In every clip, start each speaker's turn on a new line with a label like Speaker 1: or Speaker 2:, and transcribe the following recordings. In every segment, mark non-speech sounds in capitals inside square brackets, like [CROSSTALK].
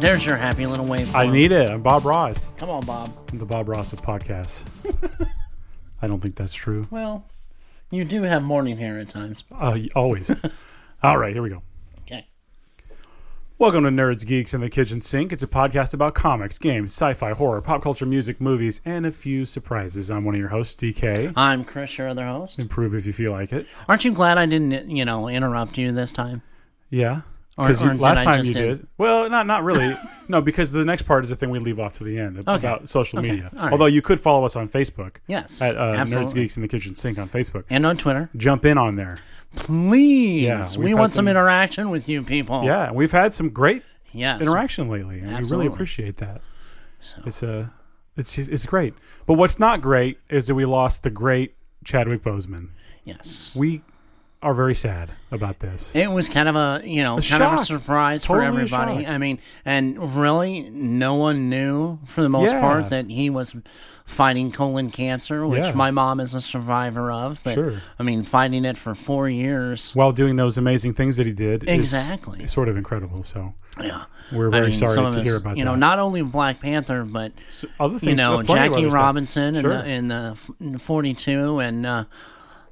Speaker 1: There's your happy little wave.
Speaker 2: I need it. I'm Bob Ross,
Speaker 1: Come on, Bob.
Speaker 2: I'm the Bob Ross of podcasts. [LAUGHS] I don't think that's true.
Speaker 1: Well, you do have morning hair at times.
Speaker 2: Uh,
Speaker 1: [LAUGHS]
Speaker 2: always. All right, here we go.
Speaker 1: Okay.
Speaker 2: Welcome to Nerds, Geeks, and the Kitchen Sink. It's a podcast about comics, games, sci-fi, horror, pop culture, music, movies, and a few surprises. I'm one of your hosts, DK.
Speaker 1: I'm Chris, your other host.
Speaker 2: Improve if you feel like it.
Speaker 1: Aren't you glad I didn't, you know, interrupt you this time?
Speaker 2: Yeah.
Speaker 1: Or-
Speaker 2: Because
Speaker 1: or did I
Speaker 2: last time
Speaker 1: just
Speaker 2: you
Speaker 1: do-
Speaker 2: did. Well, not
Speaker 1: [LAUGHS]
Speaker 2: not really. no, because the next part is the thing we leave off to the end ab-
Speaker 1: Okay.
Speaker 2: about social
Speaker 1: Okay.
Speaker 2: media.
Speaker 1: All right.
Speaker 2: Although you could follow us on Facebook.
Speaker 1: Yes,
Speaker 2: At uh, Nerds,
Speaker 1: absolutely.
Speaker 2: Geeks, and the Kitchen Sink on Facebook.
Speaker 1: And on Twitter,
Speaker 2: Jump in on there.
Speaker 1: please.
Speaker 2: Yeah,
Speaker 1: we
Speaker 2: we've
Speaker 1: want
Speaker 2: had
Speaker 1: some
Speaker 2: some-
Speaker 1: interaction with you people.
Speaker 2: Yeah, and we've had some great
Speaker 1: Yes.
Speaker 2: interaction lately, and we
Speaker 1: Absolutely.
Speaker 2: really appreciate that. It's uh, it's it's great. But what's not great is that we lost the great Chadwick Boseman.
Speaker 1: Yes.
Speaker 2: We are very sad about this.
Speaker 1: It was kind of a you know kind of a
Speaker 2: shock.
Speaker 1: surprise for
Speaker 2: Totally a
Speaker 1: everybody.
Speaker 2: shock.
Speaker 1: I mean, and really, no one knew for the most
Speaker 2: Yeah.
Speaker 1: part that he was fighting colon cancer, which
Speaker 2: Yeah.
Speaker 1: my mom is a survivor of. But
Speaker 2: Sure.
Speaker 1: I mean, fighting it for four years.
Speaker 2: While doing those amazing things that he did, is
Speaker 1: Exactly.
Speaker 2: sort of incredible. So
Speaker 1: Yeah,
Speaker 2: we're
Speaker 1: I
Speaker 2: very
Speaker 1: mean, some
Speaker 2: sorry
Speaker 1: of
Speaker 2: to
Speaker 1: us-
Speaker 2: hear about
Speaker 1: you
Speaker 2: that.
Speaker 1: know, not only Black Panther, but
Speaker 2: So other
Speaker 1: you
Speaker 2: things,
Speaker 1: know
Speaker 2: uh, plenty of
Speaker 1: Jackie
Speaker 2: other stuff.
Speaker 1: Robinson
Speaker 2: Sure.
Speaker 1: and the, in the Forty Two and uh,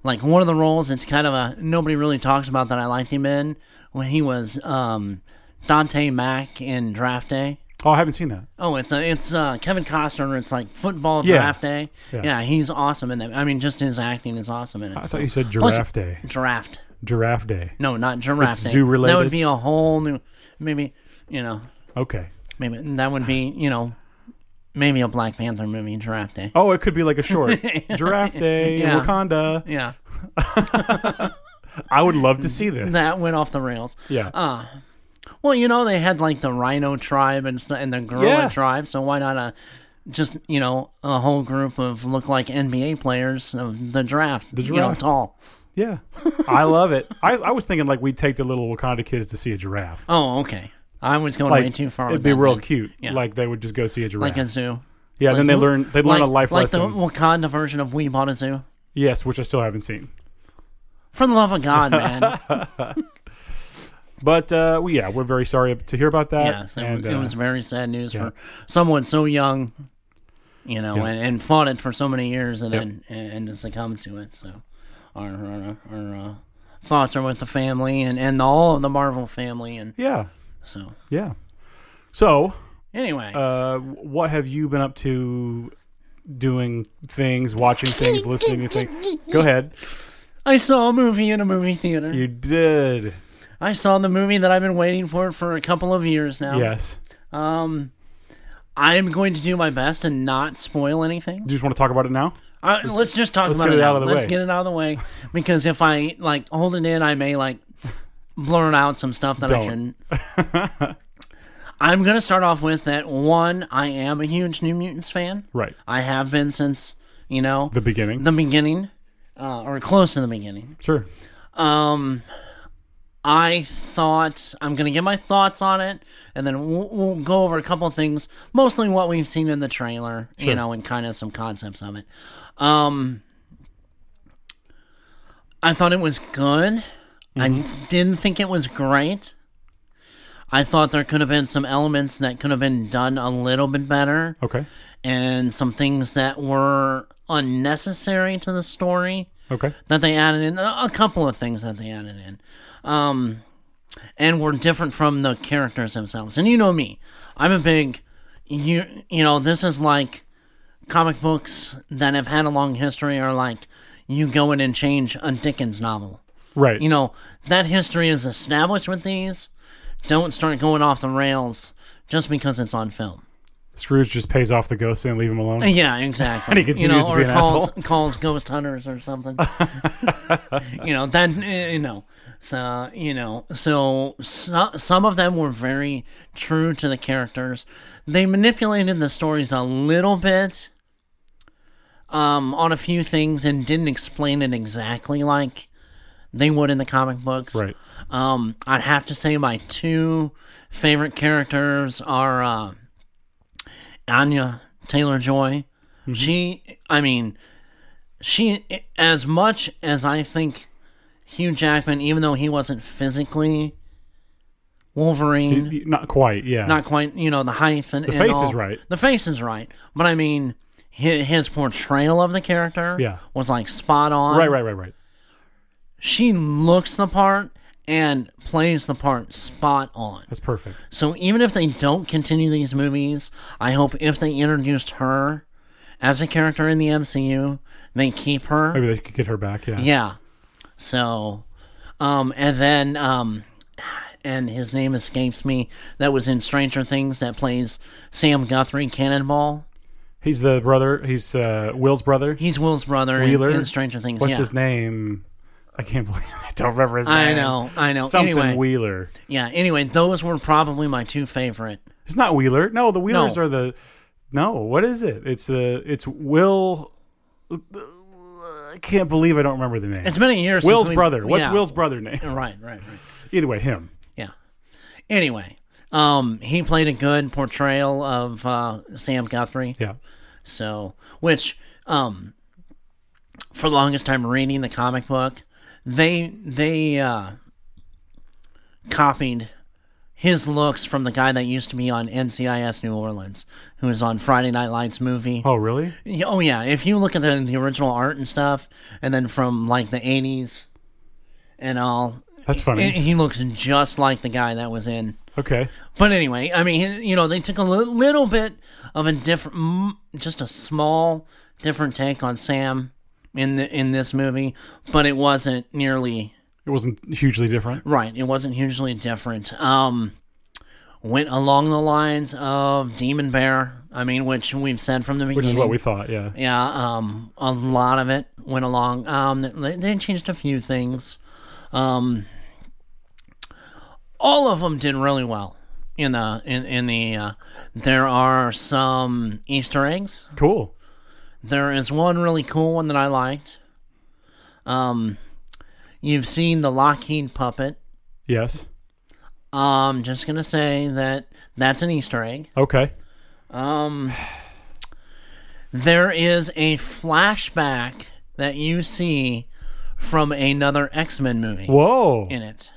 Speaker 1: like one of the roles. It's kind of a nobody really talks about that I liked him in when he was um, Dante Mack in Draft Day.
Speaker 2: Oh, I haven't seen that.
Speaker 1: Oh, it's a, it's uh, Kevin Costner. It's like football
Speaker 2: Yeah.
Speaker 1: draft day. Yeah.
Speaker 2: Yeah.
Speaker 1: he's awesome in that. I mean, just his acting is awesome in it.
Speaker 2: I thought you said
Speaker 1: Plus-
Speaker 2: giraffe day.
Speaker 1: Draft.
Speaker 2: Giraffe day.
Speaker 1: No, not giraffe.
Speaker 2: It's
Speaker 1: day.
Speaker 2: zoo-related?
Speaker 1: That would be a whole new. Maybe you know.
Speaker 2: Okay.
Speaker 1: Maybe that would be you know. Maybe a Black Panther movie, Giraffe Day.
Speaker 2: Oh, it could be like
Speaker 1: [LAUGHS]
Speaker 2: a short. giraffe day,
Speaker 1: Yeah.
Speaker 2: Wakanda.
Speaker 1: Yeah,
Speaker 2: I would love to see this.
Speaker 1: that Oh, went off the rails.
Speaker 2: yeah.
Speaker 1: Well, you know they had like the Rhino tribe and st- and the Gorilla
Speaker 2: Yeah.
Speaker 1: tribe, so why not a just you know a whole group of look like NBA players of the draft, the you know,
Speaker 2: draft.
Speaker 1: tall.
Speaker 2: yeah. I love it. I, I was thinking like we'd take the little Wakanda kids to see a giraffe.
Speaker 1: Oh, okay. I was going
Speaker 2: Like
Speaker 1: way too far.
Speaker 2: It'd
Speaker 1: with
Speaker 2: be
Speaker 1: that
Speaker 2: real
Speaker 1: then.
Speaker 2: cute.
Speaker 1: Yeah.
Speaker 2: Like they would just go see a giraffe.
Speaker 1: Like a zoo.
Speaker 2: yeah.
Speaker 1: Like
Speaker 2: then they
Speaker 1: who-
Speaker 2: learn. They learn
Speaker 1: like,
Speaker 2: a life
Speaker 1: like
Speaker 2: lesson.
Speaker 1: the Wakanda version of We Bought a Zoo.
Speaker 2: yes, which I still haven't seen.
Speaker 1: For the love of God,
Speaker 2: [LAUGHS]
Speaker 1: man!
Speaker 2: But uh, we, yeah, we're very sorry to hear about that.
Speaker 1: yes, it,
Speaker 2: and,
Speaker 1: it
Speaker 2: uh,
Speaker 1: was very sad news
Speaker 2: yeah.
Speaker 1: for someone so young, you know,
Speaker 2: Yeah.
Speaker 1: and, and fought it for so many years, and
Speaker 2: Yep.
Speaker 1: then and, and to succumb to it. So, our our, our uh, thoughts are with the family and and all of the Marvel family, and
Speaker 2: yeah,
Speaker 1: so
Speaker 2: yeah. So
Speaker 1: anyway,
Speaker 2: uh, what have you been up to doing things watching things listening to things go ahead
Speaker 1: I saw a movie in a movie theater.
Speaker 2: you did
Speaker 1: I saw the movie that I've been waiting for for a couple of years now.
Speaker 2: yes
Speaker 1: Um, I'm going to do my best to not spoil anything.
Speaker 2: do you just want to talk about it now
Speaker 1: Uh, let's, just talk
Speaker 2: let's
Speaker 1: about
Speaker 2: get
Speaker 1: it,
Speaker 2: it
Speaker 1: now.
Speaker 2: out of the
Speaker 1: let's
Speaker 2: way.
Speaker 1: get it out of the way because if I like hold it in, I may like blur out some stuff that I
Speaker 2: Don't.
Speaker 1: shouldn't. [LAUGHS] I'm gonna start off with that one. I am a huge New Mutants fan.
Speaker 2: right
Speaker 1: I have been since you know
Speaker 2: the beginning
Speaker 1: the beginning, uh, or close to the beginning.
Speaker 2: sure
Speaker 1: Um, I thought I'm gonna get my thoughts on it, and then we'll, we'll go over a couple of things, mostly what we've seen in the trailer, you
Speaker 2: Sure.
Speaker 1: know, and kind of some concepts of it. Um, I thought it was good. I didn't think it was great. I thought there could have been some elements that could have been done a little bit better
Speaker 2: okay
Speaker 1: and some things that were unnecessary to the story
Speaker 2: okay
Speaker 1: that they added in a couple of things that they added in um and were different from the characters themselves and you know me i'm a big you you know this is like comic books that have had a long history are like you go in and change a dickens novel
Speaker 2: right
Speaker 1: you know that history is established with these don't start going off the rails just because it's on film
Speaker 2: scrooge just pays off the ghost and leave him alone
Speaker 1: Uh, yeah, exactly.
Speaker 2: [LAUGHS] And he continues to be an
Speaker 1: calls [LAUGHS]
Speaker 2: asshole.
Speaker 1: calls ghost hunters or
Speaker 2: [LAUGHS]
Speaker 1: something. you know that eh, you know. So you know, so, so some of them were very true to the characters. They manipulated the stories a little bit um, on a few things and didn't explain it exactly like they would in the comic books.
Speaker 2: right
Speaker 1: Um, I'd have to say my two favorite characters are uh, Anya Taylor Joy.
Speaker 2: Mm-hmm.
Speaker 1: She, I mean, she, as much as I think Hugh Jackman, even though he wasn't physically Wolverine.
Speaker 2: Y- Not quite, yeah.
Speaker 1: Mm-hmm. not quite, you know, the hyphen. The
Speaker 2: face is right.
Speaker 1: The face is right, but I mean, his, his portrayal of the character
Speaker 2: Yeah.
Speaker 1: was like spot on.
Speaker 2: right, right, right, right.
Speaker 1: She looks the part and plays the part spot on.
Speaker 2: That's perfect.
Speaker 1: So even if they don't continue these movies, I hope if they introduced her as a character in the MCU, they keep her.
Speaker 2: Maybe they could get her back, yeah.
Speaker 1: Yeah. So, um, and then, um, and his name escapes me. That was in Stranger Things. That plays Sam Guthrie Cannonball.
Speaker 2: He's the brother, he's uh, Will's brother.
Speaker 1: He's Will's brother in,
Speaker 2: Wheeler?
Speaker 1: in Stranger Things.
Speaker 2: What's
Speaker 1: yeah.
Speaker 2: his name? I can't [LAUGHS] believe I don't remember his
Speaker 1: I
Speaker 2: name.
Speaker 1: know, I know.
Speaker 2: Something
Speaker 1: anyway,
Speaker 2: Wheeler.
Speaker 1: yeah. Anyway, those were probably my two favorite.
Speaker 2: It's not Wheeler. No, the Wheelers
Speaker 1: No.
Speaker 2: are the. No, what is it? It's the. It's Will. I can't believe I don't remember the name.
Speaker 1: It's been a year since
Speaker 2: Will's
Speaker 1: we-
Speaker 2: brother. What's
Speaker 1: yeah. Oh,
Speaker 2: Will's brother name?
Speaker 1: Right, right, right.
Speaker 2: Either way, him.
Speaker 1: Yeah. Anyway, um, he played a good portrayal of uh, Sam Guthrie.
Speaker 2: Yeah.
Speaker 1: So, which, um, for the longest time reading the comic book, they they uh, copied his looks from the guy that used to be on NCIS New Orleans, who was on Friday Night Lights movie.
Speaker 2: Oh, really?
Speaker 1: Yeah, Oh yeah, if you look at the, the original art and stuff, and then from like the '80s and all,
Speaker 2: That's funny.
Speaker 1: it- he looks just like the guy that was in
Speaker 2: okay.
Speaker 1: but anyway, I mean, you know, they took a li- little bit of a different, mm, just a small different take on Sam in the, in this movie, but it wasn't nearly
Speaker 2: It wasn't hugely different.
Speaker 1: right. It wasn't hugely different. Um, went along the lines of Demon Bear. I mean, which we've said from the beginning.
Speaker 2: Which is what we thought, yeah.
Speaker 1: Yeah, um, a lot of it went along. Um, they, they changed a few things. Um, all of them did really well in the in in the. Uh, there are some Easter eggs.
Speaker 2: Cool.
Speaker 1: There is one really cool one that I liked. Um, you've seen the Lockheed puppet.
Speaker 2: Yes.
Speaker 1: Um, just gonna say that that's an Easter egg.
Speaker 2: Okay.
Speaker 1: Um, there is a flashback that you see from another X Men movie
Speaker 2: Whoa.
Speaker 1: in it.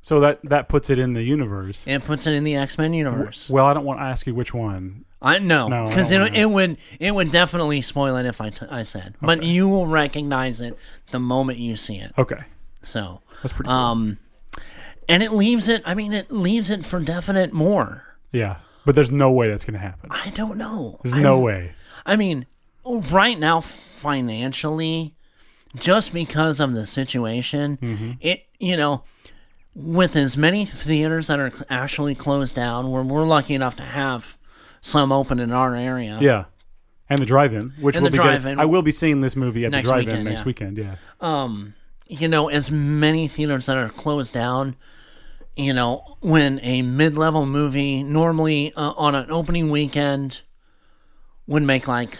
Speaker 2: So that that puts it in the universe.
Speaker 1: It puts it in the X Men universe.
Speaker 2: Well, I don't want to ask you which one.
Speaker 1: I know
Speaker 2: No, I
Speaker 1: because
Speaker 2: don't
Speaker 1: it,
Speaker 2: wanna-
Speaker 1: it would it would definitely spoil it if I, t- I said, but you will recognize it the moment you see it.
Speaker 2: Okay.
Speaker 1: So,
Speaker 2: That's pretty cool.
Speaker 1: um, and it leaves it. I mean, it leaves it for definite more.
Speaker 2: yeah. But there's no way that's going to happen.
Speaker 1: I don't know.
Speaker 2: There's
Speaker 1: I
Speaker 2: no way.
Speaker 1: I mean, right now financially, just because of the situation, it you know, with as many theaters that are cl- actually closed down, where we're lucky enough to have some open in our area.
Speaker 2: Yeah. And the drive-in, which
Speaker 1: And
Speaker 2: will
Speaker 1: the
Speaker 2: be
Speaker 1: drive-in.
Speaker 2: Good. I will be seeing this movie at
Speaker 1: Next
Speaker 2: the drive-in
Speaker 1: weekend,
Speaker 2: next
Speaker 1: yeah.
Speaker 2: weekend. Yeah.
Speaker 1: Um, you know, as many theaters that are closed down. You know, when a mid-level movie normally uh, on an opening weekend would make like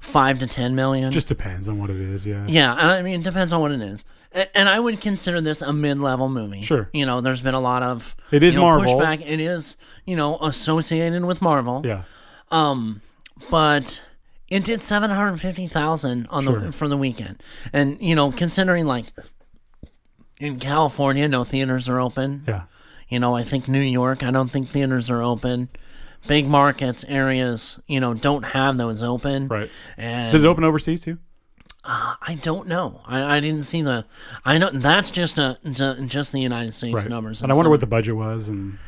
Speaker 1: five to ten million.
Speaker 2: Just depends on what it is. Yeah.
Speaker 1: Yeah, I mean, it depends on what it is. A- And I would consider this a mid-level movie.
Speaker 2: Sure.
Speaker 1: You know, there's been a lot of
Speaker 2: It is
Speaker 1: you know,
Speaker 2: Marvel.
Speaker 1: pushback. It is you know associated with Marvel.
Speaker 2: Yeah.
Speaker 1: Um, but it did seven hundred fifty thousand on the
Speaker 2: Sure.
Speaker 1: for the weekend, and you know considering like in California, no theaters are open.
Speaker 2: Yeah.
Speaker 1: You know, I think New York, I don't think theaters are open. Big markets areas, you know, don't have those open.
Speaker 2: Right.
Speaker 1: And
Speaker 2: Did it open overseas too?
Speaker 1: I don't know. I, I didn't see the. I know that's just a ju- just the United States
Speaker 2: Right.
Speaker 1: numbers.
Speaker 2: And I wonder
Speaker 1: some-
Speaker 2: what the budget was. And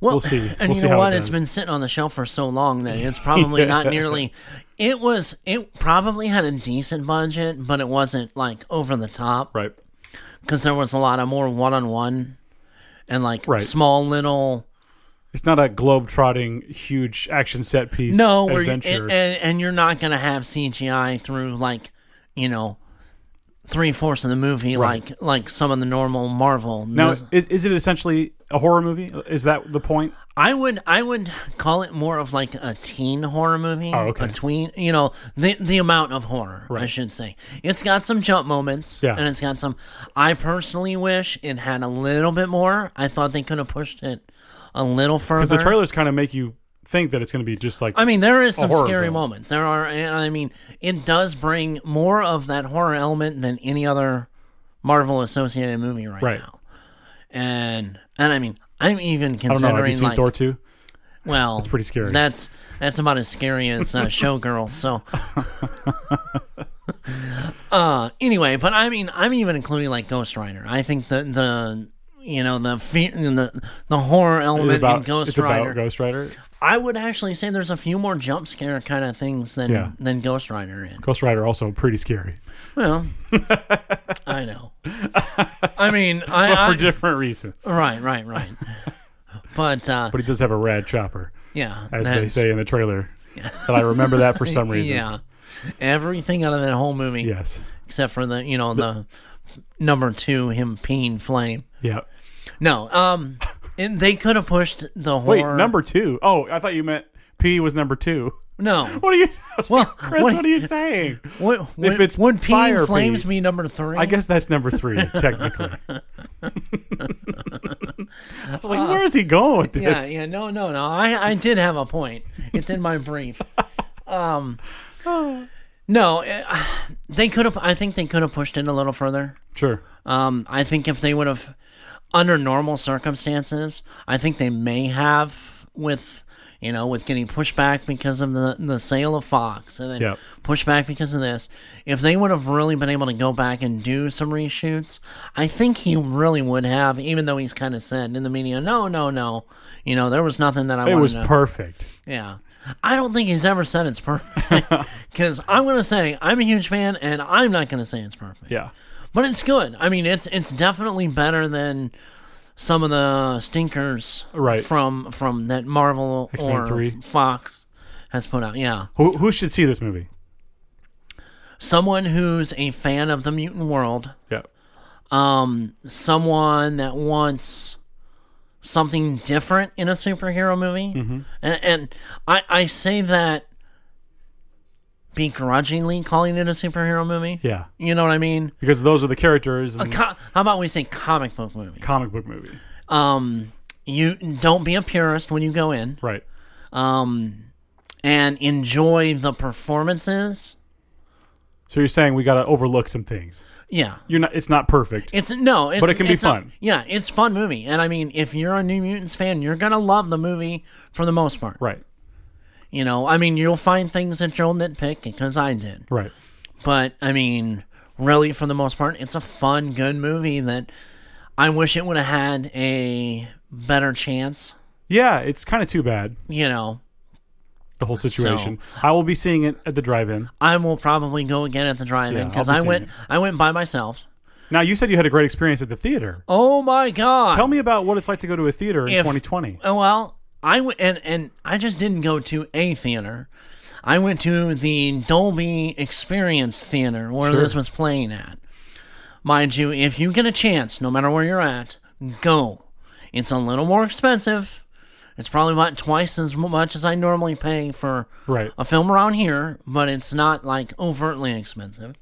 Speaker 1: well,
Speaker 2: we'll see.
Speaker 1: And
Speaker 2: We'll
Speaker 1: you
Speaker 2: see
Speaker 1: know
Speaker 2: how it
Speaker 1: what? it's
Speaker 2: does.
Speaker 1: been sitting on the shelf for so long that it's probably
Speaker 2: [LAUGHS]
Speaker 1: not nearly. It was. It probably had a decent budget, but it wasn't like over the top
Speaker 2: right.
Speaker 1: because there was a lot of more one on one, and like
Speaker 2: Right.
Speaker 1: small little.
Speaker 2: It's not a globe-trotting huge action set piece.
Speaker 1: No, where you, and,
Speaker 2: adventure.
Speaker 1: and, and you're not gonna have CGI through like, you know. Three fourths of the movie,
Speaker 2: Right.
Speaker 1: like like some of the normal Marvel.
Speaker 2: now,
Speaker 1: movies.
Speaker 2: is, is it essentially a horror movie? Is that the point?
Speaker 1: I would I would call it more of like a teen horror movie.
Speaker 2: Oh, okay.
Speaker 1: A tween, you know, the the amount of horror, I
Speaker 2: Right.
Speaker 1: should say. It's got some jump moments.
Speaker 2: Yeah.
Speaker 1: And it's got some I personally wish it had a little bit more. I thought they could have pushed it a little further.
Speaker 2: Because the trailers kind of make you think that it's going to be just like
Speaker 1: I mean, there is some
Speaker 2: horror
Speaker 1: scary
Speaker 2: film.
Speaker 1: moments. There are, and I mean, it does bring more of that horror element than any other Marvel associated movie right,
Speaker 2: Right.
Speaker 1: now. And and I mean, I'm even
Speaker 2: I don't know. Have you
Speaker 1: considering
Speaker 2: seen
Speaker 1: like
Speaker 2: Thor two?
Speaker 1: well, that's
Speaker 2: pretty scary.
Speaker 1: That's that's about as scary as uh, Showgirls. So,
Speaker 2: [LAUGHS]
Speaker 1: uh, anyway, but I mean, I'm even including like Ghost Rider. I think the the you know the fe- the the horror element in Ghost
Speaker 2: it's
Speaker 1: Rider.
Speaker 2: about Ghost Rider.
Speaker 1: I would actually say there's a few more jump scare kind of things than
Speaker 2: Yeah.
Speaker 1: than Ghost Rider in.
Speaker 2: Ghost Rider also pretty scary,
Speaker 1: Well, [LAUGHS] I know. I mean, I,
Speaker 2: but
Speaker 1: I
Speaker 2: for different reasons.
Speaker 1: right, right,
Speaker 2: [LAUGHS]
Speaker 1: right. But uh,
Speaker 2: But he does have a rad chopper,
Speaker 1: yeah,
Speaker 2: as they
Speaker 1: that's-
Speaker 2: say in the trailer. That I remember that for some reason.
Speaker 1: [LAUGHS] Yeah, everything out of that whole movie
Speaker 2: Yes.
Speaker 1: except for the you know the, number two him peeing flame.
Speaker 2: Yeah.
Speaker 1: No, um, and they could have pushed the
Speaker 2: Wait,
Speaker 1: horror.
Speaker 2: number two. Oh, I thought you meant P was number two. [LAUGHS]
Speaker 1: no.
Speaker 2: What are you, I was like,
Speaker 1: Well,
Speaker 2: Chris?
Speaker 1: what- [LAUGHS]
Speaker 2: What, are you saying? [LAUGHS]
Speaker 1: Would, would-
Speaker 2: it's
Speaker 1: would peeing
Speaker 2: fire
Speaker 1: flames
Speaker 2: pee-
Speaker 1: be number three?
Speaker 2: I guess that's
Speaker 1: [LAUGHS]
Speaker 2: number three technically. I was like, where is he going with this?
Speaker 1: Yeah, yeah, no, no, no. I, I did have a point. It's in my
Speaker 2: [LAUGHS]
Speaker 1: brief. Um, no, eh, they could have. I think they could have pushed it a little further.
Speaker 2: Sure.
Speaker 1: Um, I think if they would have, under normal circumstances, I think they may have with you know with getting pushback because of the the sale of Fox and then
Speaker 2: Yep.
Speaker 1: pushback because of this. If they would have really been able to go back and do some reshoots, I think he really would have. Even though he's kind of said in the media, no, no, no, you know there was nothing that I
Speaker 2: It
Speaker 1: wanted
Speaker 2: was
Speaker 1: to-
Speaker 2: perfect.
Speaker 1: yeah. I don't think he's ever said it's
Speaker 2: [LAUGHS]
Speaker 1: perfect. [LAUGHS] Because I'm going to say I'm a huge fan and I'm not going to say it's perfect.
Speaker 2: Yeah.
Speaker 1: But it's good. I mean, it's it's definitely better than some of the stinkers
Speaker 2: Right.
Speaker 1: from from that Marvel
Speaker 2: X-Men
Speaker 1: or
Speaker 2: 3.
Speaker 1: Fox has put out. Yeah.
Speaker 2: Who who should see this movie?
Speaker 1: Someone who's a fan of the mutant world,
Speaker 2: Yeah.
Speaker 1: um someone that wants something different in a superhero movie
Speaker 2: Mm-hmm.
Speaker 1: and, and I, I say that begrudgingly calling it a superhero movie
Speaker 2: Yeah. Mm-hmm.
Speaker 1: you know what i mean
Speaker 2: Because those are the characters in the
Speaker 1: Co- how about we say comic book movie
Speaker 2: comic book movie.
Speaker 1: um you don't be a purist when you go in
Speaker 2: Right.
Speaker 1: um and enjoy the performances
Speaker 2: So you're saying we got to overlook some things.
Speaker 1: yeah
Speaker 2: You're not it's not perfect.
Speaker 1: It's no, it's,
Speaker 2: But it can be
Speaker 1: it's not-
Speaker 2: fun.
Speaker 1: yeah, it's fun movie, and I mean, if you're a New Mutants fan, you're gonna love the movie for the most part.
Speaker 2: right.
Speaker 1: You know, I mean, you'll find things that you'll nitpick because I did,
Speaker 2: Right.
Speaker 1: but I mean, really, for the most part, it's a fun, good movie that I wish it would have had a better chance.
Speaker 2: Yeah, it's kind of too bad
Speaker 1: You know,
Speaker 2: the whole situation. I will be seeing it at the drive-in.
Speaker 1: I will probably go again at the
Speaker 2: Yeah,
Speaker 1: drive-in
Speaker 2: I'll
Speaker 1: because
Speaker 2: be
Speaker 1: I
Speaker 2: seeing
Speaker 1: went,
Speaker 2: it.
Speaker 1: I went by myself.
Speaker 2: Now you said you had a great experience at the theater.
Speaker 1: Oh my god!
Speaker 2: Tell me about what it's like to go to a theater in
Speaker 1: If-
Speaker 2: 2020.
Speaker 1: Oh well, I went and and I just didn't go to a theater. I went to the Dolby Experience Theater where
Speaker 2: Sure.
Speaker 1: this was playing at. Mind you, if you get a chance, no matter where you're at, go. It's a little more expensive. It's probably about twice as mu- much as I normally pay for
Speaker 2: Right.
Speaker 1: a film around here, but it's not like overtly expensive.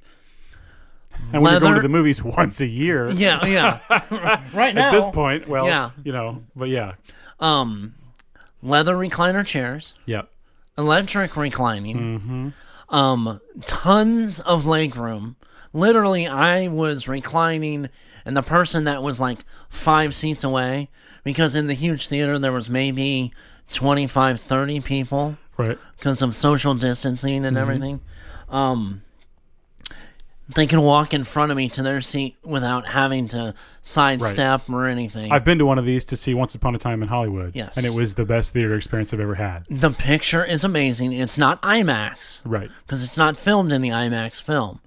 Speaker 2: And when you're going to
Speaker 1: leather-
Speaker 2: the movies [LAUGHS] once a year
Speaker 1: Yeah,
Speaker 2: [LAUGHS]
Speaker 1: yeah. right now,
Speaker 2: at this point, well,
Speaker 1: Yeah.
Speaker 2: you know, but yeah.
Speaker 1: um, leather recliner chairs.
Speaker 2: Yeah.
Speaker 1: electric reclining, um, tons of leg room. Literally, I was reclining, and the person that was like five seats away, because in the huge theater there was maybe 25, 30 people
Speaker 2: Right.
Speaker 1: because of social distancing and everything. Um, they could walk in front of me to their seat without having to sidestep or anything.
Speaker 2: I've been to one of these to see Once Upon a Time in Hollywood.
Speaker 1: Yes.
Speaker 2: And it was the best theater experience I've ever had.
Speaker 1: the picture is amazing. It's not IMAX.
Speaker 2: Right.
Speaker 1: because it's not filmed in the IMAX film.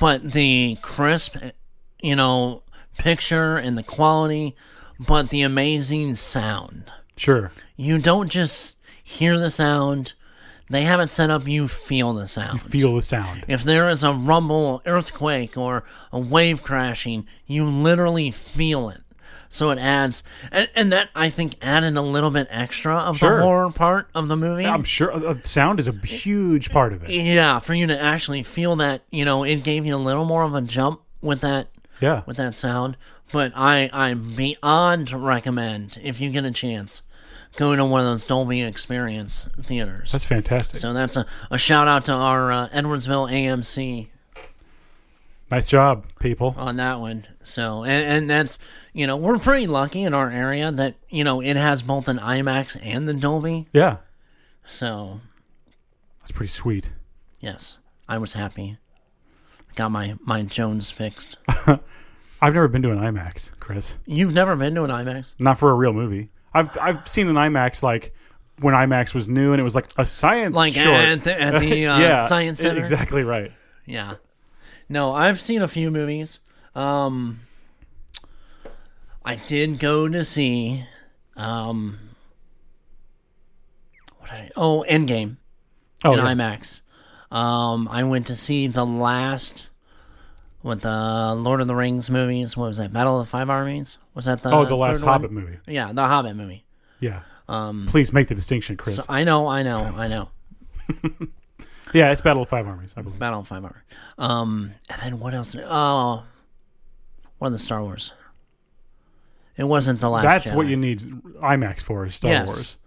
Speaker 1: But the crisp, you know, picture and the quality, but the amazing sound.
Speaker 2: Sure.
Speaker 1: You don't just hear the sound, they have it set up, you feel the sound.
Speaker 2: Feel the sound.
Speaker 1: if there is a rumble, earthquake, or a wave crashing, you literally feel it. So it adds, and, and that I think added a little bit extra of
Speaker 2: Sure.
Speaker 1: the horror part of the movie.
Speaker 2: I'm sure uh, uh, sound is a huge part of it.
Speaker 1: Yeah, for you to actually feel that, you know, it gave you a little more of a jump with that
Speaker 2: Yeah.
Speaker 1: with that sound. But I I beyond recommend if you get a chance, go to one of those Dolby Experience theaters.
Speaker 2: That's fantastic.
Speaker 1: so that's a, a shout out to our uh, Edwardsville AMC
Speaker 2: Nice job, people.
Speaker 1: on that one. So, and, and that's, you know, we're pretty lucky in our area that, you know, it has both an IMAX and the Dolby.
Speaker 2: Yeah,
Speaker 1: So,
Speaker 2: that's pretty sweet.
Speaker 1: yes, I was happy. Got my, my Jones fixed.
Speaker 2: I've never been to an IMAX, Chris.
Speaker 1: You've never been to an IMAX?
Speaker 2: Not for a real movie. I've I've seen an IMAX like when IMAX was new and it was like a science
Speaker 1: Like
Speaker 2: short.
Speaker 1: at the, at
Speaker 2: [LAUGHS]
Speaker 1: the uh,
Speaker 2: yeah,
Speaker 1: Science
Speaker 2: e-
Speaker 1: Center?
Speaker 2: Exactly right.
Speaker 1: Yeah. No, I've seen a few movies. Um, I did go to see, um, what did I, oh, Endgame.
Speaker 2: Oh,
Speaker 1: in
Speaker 2: yeah.
Speaker 1: IMAX. Um, I went to see the last with the Lord of the Rings movies. What was that? Battle of the Five Armies? Was that the
Speaker 2: oh, the last
Speaker 1: third one?
Speaker 2: Hobbit movie.
Speaker 1: Yeah, the Hobbit movie.
Speaker 2: Yeah. Please make the distinction, Chris.
Speaker 1: Um, So I know, I know, I know.
Speaker 2: yeah, it's Battle of Five Armies, I believe.
Speaker 1: Battle of the Five Armies. Um, and then what else? Oh, one of the Star Wars. It wasn't the last.
Speaker 2: That's what
Speaker 1: Jedi.
Speaker 2: you need IMAX for is Star
Speaker 1: Yes.
Speaker 2: Wars.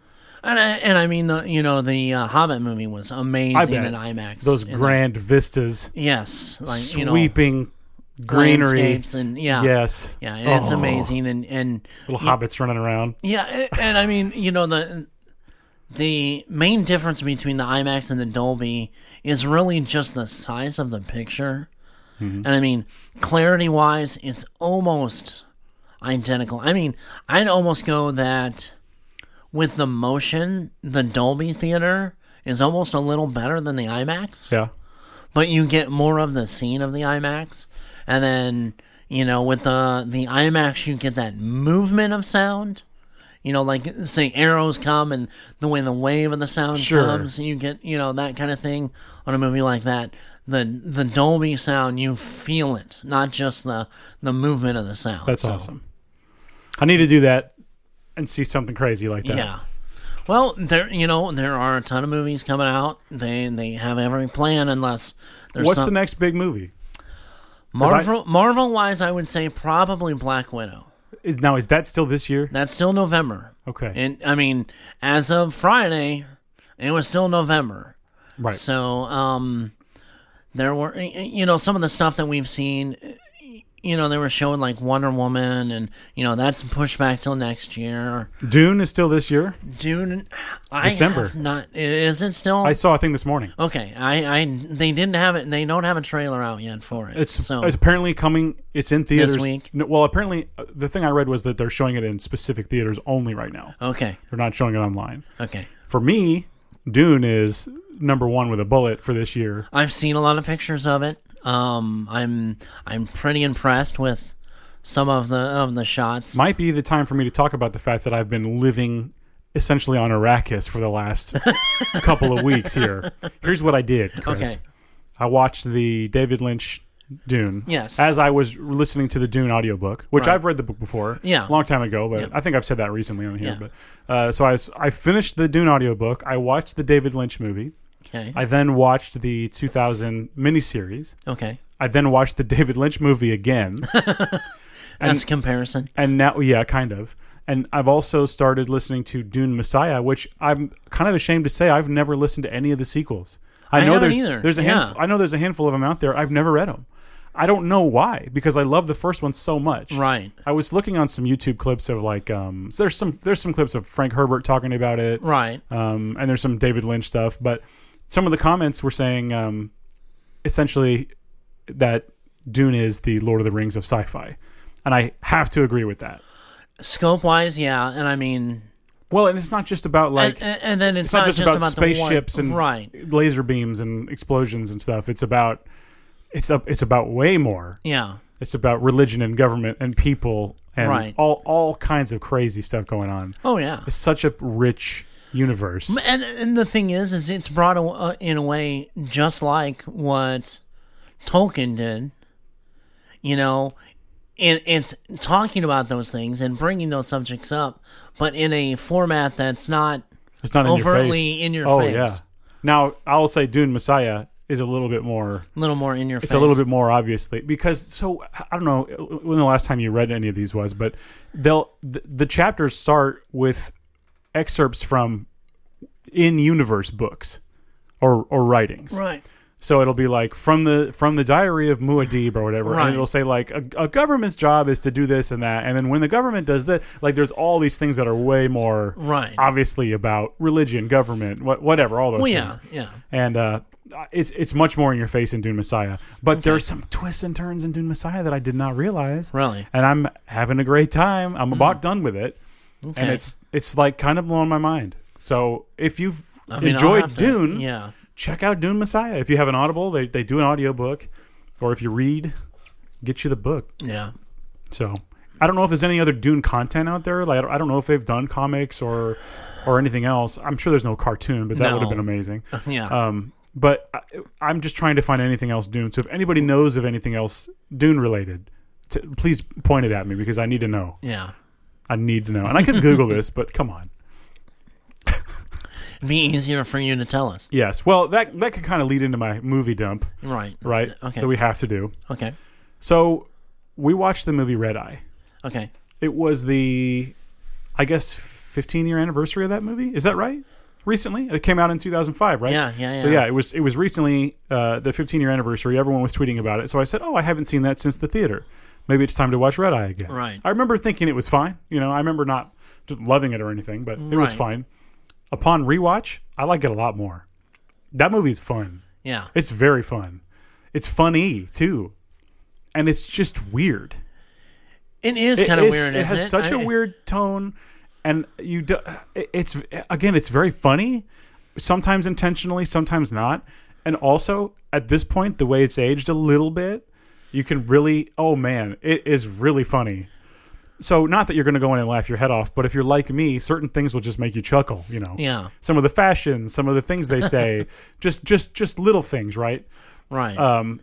Speaker 1: And I, and I mean the you know the uh, Hobbit movie was amazing
Speaker 2: bet.
Speaker 1: in IMAX.
Speaker 2: Those
Speaker 1: And-
Speaker 2: grand vistas,
Speaker 1: yes, like you know
Speaker 2: sweeping greenery.
Speaker 1: landscapes and yeah,
Speaker 2: Yes.
Speaker 1: yeah, and it's
Speaker 2: Oh,
Speaker 1: amazing and and
Speaker 2: Little hobbits running around.
Speaker 1: Yeah, a- and I mean, you know, the the main difference between the IMAX and the Dolby is really just the size of the picture. And I mean, clarity wise, it's almost identical. I mean, I'd almost go that with the motion, the Dolby theater is almost a little better than the IMAX
Speaker 2: Yeah.
Speaker 1: but you get more of the scene of the IMAX, and then you know with the the IMAX you get that movement of sound. You know, like say arrows come and the way the wave of the sound
Speaker 2: Sure.
Speaker 1: comes, you get you know that kind of thing on a movie like that. The the Dolby sound, you feel it, not just the the movement of the sound.
Speaker 2: That's
Speaker 1: So,
Speaker 2: awesome. I need to do that and see something crazy like that.
Speaker 1: Yeah. Well, there you know there are a ton of movies coming out. They they have every plan unless there's
Speaker 2: What's
Speaker 1: some,
Speaker 2: the next big movie? I-
Speaker 1: Marvel Marvel wise, I would say probably Black Widow.
Speaker 2: Is now is that still this year?
Speaker 1: That's still November.
Speaker 2: Okay.
Speaker 1: And I mean, as of Friday, it was still November.
Speaker 2: right.
Speaker 1: So, um, there were, y- y- you know, some of the stuff that we've seen, y- you know, they were showing like Wonder Woman and, you know, that's pushed back till next year.
Speaker 2: Dune is still this year.
Speaker 1: Dune, I
Speaker 2: December.
Speaker 1: have Not, is it still?
Speaker 2: I saw a thing this morning.
Speaker 1: okay. I, I, they didn't have it. They don't have a trailer out yet for it.
Speaker 2: It's,
Speaker 1: so,
Speaker 2: it's apparently coming. It's in theaters
Speaker 1: week?
Speaker 2: No, well, apparently uh, the thing I read was that they're showing it in specific theaters only right now.
Speaker 1: okay.
Speaker 2: They're not showing it online.
Speaker 1: Okay.
Speaker 2: For me, Dune is number one with a bullet for this year.
Speaker 1: I've seen a lot of pictures of it. Um, I'm I'm pretty impressed with some of the of the shots.
Speaker 2: Might be the time for me to talk about the fact that I've been living essentially on Arrakis for the last [LAUGHS] couple of weeks here. Here's what I did, Chris.
Speaker 1: Okay.
Speaker 2: I watched the David Lynch Dune.
Speaker 1: Yes.
Speaker 2: As I was listening to the Dune audiobook, which
Speaker 1: Right.
Speaker 2: I've read the book before.
Speaker 1: Yeah.
Speaker 2: A long time ago, but
Speaker 1: Yeah.
Speaker 2: I think I've said that recently on here.
Speaker 1: Yeah.
Speaker 2: But uh, so I, s- I finished the Dune audiobook. I watched the David Lynch movie.
Speaker 1: Okay.
Speaker 2: I then watched the 2000 miniseries.
Speaker 1: okay.
Speaker 2: I then watched the David Lynch movie again.
Speaker 1: That's a comparison.
Speaker 2: and now yeah kind of and i've also started listening to dune messiah which i'm kind of ashamed to say i've never listened to any of the sequels i,
Speaker 1: I
Speaker 2: know
Speaker 1: haven't
Speaker 2: there's
Speaker 1: either,
Speaker 2: there's a
Speaker 1: yeah.
Speaker 2: handful i know there's a handful of them out there i've never read them i don't know why because i love the first one so much
Speaker 1: Right.
Speaker 2: i was looking on some youtube clips of like um so there's some there's some clips of frank herbert talking about it
Speaker 1: Right.
Speaker 2: um, and there's some David Lynch stuff. But some of the comments were saying um, essentially that Dune is the Lord of the Rings of sci-fi, and I have to agree with that.
Speaker 1: Scope wise, yeah, and I mean,
Speaker 2: Well, and it's not just about like
Speaker 1: and, and, and then it's,
Speaker 2: it's not just, about,
Speaker 1: the one-
Speaker 2: spaceships and
Speaker 1: right.
Speaker 2: laser beams and explosions and stuff. It's about it's up it's about way more.
Speaker 1: Yeah.
Speaker 2: It's about religion and government and people and
Speaker 1: Right.
Speaker 2: all all kinds of crazy stuff going on.
Speaker 1: Oh yeah.
Speaker 2: It's such a rich universe.
Speaker 1: And, and the thing is, is it's brought a, uh, in a way just like what Tolkien did, you know, and it's talking about those things and bringing those subjects up, but in a format that's not
Speaker 2: It's not in
Speaker 1: overtly
Speaker 2: your face.
Speaker 1: in your
Speaker 2: oh
Speaker 1: face.
Speaker 2: yeah. Now I'll say Dune Messiah is a little bit more.
Speaker 1: a little more in your face.
Speaker 2: It's a little bit more obviously because so I don't know when the last time you read any of these was, but they'll the, the chapters start with excerpts from in universe books or or writings.
Speaker 1: right.
Speaker 2: So it'll be like from the from the diary of Muad'Dib or whatever,
Speaker 1: Right.
Speaker 2: and it'll say like a, a government's job is to do this and that, and then when the government does this, like there's all these things that are way more
Speaker 1: Right.
Speaker 2: obviously about religion, government, what, whatever, all those
Speaker 1: Well,
Speaker 2: things
Speaker 1: yeah, yeah.
Speaker 2: and uh, it's it's much more in your face in Dune Messiah. But there's some twists and turns in Dune Messiah that I did not realize.
Speaker 1: Really?
Speaker 2: and I'm having a great time. I'm about done with it, and
Speaker 1: Mm-hmm. Okay.
Speaker 2: it's it's like kind of blowing my mind. So if you've
Speaker 1: I mean, I'll
Speaker 2: enjoyed
Speaker 1: have to-
Speaker 2: Dune,
Speaker 1: yeah.
Speaker 2: check out Dune Messiah. If you have an Audible, they they do an audiobook, or if you read, get you the book.
Speaker 1: Yeah. [LAUGHS]
Speaker 2: So. I don't know if there's any other Dune content out there. Like I don't- I don't know if they've done comics or, or anything else. I'm sure there's no cartoon, but that
Speaker 1: No.
Speaker 2: would have been amazing.
Speaker 1: Yeah.
Speaker 2: Um, but I, I'm just trying to find anything else Dune. So if anybody knows of anything else Dune related, t- please point it at me because I need to know.
Speaker 1: yeah.
Speaker 2: I need to know. And I could Google this, but come on.
Speaker 1: It'd be easier for you to tell us.
Speaker 2: Yes. Well, that that could kind of lead into my movie dump,
Speaker 1: Right.
Speaker 2: right?
Speaker 1: Okay.
Speaker 2: That we have to do.
Speaker 1: Okay.
Speaker 2: So we watched the movie Red Eye.
Speaker 1: Okay.
Speaker 2: It was the, I guess, 15 year anniversary of that movie. Is that right? Recently, it came out in 2005, right?
Speaker 1: Yeah, yeah,
Speaker 2: So
Speaker 1: yeah.
Speaker 2: yeah, it was it was recently uh, the 15 year anniversary. Everyone was tweeting about it. So I said, "Oh, I haven't seen that since the theater. Maybe it's time to watch Red Eye again."
Speaker 1: Right.
Speaker 2: I remember thinking it was fine. You know, I remember not loving it or anything, but it was
Speaker 1: Right.
Speaker 2: fine. Upon rewatch, I like it a lot more. That movie's fun.
Speaker 1: Yeah.
Speaker 2: It's very fun. It's funny too, and it's just weird.
Speaker 1: It is
Speaker 2: It
Speaker 1: kind of
Speaker 2: is-
Speaker 1: weird.
Speaker 2: It
Speaker 1: isn't
Speaker 2: has
Speaker 1: it?
Speaker 2: such a
Speaker 1: I-
Speaker 2: weird tone, and you. Do, it- it's again, it's very funny, sometimes intentionally, sometimes not, and also at this point, the way it's aged a little bit, you can really. Oh man, it is really funny. So not that you're going to go in and laugh your head off, but if you're like me, certain things will just make you chuckle. You know,
Speaker 1: Yeah.
Speaker 2: Some of the fashions, some of the things they say,
Speaker 1: [LAUGHS]
Speaker 2: just just just little things, right?
Speaker 1: Right.
Speaker 2: um,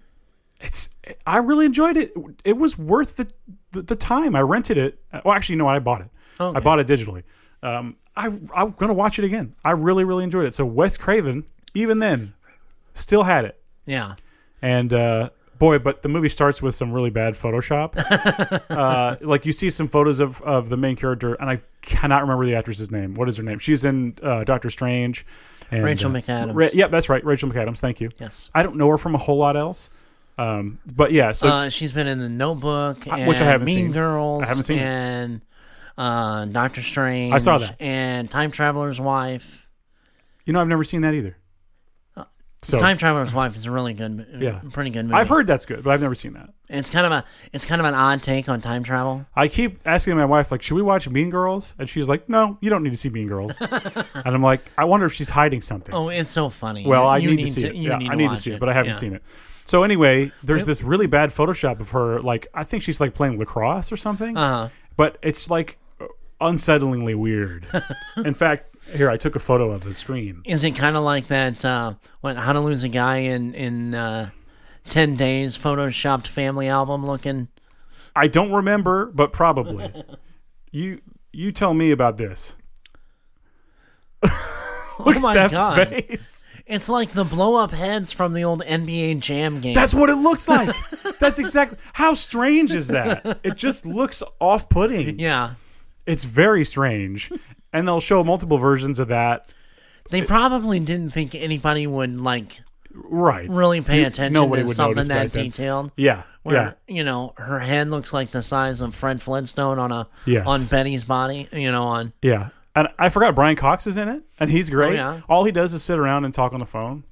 Speaker 2: it's I really enjoyed it. It was worth the the, the time. I rented it. Well, actually, no, I bought it.
Speaker 1: Okay.
Speaker 2: I bought it digitally. Um, I I'm gonna watch it again. I really really enjoyed it. So Wes Craven, even then, still had it.
Speaker 1: yeah.
Speaker 2: And uh, boy, but the movie starts with some really
Speaker 1: [LAUGHS]
Speaker 2: bad Photoshop. uh, like you see some photos of, of the main character, and I cannot remember the actress's name. What is her name? She's in uh, Doctor Strange. And,
Speaker 1: Rachel
Speaker 2: uh,
Speaker 1: McAdams.
Speaker 2: Ra- yeah, that's right, Rachel McAdams. Thank you.
Speaker 1: Yes.
Speaker 2: I don't know her from a whole lot else. Um, but yeah, so
Speaker 1: uh, she's been in the Notebook,
Speaker 2: I-
Speaker 1: and
Speaker 2: which I haven't
Speaker 1: Mean
Speaker 2: seen.
Speaker 1: Girls,
Speaker 2: I haven't seen it.
Speaker 1: and uh, Doctor Strange.
Speaker 2: I saw that.
Speaker 1: and Time Traveler's Wife.
Speaker 2: you know, I've never seen that either. So
Speaker 1: uh, Time Traveler's Wife is a really good,
Speaker 2: Yeah.
Speaker 1: pretty good movie.
Speaker 2: I've heard that's good, but I've never seen that.
Speaker 1: And it's kind of a it's kind of an odd take on time travel.
Speaker 2: I keep asking my wife, like, should we watch Mean Girls? And she's like, no, you don't need to see
Speaker 1: [LAUGHS]
Speaker 2: Mean Girls. and I'm like, I wonder if she's hiding something.
Speaker 1: Oh, it's so funny.
Speaker 2: well,
Speaker 1: You-
Speaker 2: I
Speaker 1: you
Speaker 2: need, to see it.
Speaker 1: you
Speaker 2: Yeah,
Speaker 1: need
Speaker 2: I need to
Speaker 1: watch
Speaker 2: see it, but I haven't seen it. So anyway, there's this really bad Photoshop of her. Like, I think she's like playing lacrosse or something.
Speaker 1: Uh-huh.
Speaker 2: But it's like
Speaker 1: [LAUGHS]
Speaker 2: unsettlingly weird. In fact, here I took a photo of the screen.
Speaker 1: Is it kind of like that? Uh, what How to Lose a Guy in in uh, ten days? Photoshopped family album looking.
Speaker 2: I don't remember, but probably. you you tell me about this.
Speaker 1: oh my
Speaker 2: that
Speaker 1: god!
Speaker 2: face.
Speaker 1: It's like the blow up heads from the old NBA Jam game.
Speaker 2: That's what it looks like. That's exactly how strange is that? It just looks off
Speaker 1: [LAUGHS]
Speaker 2: putting.
Speaker 1: yeah.
Speaker 2: It's very strange. And they'll show multiple versions of that.
Speaker 1: They probably didn't think anybody would like
Speaker 2: Right.
Speaker 1: really pay
Speaker 2: You-
Speaker 1: attention
Speaker 2: nobody
Speaker 1: to
Speaker 2: would
Speaker 1: something
Speaker 2: notice
Speaker 1: that
Speaker 2: back then.
Speaker 1: detailed.
Speaker 2: Yeah.
Speaker 1: Where,
Speaker 2: yeah.
Speaker 1: you know, her head looks like the size of Fred Flintstone on a
Speaker 2: Yes.
Speaker 1: on Betty's body. You know, on
Speaker 2: Yeah. And I forgot Brian Cox is in it, and he's great.
Speaker 1: Oh, yeah.
Speaker 2: All he does is sit around and talk on the phone.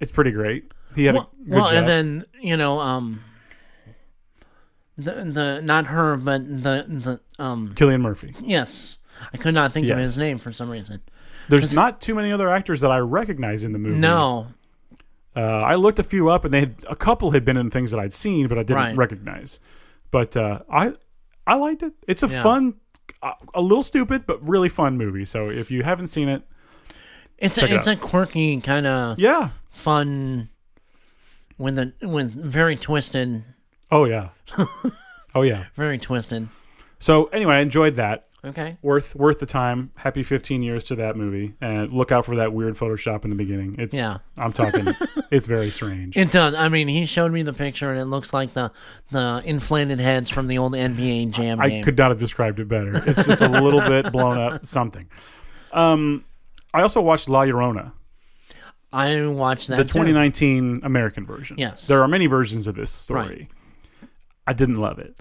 Speaker 2: It's pretty great. He had
Speaker 1: well,
Speaker 2: a good
Speaker 1: well
Speaker 2: job.
Speaker 1: and then you know, um, the the not her, but the the um,
Speaker 2: Killian Murphy.
Speaker 1: yes, I could not think of
Speaker 2: Yes.
Speaker 1: his name for some reason.
Speaker 2: There's not too many other actors that I recognize in the movie.
Speaker 1: No,
Speaker 2: Uh, I looked a few up, and they had, a couple had been in things that I'd seen, but I didn't
Speaker 1: Right.
Speaker 2: recognize. But uh, I I liked it. It's a
Speaker 1: Yeah.
Speaker 2: fun, a, a little stupid, but really fun movie. So if you haven't seen it,
Speaker 1: it's
Speaker 2: Check
Speaker 1: a,
Speaker 2: it
Speaker 1: it's a quirky kind of
Speaker 2: yeah,
Speaker 1: fun when the when very twisted,
Speaker 2: oh yeah, [LAUGHS] oh yeah.
Speaker 1: very twisted.
Speaker 2: So anyway, I enjoyed that.
Speaker 1: Okay.
Speaker 2: Worth worth the time. Happy 15 years to that movie, and look out for that weird Photoshop in the beginning. It's
Speaker 1: Yeah. [LAUGHS]
Speaker 2: I'm talking. it's very strange.
Speaker 1: It does. I mean, he showed me the picture, and it looks like the the inflated heads from the old NBA Jam
Speaker 2: I
Speaker 1: game.
Speaker 2: could not have described it better. It's just
Speaker 1: [LAUGHS]
Speaker 2: a little bit blown up something. Um, I also watched La Llorona.
Speaker 1: I watched that.
Speaker 2: the
Speaker 1: too.
Speaker 2: 2019 American version.
Speaker 1: Yes.
Speaker 2: There are many versions of this story. I didn't love it.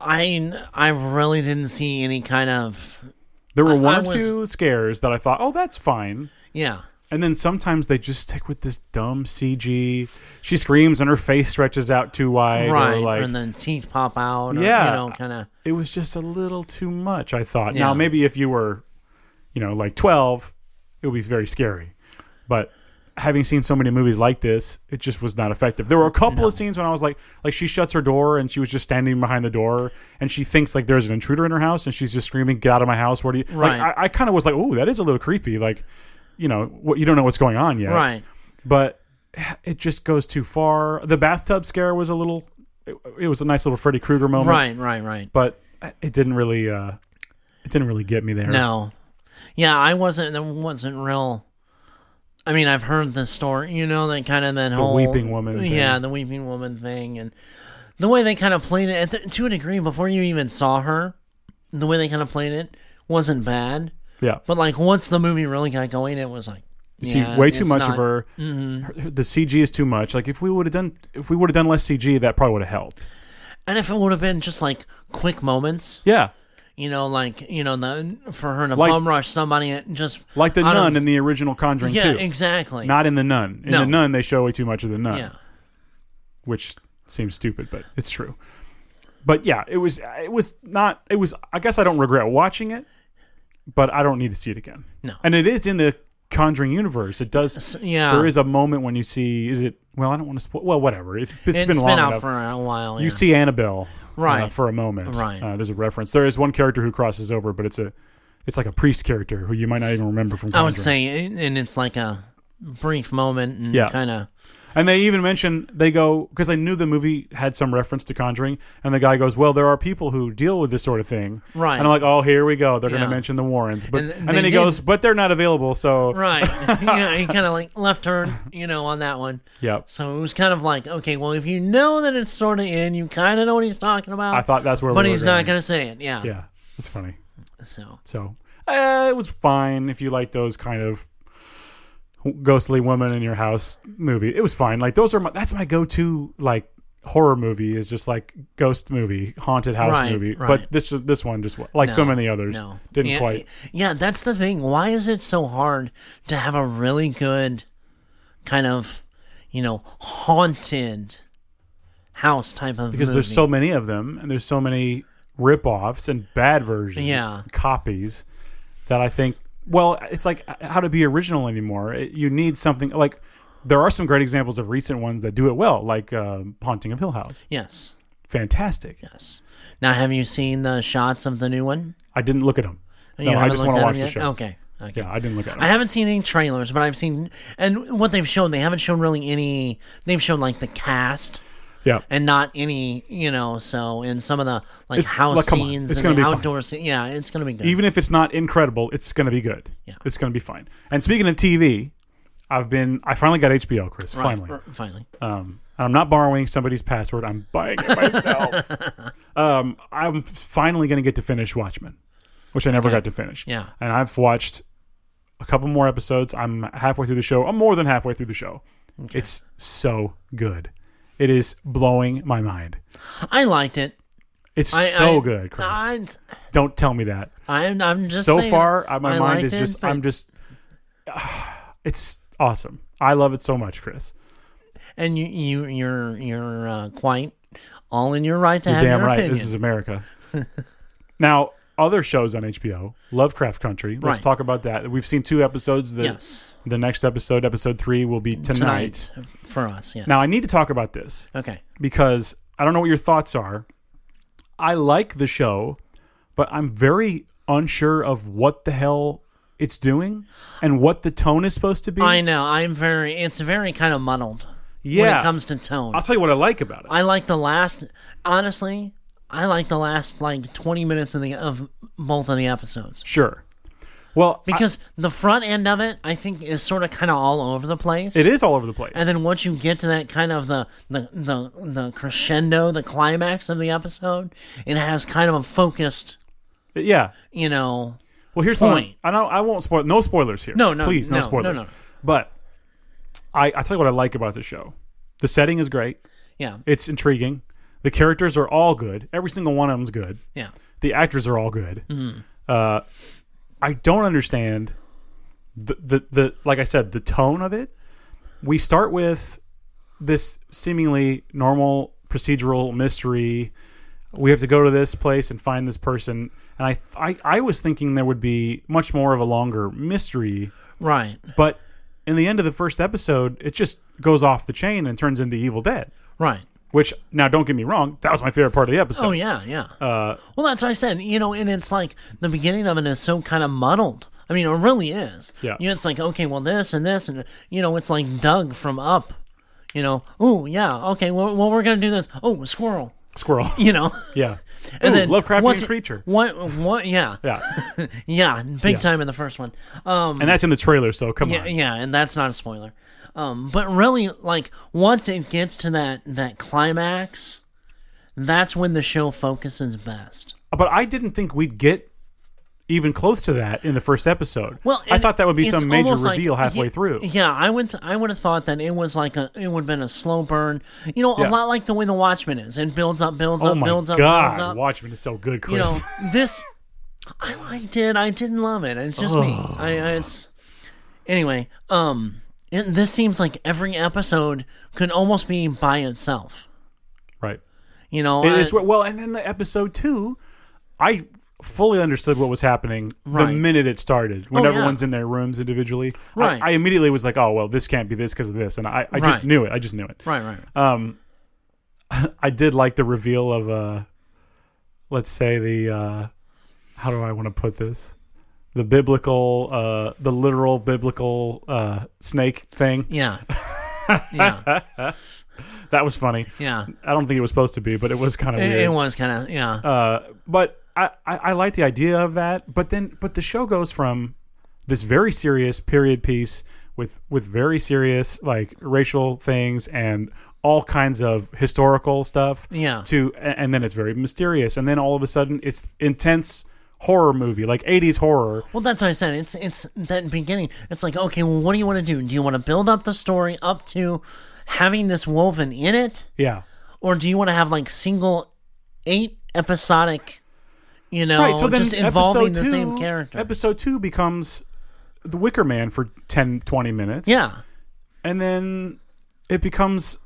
Speaker 1: I I really didn't see any kind of
Speaker 2: There
Speaker 1: I-
Speaker 2: were one
Speaker 1: I
Speaker 2: or
Speaker 1: was-
Speaker 2: two scares that I thought, oh, that's fine.
Speaker 1: yeah.
Speaker 2: And then sometimes they just stick with this dumb CG. She screams and her face stretches out too wide.
Speaker 1: right,
Speaker 2: Or like,
Speaker 1: and then teeth pop out. Or,
Speaker 2: Yeah.
Speaker 1: you know, kind of.
Speaker 2: it was just a little too much, I thought.
Speaker 1: Yeah.
Speaker 2: Now, maybe if you were, you know, like 12, it would be very scary. But having seen so many movies like this, it just was not effective. There were a couple of scenes when I was like, like she shuts her door and she was just standing behind the door and she thinks like there's an intruder in her house and she's just screaming, get out of my house. Where do you,
Speaker 1: Right.
Speaker 2: like, I, I kind of was like, oh, that is a little creepy. Like, you know, what, you don't know what's going on yet
Speaker 1: Right.
Speaker 2: but it just goes too far. The bathtub scare was a little, it, it was a nice little Freddy Krueger moment,
Speaker 1: Right, right, right.
Speaker 2: But it didn't really, uh, it didn't really get me there.
Speaker 1: No. Yeah, I wasn't there wasn't real I mean, I've heard the story, you know, that kind of that whole
Speaker 2: weeping woman thing.
Speaker 1: Yeah, the weeping woman thing and the way they kind of played it at the, to a degree before you even saw her, the way they kind of played it wasn't bad,
Speaker 2: yeah.
Speaker 1: but like once the movie really got going, it was like
Speaker 2: You see
Speaker 1: yeah,
Speaker 2: way too
Speaker 1: it's
Speaker 2: much
Speaker 1: not- Mm-hmm.
Speaker 2: of her. her- The CG is too much. Like if we would have done, if we would have done less CG, that probably would have helped.
Speaker 1: And if it would have been just like quick moments,
Speaker 2: Yeah,
Speaker 1: you know, like you know, the for her to
Speaker 2: Like-
Speaker 1: bum rush somebody, and just
Speaker 2: like the
Speaker 1: out of-
Speaker 2: nun in the original Conjuring
Speaker 1: yeah,
Speaker 2: too.
Speaker 1: exactly,
Speaker 2: Not in the nun. In
Speaker 1: No.
Speaker 2: the nun, they show way too much of the nun.
Speaker 1: yeah,
Speaker 2: which seems stupid, but it's true. But yeah, it was it was not it was I guess I don't regret watching it, but I don't need to see it again.
Speaker 1: No.
Speaker 2: And it is in the Conjuring universe. It does
Speaker 1: yeah.
Speaker 2: there is a moment when you see is it well, I don't want to spoil well, whatever. If it's
Speaker 1: It's
Speaker 2: been long
Speaker 1: out
Speaker 2: enough.
Speaker 1: for a while.
Speaker 2: you
Speaker 1: yeah.
Speaker 2: see Annabelle uh,
Speaker 1: Right.
Speaker 2: for a moment.
Speaker 1: Right.
Speaker 2: Uh, there's a reference. There is one character who crosses over, but it's a it's like a priest character who you might not even remember from
Speaker 1: I
Speaker 2: Conjuring.
Speaker 1: would say, and it's like a brief moment, and
Speaker 2: Yeah.
Speaker 1: kind of
Speaker 2: And they even mention they go because I knew the movie had some reference to Conjuring, and the guy goes, "Well, there are people who deal with this sort of thing."
Speaker 1: Right.
Speaker 2: And I'm like, "Oh, here we go. They're going
Speaker 1: Yeah.
Speaker 2: to mention the Warrens." But
Speaker 1: And
Speaker 2: and,
Speaker 1: th-
Speaker 2: then
Speaker 1: they
Speaker 2: he
Speaker 1: did.
Speaker 2: goes, "But they're not available." So
Speaker 1: right. [LAUGHS] yeah, he kind of like left turn, you know, on that one.
Speaker 2: yeah,
Speaker 1: So it was kind of like, okay, well, if you know that it's sort of in, you kind of know what he's talking about.
Speaker 2: I thought that's where.
Speaker 1: but
Speaker 2: we were
Speaker 1: he's not
Speaker 2: going.
Speaker 1: going to say it. Yeah.
Speaker 2: Yeah, it's funny.
Speaker 1: So
Speaker 2: So uh, it was fine if you like those kind of ghostly woman in your house movie. It was fine. Like those are my that's my go to like horror movie is just like ghost movie, haunted house
Speaker 1: Right,
Speaker 2: movie.
Speaker 1: right.
Speaker 2: But this this one just wa- like so
Speaker 1: No,
Speaker 2: many others
Speaker 1: no,
Speaker 2: didn't
Speaker 1: yeah,
Speaker 2: quite.
Speaker 1: Yeah, that's the thing. Why is it so hard to have a really good kind of, you know, haunted house type of
Speaker 2: because
Speaker 1: movie?
Speaker 2: there's so many of them and there's so many rip-offs and bad versions
Speaker 1: Yeah.
Speaker 2: copies that i think well it's like uh, how to be original anymore It- you need something like there are some great examples of recent ones that do it well like um, haunting of hill house
Speaker 1: yes.
Speaker 2: fantastic
Speaker 1: Yes. Now, have you seen the shots of the new one?
Speaker 2: i didn't look at them
Speaker 1: You
Speaker 2: no i
Speaker 1: haven't
Speaker 2: just
Speaker 1: looked
Speaker 2: want
Speaker 1: at
Speaker 2: to
Speaker 1: them
Speaker 2: watch the
Speaker 1: yet?
Speaker 2: show
Speaker 1: Okay. Okay.
Speaker 2: yeah i didn't look
Speaker 1: I
Speaker 2: at them
Speaker 1: haven't seen any trailers, but I've seen, and what they've shown, they haven't shown really any. They've shown like the cast
Speaker 2: yeah
Speaker 1: and not any, you know. So in some of the like
Speaker 2: It's-
Speaker 1: house
Speaker 2: like, come on.
Speaker 1: scenes
Speaker 2: It's
Speaker 1: and
Speaker 2: gonna
Speaker 1: the
Speaker 2: be fine.
Speaker 1: outdoor scene, yeah, it's gonna be good.
Speaker 2: even if it's not incredible it's going to be good
Speaker 1: Yeah.
Speaker 2: it's going to be fine and speaking of tv i've been i finally got hbo chris
Speaker 1: Right,
Speaker 2: finally
Speaker 1: r- finally,
Speaker 2: Um, and I'm not borrowing somebody's password. I'm buying
Speaker 1: [LAUGHS]
Speaker 2: it myself. um, I'm finally going to get to finish Watchmen, which I never
Speaker 1: Okay.
Speaker 2: got to finish.
Speaker 1: Yeah.
Speaker 2: And I've watched a couple more episodes. I'm halfway through the show. I'm more than halfway through the show. It's so good. It is blowing my mind.
Speaker 1: I liked it.
Speaker 2: It's
Speaker 1: I,
Speaker 2: so
Speaker 1: I-
Speaker 2: good, Chris.
Speaker 1: I,
Speaker 2: Don't tell me that.
Speaker 1: I'm, I'm just
Speaker 2: so
Speaker 1: saying,
Speaker 2: far, uh, my
Speaker 1: I
Speaker 2: mind
Speaker 1: liked
Speaker 2: is
Speaker 1: it,
Speaker 2: just.
Speaker 1: but-
Speaker 2: I'm just. [SIGHS] it's awesome. I love it so much, Chris.
Speaker 1: and you, you, you're, you're uh, quite all in your right to
Speaker 2: You're
Speaker 1: have
Speaker 2: damn
Speaker 1: your
Speaker 2: right.
Speaker 1: opinion.
Speaker 2: This is America.
Speaker 1: [LAUGHS]
Speaker 2: now, other shows on HBO, Lovecraft Country. Let's
Speaker 1: Right.
Speaker 2: talk about that. We've seen two episodes. The,
Speaker 1: yes,
Speaker 2: the next episode, episode three, will be tonight.
Speaker 1: tonight. for us. Yeah.
Speaker 2: Now, I need to talk about this
Speaker 1: okay.
Speaker 2: because I don't know what your thoughts are. I like the show, but I'm very unsure of what the hell it's doing and what the tone is supposed to be.
Speaker 1: I know. I'm very. It's very kind of muddled when
Speaker 2: Yeah.
Speaker 1: it comes to tone.
Speaker 2: I'll tell you what I like about it.
Speaker 1: I like the last. Honestly, I like the last like 20 minutes of the of both of the episodes
Speaker 2: sure. Well, I-
Speaker 1: because the front end of it, I think, is sort of kind of all over the place.
Speaker 2: it is all over the place.
Speaker 1: And then once you get to that kind of the, the the the crescendo, the climax of the episode, it has kind of a focused,
Speaker 2: yeah.
Speaker 1: you know,
Speaker 2: Well, here's
Speaker 1: Point.
Speaker 2: What I, I know I won't spoil. No spoilers here.
Speaker 1: No, no,
Speaker 2: please, no,
Speaker 1: no, no,
Speaker 2: spoilers.
Speaker 1: no.
Speaker 2: But I, I tell you what I like about this show. The setting is great.
Speaker 1: Yeah,
Speaker 2: It's intriguing. The characters are all good. Every single one of them's good.
Speaker 1: yeah.
Speaker 2: The actors are all good.
Speaker 1: Mm-hmm.
Speaker 2: Uh, I don't understand the, the the like I said the tone of it. We start with this seemingly normal procedural mystery. We have to go to this place and find this person. And I I, I was thinking there would be much more of a longer mystery,
Speaker 1: Right,
Speaker 2: but in the end of the first episode, it just goes off the chain and turns into Evil Dead.
Speaker 1: right.
Speaker 2: Which now, don't get me wrong, that was my favorite part of the episode.
Speaker 1: Oh yeah, yeah.
Speaker 2: uh,
Speaker 1: well, that's what I said. You know, and it's like the beginning of it is so kind of muddled. I mean, it really is.
Speaker 2: Yeah.
Speaker 1: You know, it's like okay, well, this and this, and you know, it's like Doug from Up. You know, oh yeah, okay. Well, well, we're gonna do this. Oh, a squirrel. [LAUGHS]
Speaker 2: Squirrel. [LAUGHS]
Speaker 1: You know,
Speaker 2: Yeah.
Speaker 1: and
Speaker 2: Ooh,
Speaker 1: then
Speaker 2: Lovecraftian
Speaker 1: what's-
Speaker 2: creature.
Speaker 1: What? What? Yeah.
Speaker 2: Yeah.
Speaker 1: [LAUGHS] Yeah, big time in the first one. Um,
Speaker 2: And that's in the trailer, so come
Speaker 1: yeah,
Speaker 2: on.
Speaker 1: yeah, and that's not a spoiler. Um, but really, like once it gets to that that climax, that's when the show focuses best.
Speaker 2: But I didn't think we'd get even close to that in the first episode.
Speaker 1: Well,
Speaker 2: I
Speaker 1: and
Speaker 2: thought that would be
Speaker 1: it's
Speaker 2: some major
Speaker 1: almost like-
Speaker 2: reveal halfway
Speaker 1: ye-
Speaker 2: through.
Speaker 1: Yeah, I would. Th- I would have thought that it was like a. It would have been a slow burn. You know,
Speaker 2: Yeah.
Speaker 1: a lot like the way the Watchmen is. It builds up, builds
Speaker 2: oh
Speaker 1: up,
Speaker 2: my
Speaker 1: builds up,
Speaker 2: god,
Speaker 1: builds up.
Speaker 2: Watchmen is so good,
Speaker 1: you know,
Speaker 2: Chris. [LAUGHS]
Speaker 1: this. I liked it. I didn't love it. It's just me.
Speaker 2: Oh.
Speaker 1: I, I. It's. Anyway, um, it, this seems like every episode could almost be by itself.
Speaker 2: right.
Speaker 1: You know,
Speaker 2: It
Speaker 1: I-
Speaker 2: is well, and then the episode two, I fully understood what was happening the
Speaker 1: Right.
Speaker 2: minute it started. When
Speaker 1: Oh, yeah.
Speaker 2: everyone's in their rooms individually, I-
Speaker 1: Right.
Speaker 2: I, immediately was like, "Oh well, this can't be this because of this," and I, I just
Speaker 1: Right.
Speaker 2: knew it. I just knew it.
Speaker 1: right, right.
Speaker 2: Uh, I did like the reveal of uh let's say the uh how do I want to put this? The biblical uh the literal biblical uh snake thing.
Speaker 1: yeah. yeah,
Speaker 2: That was funny.
Speaker 1: yeah.
Speaker 2: I don't think it was supposed to be, but it was kind of
Speaker 1: It,
Speaker 2: [LAUGHS] weird.
Speaker 1: it was kind of yeah.
Speaker 2: uh but I, I I like the idea of that, but then but the show goes from this very serious period piece with with very serious like racial things and all kinds of historical stuff
Speaker 1: Yeah.
Speaker 2: to a- and then it's very mysterious and then all of a sudden it's intense horror movie like 80s horror
Speaker 1: Well, that's what I said. It's it's that beginning. It's like, okay, well, what do you want to do? Do you want to build up the story up to having this woven in it,
Speaker 2: yeah
Speaker 1: or do you want to have like single eight episodic, you know,
Speaker 2: right so then
Speaker 1: Oh, just involving
Speaker 2: episode
Speaker 1: the
Speaker 2: two,
Speaker 1: same character?
Speaker 2: episode 2 becomes the wicker man for 10 20 minutes
Speaker 1: yeah,
Speaker 2: and then it becomes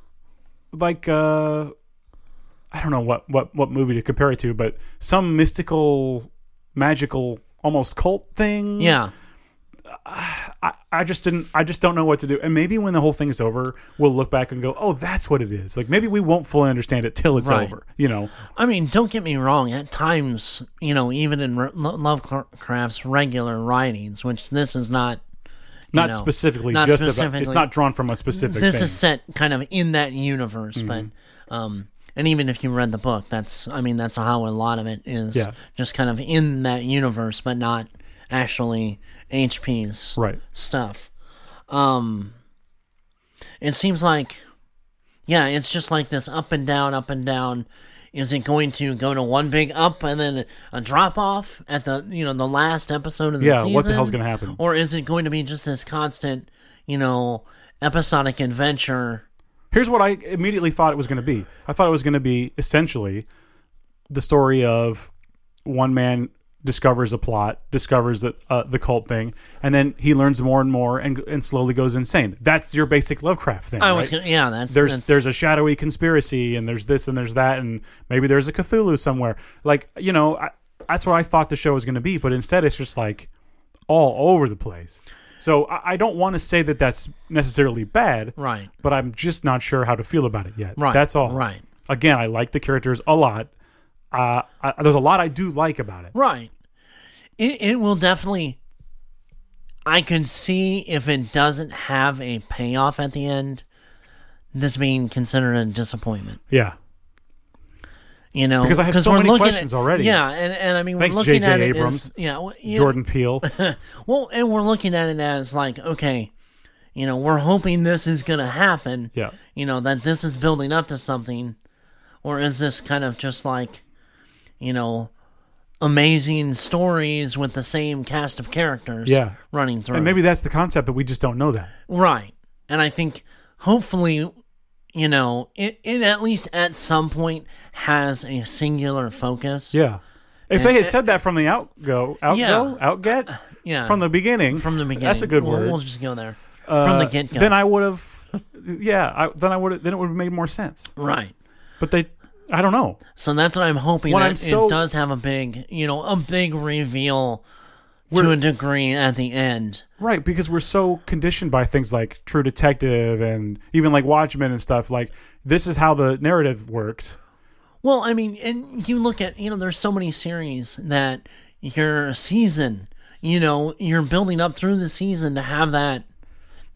Speaker 2: like uh i don't know what what what movie to compare it to but some mystical magical almost cult thing
Speaker 1: yeah,
Speaker 2: I, I just didn't i just don't know what to do and maybe when the whole thing's over we'll look back and go oh that's what it is like maybe we won't fully understand it till it's
Speaker 1: Right.
Speaker 2: over you know
Speaker 1: I mean, don't get me wrong. At times, you know, even in Re- Lo- Lovecraft's regular writings, which this is not, you
Speaker 2: not
Speaker 1: know,
Speaker 2: specifically
Speaker 1: not
Speaker 2: just about it's
Speaker 1: specifically.
Speaker 2: not drawn from a specific
Speaker 1: this
Speaker 2: thing Mm-hmm.
Speaker 1: is set kind of in that universe, but um, and even if you read the book, that's I mean that's how a lot of it is
Speaker 2: Yeah.
Speaker 1: just kind of in that universe, but not actually HP's
Speaker 2: right
Speaker 1: stuff. Um, it seems like, yeah, it's just like this up and down, up and down. Is it going to go to one big up and then a drop off at the you know the last episode of the
Speaker 2: Yeah,
Speaker 1: season?
Speaker 2: what the hell's gonna happen?
Speaker 1: Or is it going to be just this constant, you know, episodic adventure?
Speaker 2: Here's what I immediately thought it was going to be. I thought it was going to be essentially the story of one man discovers a plot, discovers the uh, the cult thing, and then he learns more and more, and and slowly goes insane. That's your basic Lovecraft thing.
Speaker 1: I was
Speaker 2: right?
Speaker 1: gonna, yeah, that's
Speaker 2: there's
Speaker 1: that's,
Speaker 2: there's a shadowy conspiracy, and there's this and there's that, and maybe there's a Cthulhu somewhere. Like you know, I, that's what I thought the show was going to be, but instead it's just like all over the place. So I, I don't want to say that that's necessarily bad
Speaker 1: right,
Speaker 2: but I'm just not sure how to feel about it yet.
Speaker 1: right,
Speaker 2: That's all.
Speaker 1: right,
Speaker 2: Again, I like the characters a lot. Uh, I, there's a lot I do like about it.
Speaker 1: right. It it will definitely. I can see if it doesn't have a payoff at the end, this being considered a disappointment.
Speaker 2: Yeah.
Speaker 1: You know,
Speaker 2: Because I have so
Speaker 1: we're
Speaker 2: many
Speaker 1: looking
Speaker 2: questions
Speaker 1: at,
Speaker 2: already.
Speaker 1: Yeah, and, and I mean,
Speaker 2: Thanks,
Speaker 1: we're looking
Speaker 2: J.J.
Speaker 1: at it
Speaker 2: Abrams.
Speaker 1: as- yeah, well, yeah, [LAUGHS]
Speaker 2: Jordan Peele.
Speaker 1: Well, and we're looking at it as like, okay, you know, we're hoping this is going to happen.
Speaker 2: Yeah.
Speaker 1: You know, that this is building up to something. Or is this kind of just like, you know, amazing stories with the same cast of characters
Speaker 2: Yeah.
Speaker 1: running through. it.
Speaker 2: And maybe that's the concept, but we just don't know that.
Speaker 1: Right. And I think hopefully, you know, it, it at least at some point has a singular focus.
Speaker 2: Yeah. If they had said that from the outgo, outgo,
Speaker 1: uh, Yeah.
Speaker 2: outget,
Speaker 1: Yeah.
Speaker 2: from the beginning,
Speaker 1: from the beginning.
Speaker 2: that's a good
Speaker 1: We'll-
Speaker 2: word.
Speaker 1: We'll just go there.
Speaker 2: Uh,
Speaker 1: from the get go.
Speaker 2: Then I would have, yeah. I, then I would. Then it would have made more sense.
Speaker 1: Right.
Speaker 2: But they, I don't know.
Speaker 1: So that's what I'm hoping
Speaker 2: When
Speaker 1: that
Speaker 2: I'm so-
Speaker 1: it does have a big, you know, a big reveal to
Speaker 2: We're-
Speaker 1: a degree at the end.
Speaker 2: Right, because we're so conditioned by things like True Detective and even like Watchmen and stuff. Like this is how the narrative works.
Speaker 1: Well, I mean, and you look at, you know, there's so many series that your season, you know, you're building up through the season to have that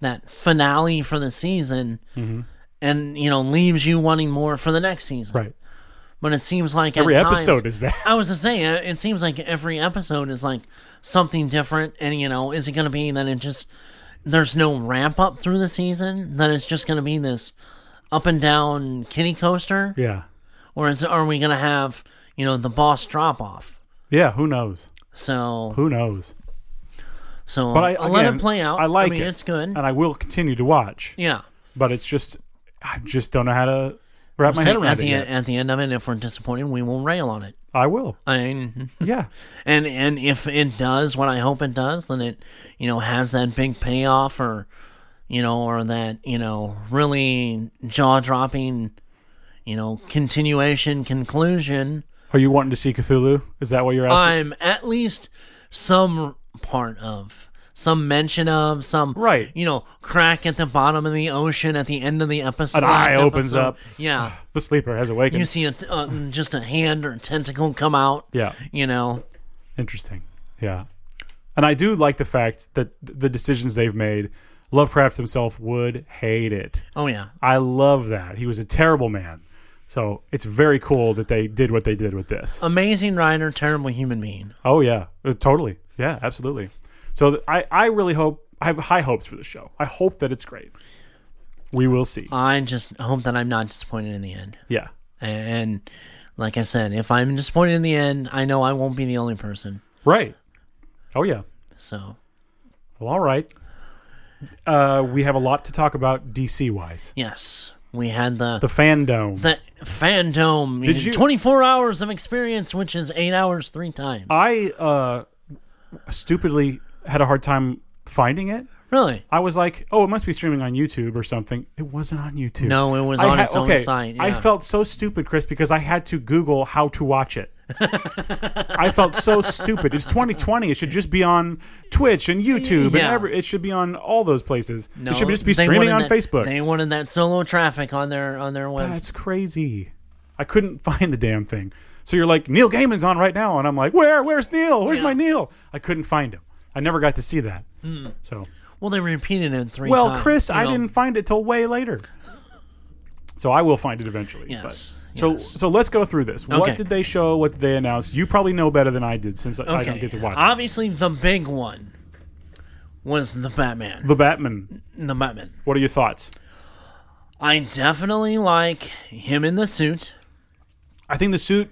Speaker 1: that finale for the season
Speaker 2: Mm-hmm.
Speaker 1: and, you know, leaves you wanting more for the next season.
Speaker 2: Right.
Speaker 1: But it seems like
Speaker 2: Every
Speaker 1: at times-
Speaker 2: episode is that. [LAUGHS]
Speaker 1: I was to say, uh, it seems like every episode is like something different, and you know, is it going to be that it just there's no ramp up through the season? That it's just going to be this up and down kitty coaster,
Speaker 2: Yeah.
Speaker 1: or is are we going to have you know the boss drop off?
Speaker 2: Yeah. Who knows?
Speaker 1: So
Speaker 2: Who knows?
Speaker 1: so
Speaker 2: But I,
Speaker 1: I'll let
Speaker 2: again,
Speaker 1: it play out.
Speaker 2: I
Speaker 1: I
Speaker 2: like
Speaker 1: mean,
Speaker 2: it.
Speaker 1: It's good.
Speaker 2: and I will continue to watch.
Speaker 1: yeah.
Speaker 2: But it's just, I just don't know how to wrap my head
Speaker 1: at
Speaker 2: around it.
Speaker 1: the
Speaker 2: yet.
Speaker 1: at the end of it, if we're disappointed, we will rail on it.
Speaker 2: I will.
Speaker 1: I mean,
Speaker 2: Yeah.
Speaker 1: and and if it does what I hope it does, then it you know has that big payoff or you know or that you know really jaw dropping you know continuation conclusion.
Speaker 2: Are you wanting to see Cthulhu? Is that what you're asking?
Speaker 1: I'm at least some part of some mention of some
Speaker 2: Right.
Speaker 1: you know crack at the bottom of the ocean at the end of the episode.
Speaker 2: An
Speaker 1: last
Speaker 2: eye opens
Speaker 1: episode.
Speaker 2: up. [SIGHS]
Speaker 1: Yeah.
Speaker 2: the sleeper has awakened.
Speaker 1: You see a, t- uh, just a hand or a tentacle come out.
Speaker 2: yeah.
Speaker 1: You know,
Speaker 2: Interesting. Yeah. And I do like the fact that th- the decisions they've made, Lovecraft himself would hate it.
Speaker 1: oh yeah,
Speaker 2: I love that. He was a terrible man. So it's very cool that they did what they did with this.
Speaker 1: amazing writer, terrible human being.
Speaker 2: Oh, yeah. Uh, Totally. Yeah, absolutely. So th- I, I really hope, I have high hopes for the show. I hope that it's great. We will see.
Speaker 1: I just hope that I'm not disappointed in the end.
Speaker 2: Yeah.
Speaker 1: And like I said, if I'm disappointed in the end, I know I won't be the only person.
Speaker 2: Right. Oh, yeah.
Speaker 1: So
Speaker 2: Well, all right. Uh, we have a lot to talk about DC wise.
Speaker 1: yes, we had the
Speaker 2: The fandom.
Speaker 1: the, fandom.
Speaker 2: Did you-
Speaker 1: 24 hours of experience, which is eight hours three times.
Speaker 2: I uh, stupidly had a hard time finding it.
Speaker 1: really?
Speaker 2: I was like, "Oh, it must be streaming on YouTube or something." It wasn't on YouTube.
Speaker 1: No, it was
Speaker 2: I
Speaker 1: on
Speaker 2: ha-
Speaker 1: its own
Speaker 2: okay,
Speaker 1: site.
Speaker 2: I
Speaker 1: yeah.
Speaker 2: felt so stupid, Chris, because I had to Google how to
Speaker 1: [LAUGHS]
Speaker 2: watch it. I felt so stupid. It's 2020. It should just be on Twitch and YouTube and
Speaker 1: Yeah.
Speaker 2: every. It should be on all those places.
Speaker 1: No,
Speaker 2: it should just be
Speaker 1: they
Speaker 2: streaming
Speaker 1: wanted
Speaker 2: on
Speaker 1: that-
Speaker 2: Facebook.
Speaker 1: They wanted that solo traffic on their on their web.
Speaker 2: That's crazy. I couldn't [LAUGHS] find the damn thing. So you're like, Neil Gaiman's on right now, and I'm like, where? Where's Neil? Where's
Speaker 1: Yeah.
Speaker 2: my Neil? I couldn't find him. I never got to see that. So,
Speaker 1: Well, they repeated it three
Speaker 2: well,
Speaker 1: times.
Speaker 2: Chris,
Speaker 1: you
Speaker 2: I
Speaker 1: know.
Speaker 2: didn't find it till way later. So I will find it eventually. but-
Speaker 1: Yes,
Speaker 2: So
Speaker 1: yes.
Speaker 2: so let's go through this. What
Speaker 1: Okay.
Speaker 2: did they show? What did they announce? You probably know better than I did since I- I
Speaker 1: Okay.
Speaker 2: don't get to watch it.
Speaker 1: Obviously, the big one was the Batman.
Speaker 2: The Batman.
Speaker 1: The Batman.
Speaker 2: What are your thoughts?
Speaker 1: I definitely like him in the suit.
Speaker 2: I think the suit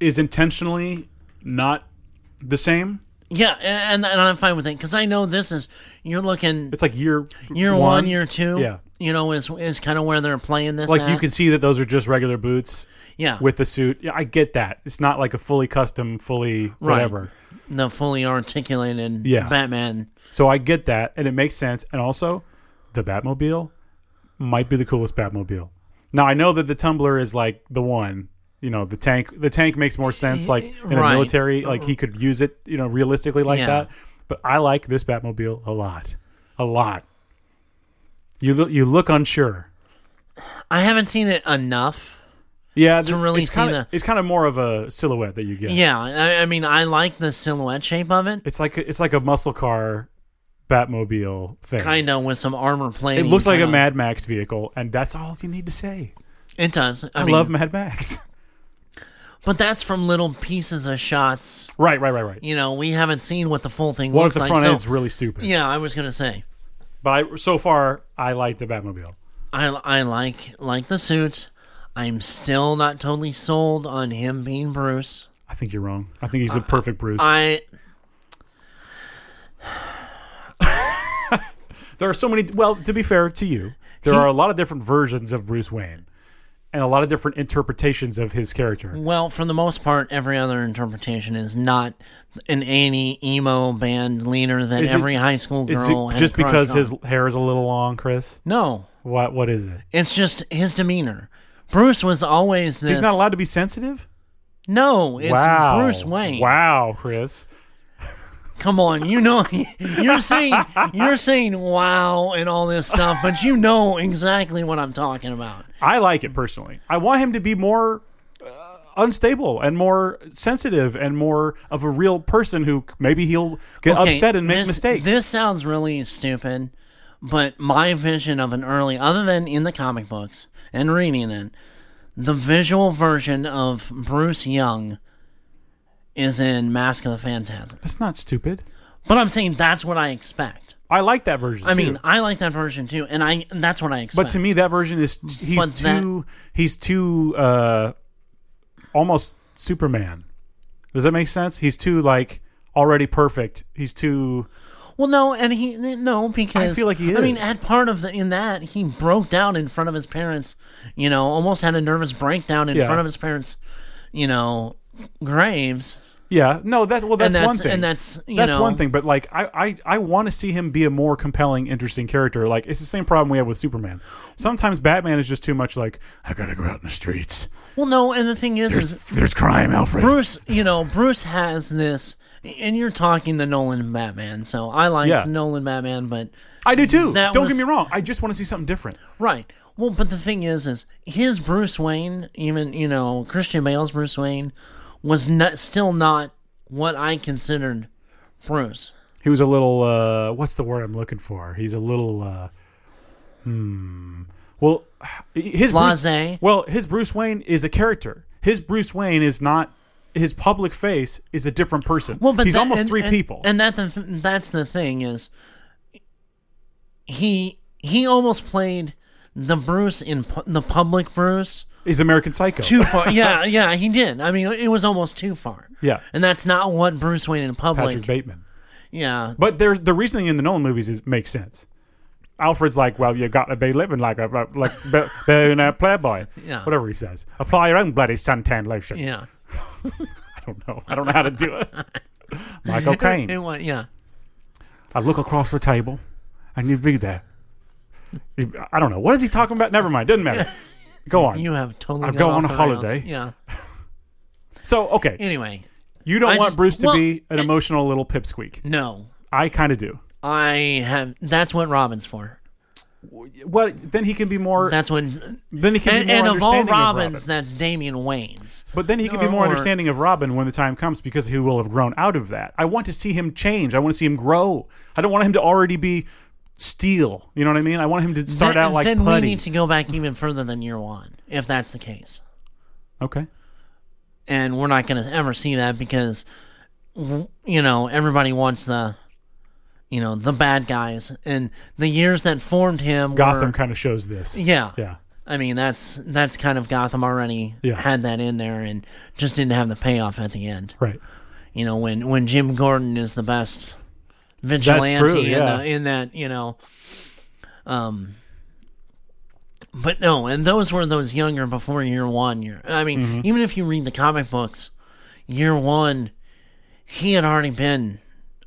Speaker 2: is intentionally not the same.
Speaker 1: Yeah, a- and and I'm fine with it because I know this is you're looking
Speaker 2: It's like year
Speaker 1: year one,
Speaker 2: one
Speaker 1: year two.
Speaker 2: Yeah.
Speaker 1: you know is is kind of where they're playing this.
Speaker 2: like you
Speaker 1: at.
Speaker 2: can see that those are just regular boots
Speaker 1: yeah
Speaker 2: with the suit. Yeah, I get that. It's not like a fully custom, fully whatever.
Speaker 1: the fully articulated
Speaker 2: Yeah.
Speaker 1: Batman.
Speaker 2: So I get that, and it makes sense. And also, the Batmobile might be the coolest Batmobile. Now I know that the Tumbler is like the one. You know, the tank. The tank makes more sense, like in a
Speaker 1: Right.
Speaker 2: military. Like he could use it. You know, realistically like
Speaker 1: Yeah.
Speaker 2: that. But I like this Batmobile a lot, a lot. You look, you look unsure.
Speaker 1: I haven't seen it enough.
Speaker 2: Yeah,
Speaker 1: To really
Speaker 2: it's
Speaker 1: see
Speaker 2: kinda,
Speaker 1: the-
Speaker 2: it's kind of more of a silhouette that you get.
Speaker 1: Yeah, I, I mean I like the silhouette shape of it,
Speaker 2: It's like it's like a muscle car, Batmobile thing.
Speaker 1: kind of with some armor plate.
Speaker 2: It looks like a Mad Max vehicle, and that's all you need to say.
Speaker 1: It does. I,
Speaker 2: I,
Speaker 1: mean,
Speaker 2: love Mad Max. [LAUGHS]
Speaker 1: but that's from little pieces of shots.
Speaker 2: right, right, right, right.
Speaker 1: You know, we haven't seen what the full thing
Speaker 2: What if
Speaker 1: looks
Speaker 2: the
Speaker 1: like.
Speaker 2: front
Speaker 1: so-
Speaker 2: end's really stupid?
Speaker 1: yeah, I was gonna say.
Speaker 2: But I, so far, I like the Batmobile.
Speaker 1: I, I like like the suit. I'm still not totally sold on him being Bruce.
Speaker 2: I think you're wrong. I think he's a perfect Bruce.
Speaker 1: Uh, I
Speaker 2: there are so many. Well, to be fair to you, there
Speaker 1: He-
Speaker 2: are a lot of different versions of Bruce Wayne, and a lot of different interpretations of his character.
Speaker 1: well, for the most part, every other interpretation is not an any emo band leader that
Speaker 2: Is it-
Speaker 1: every high school
Speaker 2: Is
Speaker 1: girl
Speaker 2: it
Speaker 1: had a
Speaker 2: just
Speaker 1: crush
Speaker 2: because
Speaker 1: on.
Speaker 2: his hair is a little long, Chris?
Speaker 1: no,
Speaker 2: What what is it?
Speaker 1: it's just his demeanor. Bruce was always this.
Speaker 2: He's not allowed to be sensitive.
Speaker 1: No, it's
Speaker 2: wow,
Speaker 1: Bruce Wayne.
Speaker 2: Wow, Chris.
Speaker 1: Come on, you know [LAUGHS] you're saying you're saying wow and all this stuff, but you know exactly what I'm talking about.
Speaker 2: I like it personally. I want him to be more uh, unstable and more sensitive and more of a real person who maybe he'll get
Speaker 1: Okay,
Speaker 2: upset and make
Speaker 1: this-
Speaker 2: mistakes.
Speaker 1: This sounds really stupid, but my vision of an early, other than in the comic books and reading it, the visual version of Bruce Young is in Mask of the Phantasm.
Speaker 2: That's not stupid.
Speaker 1: But I'm saying that's what I expect.
Speaker 2: I like that version.
Speaker 1: I
Speaker 2: too.
Speaker 1: mean, I like that version too, and I and that's what I expect.
Speaker 2: but to me, that version is he's
Speaker 1: But that-
Speaker 2: too he's too uh, almost Superman. Does that make sense? He's too like already perfect. He's too
Speaker 1: Well, no, and he no because
Speaker 2: feel like he
Speaker 1: I mean,
Speaker 2: is.
Speaker 1: at part of the, in that he broke down in front of his parents. You know, almost had a nervous breakdown in
Speaker 2: Yeah.
Speaker 1: front of his parents. You know, graves.
Speaker 2: yeah. No, that well, that's,
Speaker 1: and that's
Speaker 2: one thing.
Speaker 1: and that's you
Speaker 2: That's
Speaker 1: know,
Speaker 2: one thing, but like I, I, I want to see him be a more compelling, interesting character. Like it's the same problem we have with Superman. Sometimes Batman is just too much. Like I gotta go out in the streets.
Speaker 1: Well, no, and the thing is, is
Speaker 2: There's, there's crime, Alfred.
Speaker 1: Bruce. You know, Bruce has this, and you're talking the Nolan Batman. So I like
Speaker 2: Yeah.
Speaker 1: Nolan Batman, but
Speaker 2: I do too.
Speaker 1: That
Speaker 2: Don't
Speaker 1: was-
Speaker 2: get me wrong. I just want to see something different.
Speaker 1: Right. Well, but the thing is, is his Bruce Wayne, even you know Christian Bale's Bruce Wayne, was not still not what I considered Bruce.
Speaker 2: He was a little. Uh, what's the word I'm looking for? He's a little. Uh, hmm. Well, his
Speaker 1: Blasé.
Speaker 2: Bruce, well, his Bruce Wayne is a character. His Bruce Wayne is not. His public face is a different person.
Speaker 1: Well, but
Speaker 2: he's
Speaker 1: that-
Speaker 2: almost
Speaker 1: and-
Speaker 2: three
Speaker 1: and-
Speaker 2: people.
Speaker 1: and that the, that's the thing is he he almost played the Bruce in pu- the public Bruce
Speaker 2: he's American Psycho.
Speaker 1: too
Speaker 2: [LAUGHS]
Speaker 1: far. yeah, yeah, he did. I mean, it was almost too far.
Speaker 2: Yeah.
Speaker 1: and that's not what Bruce Wayne in public.
Speaker 2: Patrick Bateman.
Speaker 1: yeah,
Speaker 2: But there's the reasoning in the Nolan movies is makes sense. Alfred's like, well, you got to be living like a [LAUGHS] like be- being a playboy,
Speaker 1: Yeah.
Speaker 2: whatever he says. Apply your own bloody suntan lotion.
Speaker 1: yeah.
Speaker 2: [LAUGHS] I don't know. I don't know how to
Speaker 1: [LAUGHS]
Speaker 2: do it. Michael Caine.
Speaker 1: It wa- yeah.
Speaker 2: I look across the table, and you'd be there. You- I don't know. What is he talking about? Never mind.
Speaker 1: [LAUGHS]
Speaker 2: Doesn't matter. Go on.
Speaker 1: You have totally.
Speaker 2: I'll
Speaker 1: gone
Speaker 2: go
Speaker 1: off
Speaker 2: on a
Speaker 1: the rails.
Speaker 2: holiday.
Speaker 1: Yeah.
Speaker 2: so okay,
Speaker 1: Anyway,
Speaker 2: you don't
Speaker 1: I
Speaker 2: want
Speaker 1: just-
Speaker 2: Bruce to
Speaker 1: well,
Speaker 2: be an emotional little pipsqueak.
Speaker 1: no,
Speaker 2: I kind of do.
Speaker 1: I have. That's what Robin's for.
Speaker 2: Well, then he can be more.
Speaker 1: That's what.
Speaker 2: then he can
Speaker 1: And,
Speaker 2: be more
Speaker 1: and of all
Speaker 2: understanding
Speaker 1: Robins,
Speaker 2: of Robin.
Speaker 1: that's Damian Wayne's.
Speaker 2: But then he can be
Speaker 1: Or-
Speaker 2: more
Speaker 1: or-
Speaker 2: understanding of Robin when the time comes because he will have grown out of that. I want to see him change. I want to see him grow. I don't want him to already be steel. You know what I mean? I want him to start
Speaker 1: Then-
Speaker 2: out like
Speaker 1: Then
Speaker 2: putty.
Speaker 1: we need to go back even further than year one, if that's the case.
Speaker 2: okay.
Speaker 1: And we're not going to ever see that because, w- you know, everybody wants the, you know, the bad guys, and the years that formed him.
Speaker 2: Gotham
Speaker 1: Were,
Speaker 2: kind of shows this.
Speaker 1: yeah.
Speaker 2: Yeah.
Speaker 1: I mean, that's that's kind of Gotham already
Speaker 2: Yeah.
Speaker 1: had that in there, and just didn't have the payoff at the end.
Speaker 2: Right.
Speaker 1: you know when when Jim Gordon is the best vigilante
Speaker 2: true, yeah.
Speaker 1: in, the, in that you know um but no and those were those younger before year 1 year I mean
Speaker 2: Mm-hmm.
Speaker 1: even if you read the comic books year 1 he had already been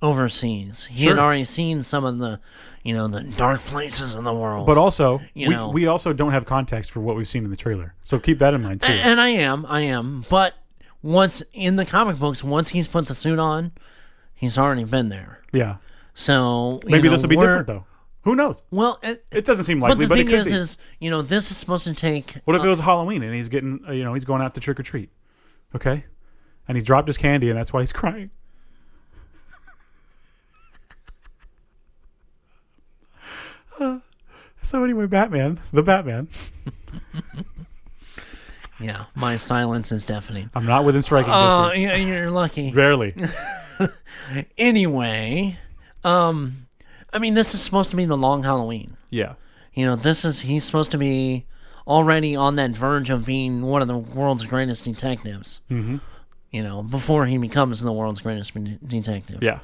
Speaker 1: overseas he had
Speaker 2: Sure.
Speaker 1: already seen some of the you know the dark places in the world
Speaker 2: But also,
Speaker 1: You
Speaker 2: we,
Speaker 1: know.
Speaker 2: we also don't have context for what we've seen in the trailer. So keep that in mind, too.
Speaker 1: and I am I am but once in the comic books once he's put the suit on he's already been there
Speaker 2: yeah.
Speaker 1: so you
Speaker 2: Maybe
Speaker 1: know,
Speaker 2: this will be
Speaker 1: we're-
Speaker 2: different, though. Who knows?
Speaker 1: Well, it,
Speaker 2: It doesn't seem
Speaker 1: but
Speaker 2: likely,
Speaker 1: the
Speaker 2: but,
Speaker 1: thing
Speaker 2: it could
Speaker 1: is,
Speaker 2: be.
Speaker 1: is you know this is supposed to take.
Speaker 2: what if it was Halloween and he's getting, uh, you know, he's going out to trick or treat? Okay. And he dropped his candy and that's why he's [LAUGHS] crying. Uh, so, anyway, Batman, the Batman.
Speaker 1: Yeah, my silence is deafening.
Speaker 2: I'm not within striking
Speaker 1: Oh,
Speaker 2: distance.
Speaker 1: yeah, you're lucky. [LAUGHS]
Speaker 2: Barely.
Speaker 1: Anyway, um, I mean, this is supposed to be the long Halloween.
Speaker 2: Yeah.
Speaker 1: You know, this is he's supposed to be already on that verge of being one of the world's greatest detectives. Mm-hmm. you know, before he becomes the world's greatest de- detective.
Speaker 2: Yeah.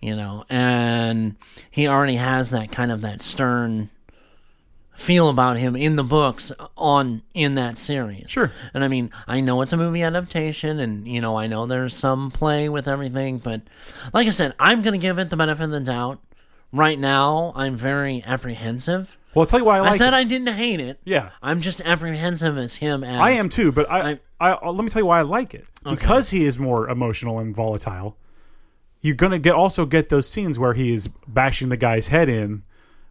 Speaker 1: You know, and he already has that kind of that stern feel about him in the books on in that series.
Speaker 2: Sure.
Speaker 1: And I mean, I know it's a movie adaptation and you know, I know there's some play with everything, but like I said, I'm going to give it the benefit of the doubt. Right now, I'm very apprehensive.
Speaker 2: Well, I'll tell you why I like
Speaker 1: I said
Speaker 2: it.
Speaker 1: I didn't hate it.
Speaker 2: yeah.
Speaker 1: I'm just apprehensive as him as
Speaker 2: I am too, but I,
Speaker 1: I-
Speaker 2: I, I let me tell you why I like it because he is more emotional and volatile. You're gonna get also get those scenes where he is bashing the guy's head in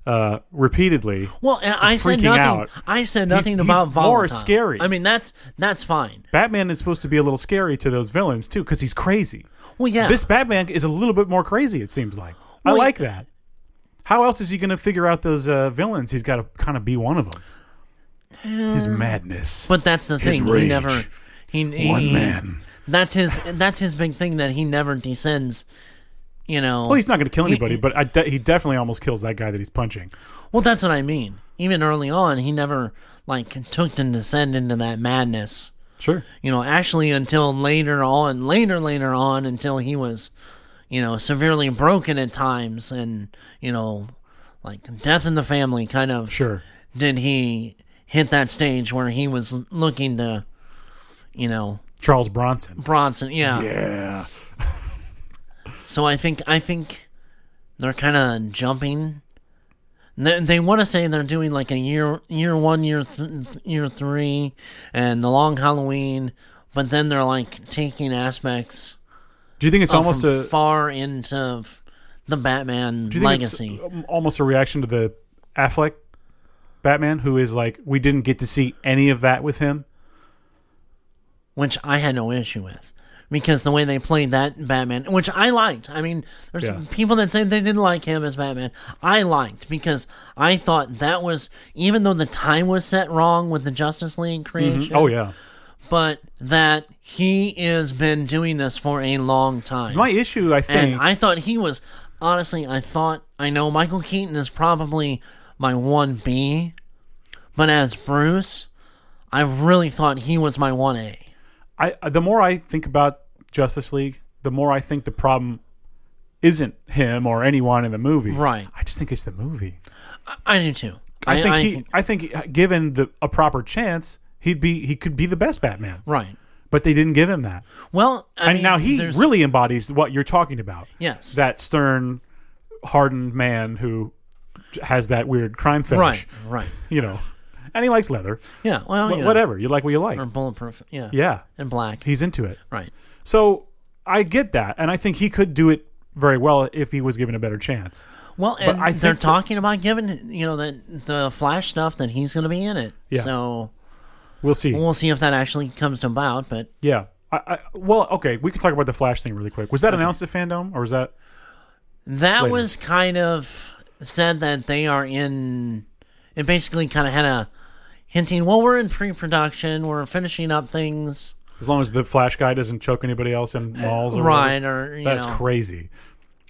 Speaker 2: uh, repeatedly.
Speaker 1: Well, and I said
Speaker 2: freaking
Speaker 1: nothing.
Speaker 2: out.
Speaker 1: I said nothing
Speaker 2: he's
Speaker 1: about volatile.
Speaker 2: more scary.
Speaker 1: I mean, that's that's fine.
Speaker 2: Batman is supposed to be a little scary to those villains too because he's crazy.
Speaker 1: Well, yeah.
Speaker 2: This Batman is a little bit more crazy. It seems like I
Speaker 1: Well,
Speaker 2: like
Speaker 1: he-
Speaker 2: that. How else is he gonna figure out those uh, villains? He's got to kind of be one of them. His madness.
Speaker 1: but that's the
Speaker 2: his
Speaker 1: thing. He
Speaker 2: rage.
Speaker 1: never. He, he-
Speaker 2: One
Speaker 1: he-
Speaker 2: man.
Speaker 1: That's his. That's his big thing that he never descends. You know.
Speaker 2: Well, he's not going to kill anybody, but I de- he definitely almost kills that guy that he's punching.
Speaker 1: Well, that's what I mean. Even early on, he never like took to descend into that madness.
Speaker 2: Sure.
Speaker 1: You know, actually, until later on, later, later on, until he was, you know, severely broken at times, and you know, like death in the family kind of.
Speaker 2: Sure.
Speaker 1: did he hit that stage where he was l- looking to, you know,
Speaker 2: Charles Bronson.
Speaker 1: Bronson? Yeah.
Speaker 2: Yeah.
Speaker 1: So I think I think they're kind of jumping. They, they want to say they're doing like a year year one year th- year three and the long Halloween, but then they're like taking aspects
Speaker 2: Do you think it's almost
Speaker 1: Oh, from
Speaker 2: a
Speaker 1: far into f- the Batman
Speaker 2: do you think
Speaker 1: legacy.
Speaker 2: It's um, almost a reaction to the Affleck Batman, who is like, we didn't get to see any of that with him.
Speaker 1: which I had no issue with because the way they played that Batman, which I liked. I mean, there's
Speaker 2: Yeah.
Speaker 1: people that say they didn't like him as Batman. I liked because I thought that was even though the time was set wrong with the Justice League creation,
Speaker 2: Oh yeah.
Speaker 1: but that he has been doing this for a long time.
Speaker 2: My issue, I think,
Speaker 1: And I thought he was honestly. I thought I know Michael Keaton is probably my one B, but as Bruce, I really thought he was my one A.
Speaker 2: I, I the more I think about Justice League, the more I think the problem isn't him or anyone in the movie.
Speaker 1: Right.
Speaker 2: I just think it's the movie.
Speaker 1: I do too.
Speaker 2: I think he. I think uh, given the a proper chance, he'd be he could be the best Batman.
Speaker 1: right.
Speaker 2: But they didn't give him that.
Speaker 1: Well, I
Speaker 2: and
Speaker 1: mean,
Speaker 2: now he
Speaker 1: there's-
Speaker 2: really embodies what you're talking about.
Speaker 1: Yes.
Speaker 2: that stern, hardened man who j- has that weird crime fetish.
Speaker 1: right, right,
Speaker 2: You know, and he likes leather.
Speaker 1: yeah. Well,
Speaker 2: Wh-
Speaker 1: you know,
Speaker 2: Whatever you like, what you like.
Speaker 1: Or bulletproof, yeah,
Speaker 2: Yeah,
Speaker 1: and black,
Speaker 2: he's into it.
Speaker 1: right.
Speaker 2: So I get that, and I think he could do it very well if he was given a better chance.
Speaker 1: Well, and they're
Speaker 2: I think that-
Speaker 1: talking about giving you know that the Flash stuff that he's going to be in it.
Speaker 2: Yeah.
Speaker 1: So
Speaker 2: We'll see.
Speaker 1: we'll see if that actually comes to about. But
Speaker 2: yeah. I, I, well, okay, we can talk about the Flash thing really quick. Was that announced at Fandom, or was that?
Speaker 1: that
Speaker 2: Later.
Speaker 1: was kind of said that they are in. It basically kind of had a hinting. Well, we're in pre-production. We're finishing up things.
Speaker 2: As long as the Flash guy doesn't choke anybody else in malls, or
Speaker 1: Right,
Speaker 2: whatever.
Speaker 1: Uh, or, you
Speaker 2: that's
Speaker 1: know.
Speaker 2: crazy.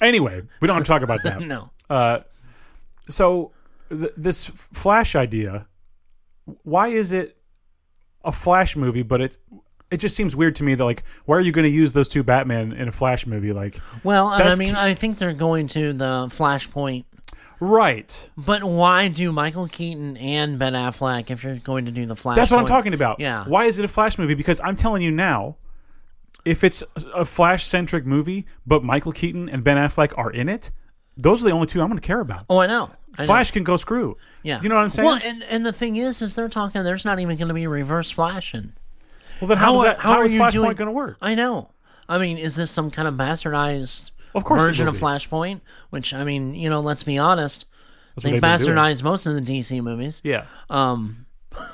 Speaker 2: Anyway, we don't have to talk about that.
Speaker 1: [LAUGHS] No.
Speaker 2: so th- this flash idea why is it a flash movie but it's it just seems weird to me that like why are you going to use those two batman in a flash movie like
Speaker 1: Well, and I
Speaker 2: That's
Speaker 1: mean,
Speaker 2: key-
Speaker 1: I think they're going to the Flashpoint
Speaker 2: right
Speaker 1: But why do Michael Keaton and Ben Affleck if you're going to do the Flash?
Speaker 2: that's what i'm
Speaker 1: one?
Speaker 2: talking about
Speaker 1: Yeah.
Speaker 2: why is it a flash movie because i'm telling you now if it's a flash centric movie but michael keaton and ben affleck are in it those are the only two i'm going to care about
Speaker 1: Oh, I know. I know.
Speaker 2: flash can go screw
Speaker 1: Yeah.
Speaker 2: you know what i'm saying
Speaker 1: Well,
Speaker 2: well,
Speaker 1: and, and the thing is, is they're talking. There's not even going to be reverse flashing.
Speaker 2: then how,
Speaker 1: how
Speaker 2: does
Speaker 1: are-
Speaker 2: that,
Speaker 1: how
Speaker 2: how
Speaker 1: are
Speaker 2: is
Speaker 1: you
Speaker 2: flashpoint
Speaker 1: doing-
Speaker 2: going to work
Speaker 1: I know. I mean, is this some kind of bastardized
Speaker 2: Of course it
Speaker 1: version
Speaker 2: will
Speaker 1: of
Speaker 2: be.
Speaker 1: Flashpoint? Which I mean, you know, let's be honest,
Speaker 2: what
Speaker 1: they
Speaker 2: they've been doing.
Speaker 1: bastardized most of the DC movies.
Speaker 2: yeah
Speaker 1: Um,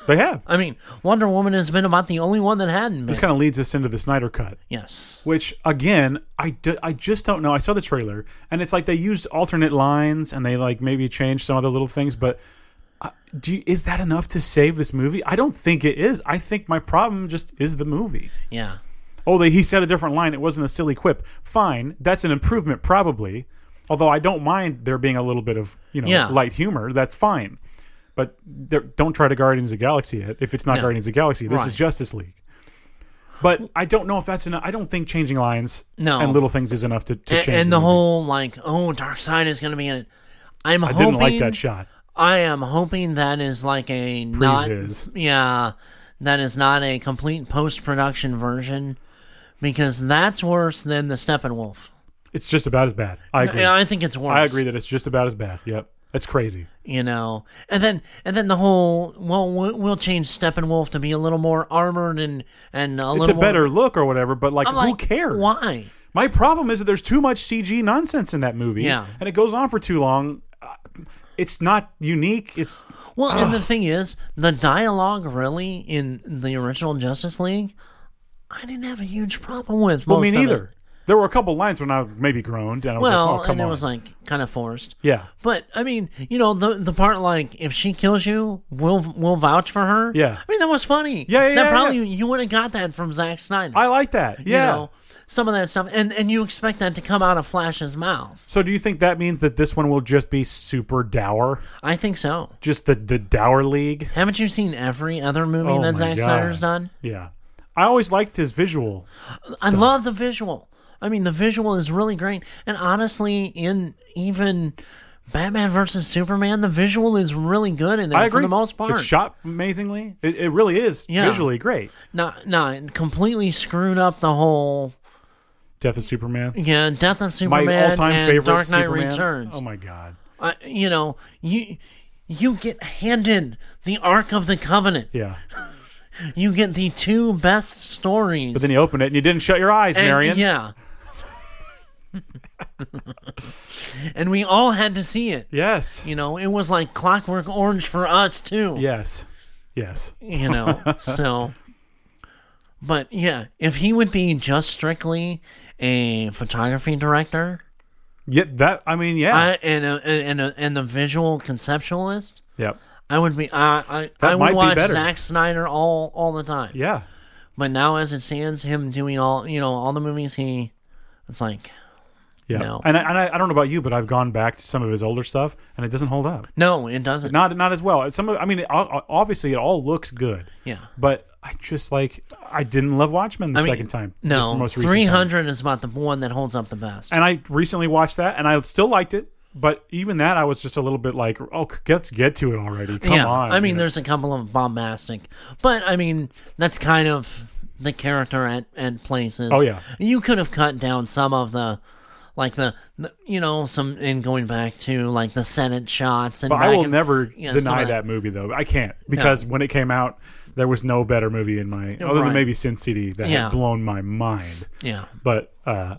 Speaker 2: they have
Speaker 1: I mean, Wonder Woman has been about the only one that hadn't been.
Speaker 2: this kind of leads us into the snyder cut
Speaker 1: yes.
Speaker 2: which again I, d- I just don't know i saw the trailer and it's like they used alternate lines and they like maybe changed some other little things but uh, do you, is that enough to save this movie i don't think it is i think my problem just is the movie
Speaker 1: Yeah.
Speaker 2: oh they, he said a different line it wasn't a silly quip fine that's an improvement probably although i don't mind there being a little bit of you know
Speaker 1: Yeah.
Speaker 2: light humor that's fine but there- don't try to guardians of the galaxy it if it's not guardians of the galaxy this
Speaker 1: Right.
Speaker 2: is justice league But I don't know if that's enough. I don't think changing lines
Speaker 1: No.
Speaker 2: and little things is enough to, to
Speaker 1: A-
Speaker 2: change.
Speaker 1: and the
Speaker 2: movie.
Speaker 1: whole like, oh, Dark Side is going to be in it. I'm
Speaker 2: I
Speaker 1: hoping,
Speaker 2: didn't like that shot.
Speaker 1: I am hoping that is like a
Speaker 2: Previs.
Speaker 1: not yeah, that is not a complete post production version because that's worse than the Steppenwolf.
Speaker 2: It's just about as bad. I agree.
Speaker 1: Yeah, I think it's worse.
Speaker 2: I agree that it's just about as bad. Yep, that's crazy.
Speaker 1: You know, and then and then the whole well, we'll we'll change Steppenwolf to be a little more armored and and a
Speaker 2: It's
Speaker 1: little
Speaker 2: a
Speaker 1: more-
Speaker 2: better look or whatever, but like,
Speaker 1: I'm
Speaker 2: who
Speaker 1: like,
Speaker 2: cares?
Speaker 1: Why?
Speaker 2: My problem is that there's too much CG nonsense in that movie.
Speaker 1: Yeah.
Speaker 2: and it goes on for too long. Uh, It's not unique. It's
Speaker 1: Well, and the thing is, the dialogue really in the original Justice League, I didn't have a huge problem with. most
Speaker 2: well, me
Speaker 1: of it.
Speaker 2: neither. There were a couple lines when I maybe groaned, and I was
Speaker 1: Well,
Speaker 2: like, "Oh, come
Speaker 1: and it
Speaker 2: on!"
Speaker 1: was like kind of forced.
Speaker 2: yeah,
Speaker 1: But I mean, you know, the the part like if she kills you, we'll we'll vouch for her.
Speaker 2: Yeah.
Speaker 1: I mean that was funny.
Speaker 2: Yeah, yeah,
Speaker 1: That
Speaker 2: yeah,
Speaker 1: probably you would have got that from Zack Snyder.
Speaker 2: I like that.
Speaker 1: You
Speaker 2: Yeah.
Speaker 1: know, some of that stuff, and and you expect that to come out of Flash's mouth.
Speaker 2: So do you think that means that this one will just be super dour?
Speaker 1: I think so.
Speaker 2: Just the the dour league?
Speaker 1: Haven't you seen every other movie
Speaker 2: Oh
Speaker 1: that
Speaker 2: my
Speaker 1: Zack
Speaker 2: God.
Speaker 1: Snyder's done?
Speaker 2: Yeah. I always liked his visual.
Speaker 1: I love the visual. I mean, the visual is really great. And honestly, in even Batman versus Superman, the visual is really good in there
Speaker 2: I agree.
Speaker 1: for the most part.
Speaker 2: It's shot amazingly. It, it really is
Speaker 1: Yeah.
Speaker 2: visually great.
Speaker 1: not not completely screwed up the whole
Speaker 2: Death of Superman.
Speaker 1: yeah Death of
Speaker 2: My
Speaker 1: Superman
Speaker 2: all time
Speaker 1: and
Speaker 2: favorite
Speaker 1: Dark Knight
Speaker 2: Superman.
Speaker 1: Returns.
Speaker 2: Oh my god.
Speaker 1: I, you know you. You get handed the Ark of the Covenant.
Speaker 2: Yeah.
Speaker 1: You get the two best stories.
Speaker 2: But then you open it and you didn't shut your eyes,
Speaker 1: And-
Speaker 2: Marion.
Speaker 1: Yeah. [LAUGHS] and we all had to see it.
Speaker 2: Yes.
Speaker 1: You know, it was like Clockwork Orange for us too.
Speaker 2: Yes. Yes.
Speaker 1: You
Speaker 2: [LAUGHS]
Speaker 1: know, so. But yeah, if he would be just strictly a photography director
Speaker 2: Yeah, that I mean, yeah.
Speaker 1: I, and a, and a, and the visual conceptualist,
Speaker 2: yep.
Speaker 1: I would be I I, I
Speaker 2: might
Speaker 1: would
Speaker 2: be
Speaker 1: watch
Speaker 2: better.
Speaker 1: Zack Snyder all all the time.
Speaker 2: Yeah.
Speaker 1: But now, as it stands, him doing all you know all the movies he, it's like
Speaker 2: Yeah.
Speaker 1: No.
Speaker 2: And I, and I, I don't know about you, but I've gone back to some of his older stuff and it doesn't hold up.
Speaker 1: no, it doesn't.
Speaker 2: Not not as well. Some of I mean, o- o- obviously it all looks good.
Speaker 1: yeah.
Speaker 2: But I just like I didn't love Watchmen the
Speaker 1: I mean,
Speaker 2: second time. this
Speaker 1: No,
Speaker 2: most recent time.
Speaker 1: three hundred is about the one that holds up the best.
Speaker 2: And I recently watched that, and I still liked it. But even that, I was just a little bit like, "Oh, c- let's get to it already! Come
Speaker 1: yeah,
Speaker 2: on!"
Speaker 1: I mean,
Speaker 2: you know?
Speaker 1: there's a couple of bombastic, but I mean, that's kind of the character at, at places.
Speaker 2: Oh, yeah.
Speaker 1: you could have cut down some of the, like the, the you know, some and going back to like the Senate shots and.
Speaker 2: But I
Speaker 1: back
Speaker 2: will
Speaker 1: and-
Speaker 2: never
Speaker 1: yeah, some
Speaker 2: deny
Speaker 1: of
Speaker 2: that movie, though. I can't because when it came out, there was no better movie in my other than
Speaker 1: Right.
Speaker 2: maybe Sin City that
Speaker 1: Yeah.
Speaker 2: had blown my mind.
Speaker 1: Yeah,
Speaker 2: But uh,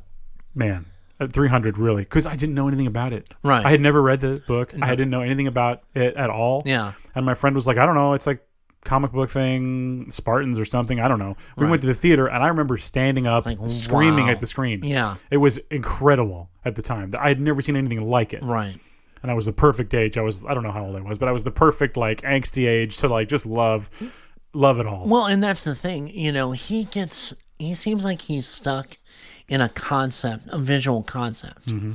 Speaker 2: man, uh, 300 really because I didn't know anything about it.
Speaker 1: Right.
Speaker 2: I had never read the book. I didn't know anything about it at all.
Speaker 1: Yeah.
Speaker 2: And my friend was like, I don't know. It's like comic book thing, Spartans or something. I don't know. We went to the theater and I remember standing up,
Speaker 1: like,
Speaker 2: screaming
Speaker 1: wow.
Speaker 2: at the screen.
Speaker 1: Yeah.
Speaker 2: It was incredible at the time. I had never seen anything like it.
Speaker 1: right.
Speaker 2: And I was the perfect age. I was I don't know how old I was, but I was the perfect like angsty age to like just love love it all.
Speaker 1: Well, and that's the thing, you know, he gets, he seems like he's stuck in a concept, a visual concept.
Speaker 2: Mm-hmm.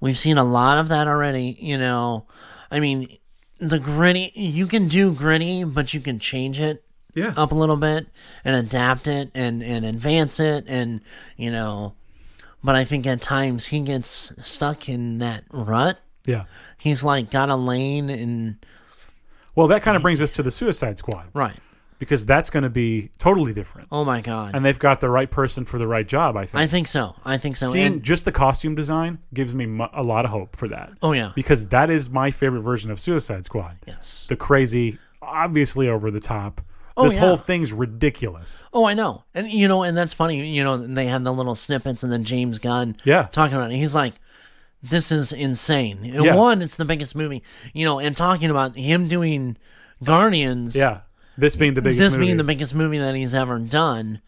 Speaker 1: We've seen a lot of that already, you know. I mean, the gritty, you can do gritty, but you can change it
Speaker 2: Yeah.
Speaker 1: up a little bit and adapt it and, and advance it and, you know, but I think at times he gets stuck in that rut.
Speaker 2: yeah.
Speaker 1: He's like got a lane and,
Speaker 2: Well, that kind of brings us to the Suicide Squad.
Speaker 1: right.
Speaker 2: because that's going to be totally different.
Speaker 1: Oh my God.
Speaker 2: And they've got the right person for the right job, I think.
Speaker 1: I think so. I think so.
Speaker 2: Seeing
Speaker 1: And-
Speaker 2: just the costume design gives me mu- a lot of hope for that.
Speaker 1: oh, yeah.
Speaker 2: Because that is my favorite version of Suicide Squad.
Speaker 1: Yes.
Speaker 2: The crazy, obviously over the top.
Speaker 1: Oh,
Speaker 2: this
Speaker 1: yeah.
Speaker 2: whole thing's ridiculous.
Speaker 1: Oh, I know, and you know, and that's funny. You know, they had the little snippets, and then James Gunn,
Speaker 2: Yeah.
Speaker 1: talking about it. He's like, "This is insane." And
Speaker 2: Yeah.
Speaker 1: One, it's the biggest movie, you know, and talking about him doing Guardians,
Speaker 2: Yeah. This being the biggest
Speaker 1: this
Speaker 2: movie. Mm-hmm.
Speaker 1: being the biggest movie that he's ever done,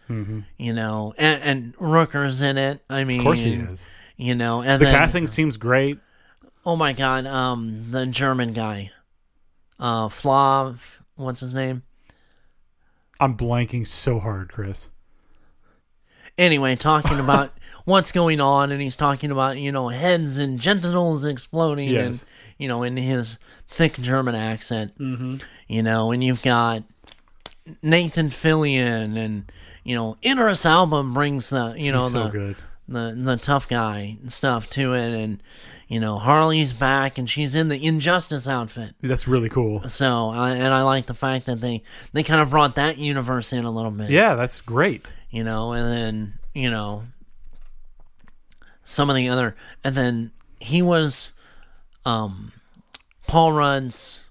Speaker 1: you know, and, and Rooker's in it. I mean, of
Speaker 2: course he is.
Speaker 1: You know, and
Speaker 2: The
Speaker 1: then, uh,
Speaker 2: casting seems great.
Speaker 1: Oh my God, um, the German guy, uh, Flav, what's his name?
Speaker 2: I'm blanking so hard, Chris.
Speaker 1: anyway, talking
Speaker 2: [LAUGHS]
Speaker 1: about what's going on, and he's talking about you know heads and genitals exploding,
Speaker 2: Yes.
Speaker 1: and you know in his thick German accent, mm-hmm. you know, and you've got Nathan Fillion and you know Inner's album brings the you know
Speaker 2: He's so
Speaker 1: the,
Speaker 2: good.
Speaker 1: the the tough guy stuff to it and you know Harley's back and she's in the Injustice outfit.
Speaker 2: That's really cool.
Speaker 1: So I, and I like the fact that they they kind of brought that universe in a little bit.
Speaker 2: Yeah, that's great.
Speaker 1: You know, and then you know some of the other and then he was um Paul Rudd's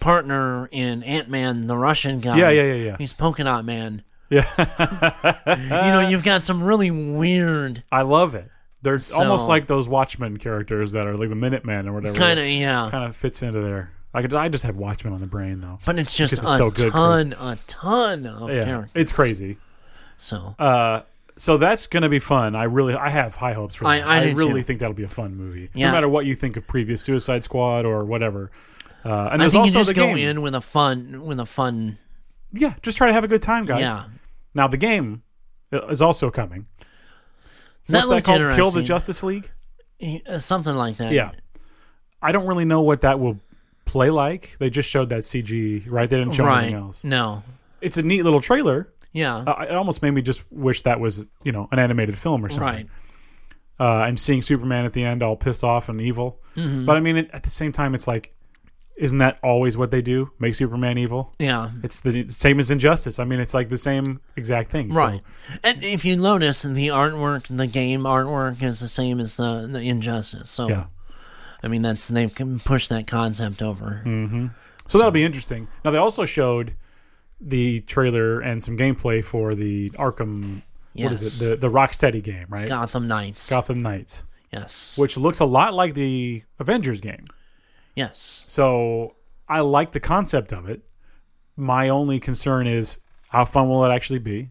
Speaker 1: partner in Ant Man, the Russian guy.
Speaker 2: Yeah, yeah, yeah, yeah.
Speaker 1: He's Polka Dot Man.
Speaker 2: Yeah, [LAUGHS]
Speaker 1: you know, you've got some really weird
Speaker 2: I love it. They're almost
Speaker 1: So-
Speaker 2: like those Watchmen characters that are like the Minutemen or whatever.
Speaker 1: kind of yeah.
Speaker 2: kind of fits into there. I could, I just have Watchmen on the brain though.
Speaker 1: But it's just
Speaker 2: Because it's
Speaker 1: a
Speaker 2: so good,
Speaker 1: ton, a ton of
Speaker 2: Yeah,
Speaker 1: characters.
Speaker 2: it's crazy.
Speaker 1: So
Speaker 2: Uh, so that's gonna be fun. I really, I have high hopes for
Speaker 1: I-
Speaker 2: that.
Speaker 1: I do
Speaker 2: really
Speaker 1: too.
Speaker 2: think that'll be a fun movie,
Speaker 1: Yeah.
Speaker 2: no matter what you think of previous Suicide Squad or whatever. Uh, and
Speaker 1: I
Speaker 2: there's
Speaker 1: think you
Speaker 2: also
Speaker 1: just
Speaker 2: the
Speaker 1: go
Speaker 2: game.
Speaker 1: in with a fun, with a fun,
Speaker 2: Yeah, just try to have a good time, guys.
Speaker 1: yeah.
Speaker 2: Now the game is also coming.
Speaker 1: That
Speaker 2: What's that
Speaker 1: looked
Speaker 2: called? Kill the
Speaker 1: interesting.
Speaker 2: Justice League.
Speaker 1: Uh, something like that.
Speaker 2: Yeah. I don't really know what that will play like. They just showed that CG, right? They didn't show
Speaker 1: right.
Speaker 2: anything else.
Speaker 1: No,
Speaker 2: It's a neat little trailer.
Speaker 1: yeah,
Speaker 2: Uh, it almost made me just wish that was, you know, an animated film or
Speaker 1: right.
Speaker 2: something. uh, and seeing Superman at the end all pissed off and evil.
Speaker 1: Mm-hmm.
Speaker 2: But I mean, it, at the same time, it's like, isn't that always what they do? Make Superman evil?
Speaker 1: Yeah,
Speaker 2: It's the same as Injustice. I mean, it's like the same exact thing. So-
Speaker 1: right. And if you notice, the artwork, the game artwork, is the same as the, the Injustice. So
Speaker 2: yeah.
Speaker 1: I mean, that's they can push that concept over.
Speaker 2: Mm. So, that'll be interesting. Now, they also showed the trailer and some gameplay for the Arkham, what
Speaker 1: Yes.
Speaker 2: is it? The, the Rocksteady game, right?
Speaker 1: Gotham Knights.
Speaker 2: Gotham Knights,
Speaker 1: yes.
Speaker 2: which looks a lot like the Avengers game.
Speaker 1: yes.
Speaker 2: So I like the concept of it. My only concern is how fun will it actually be,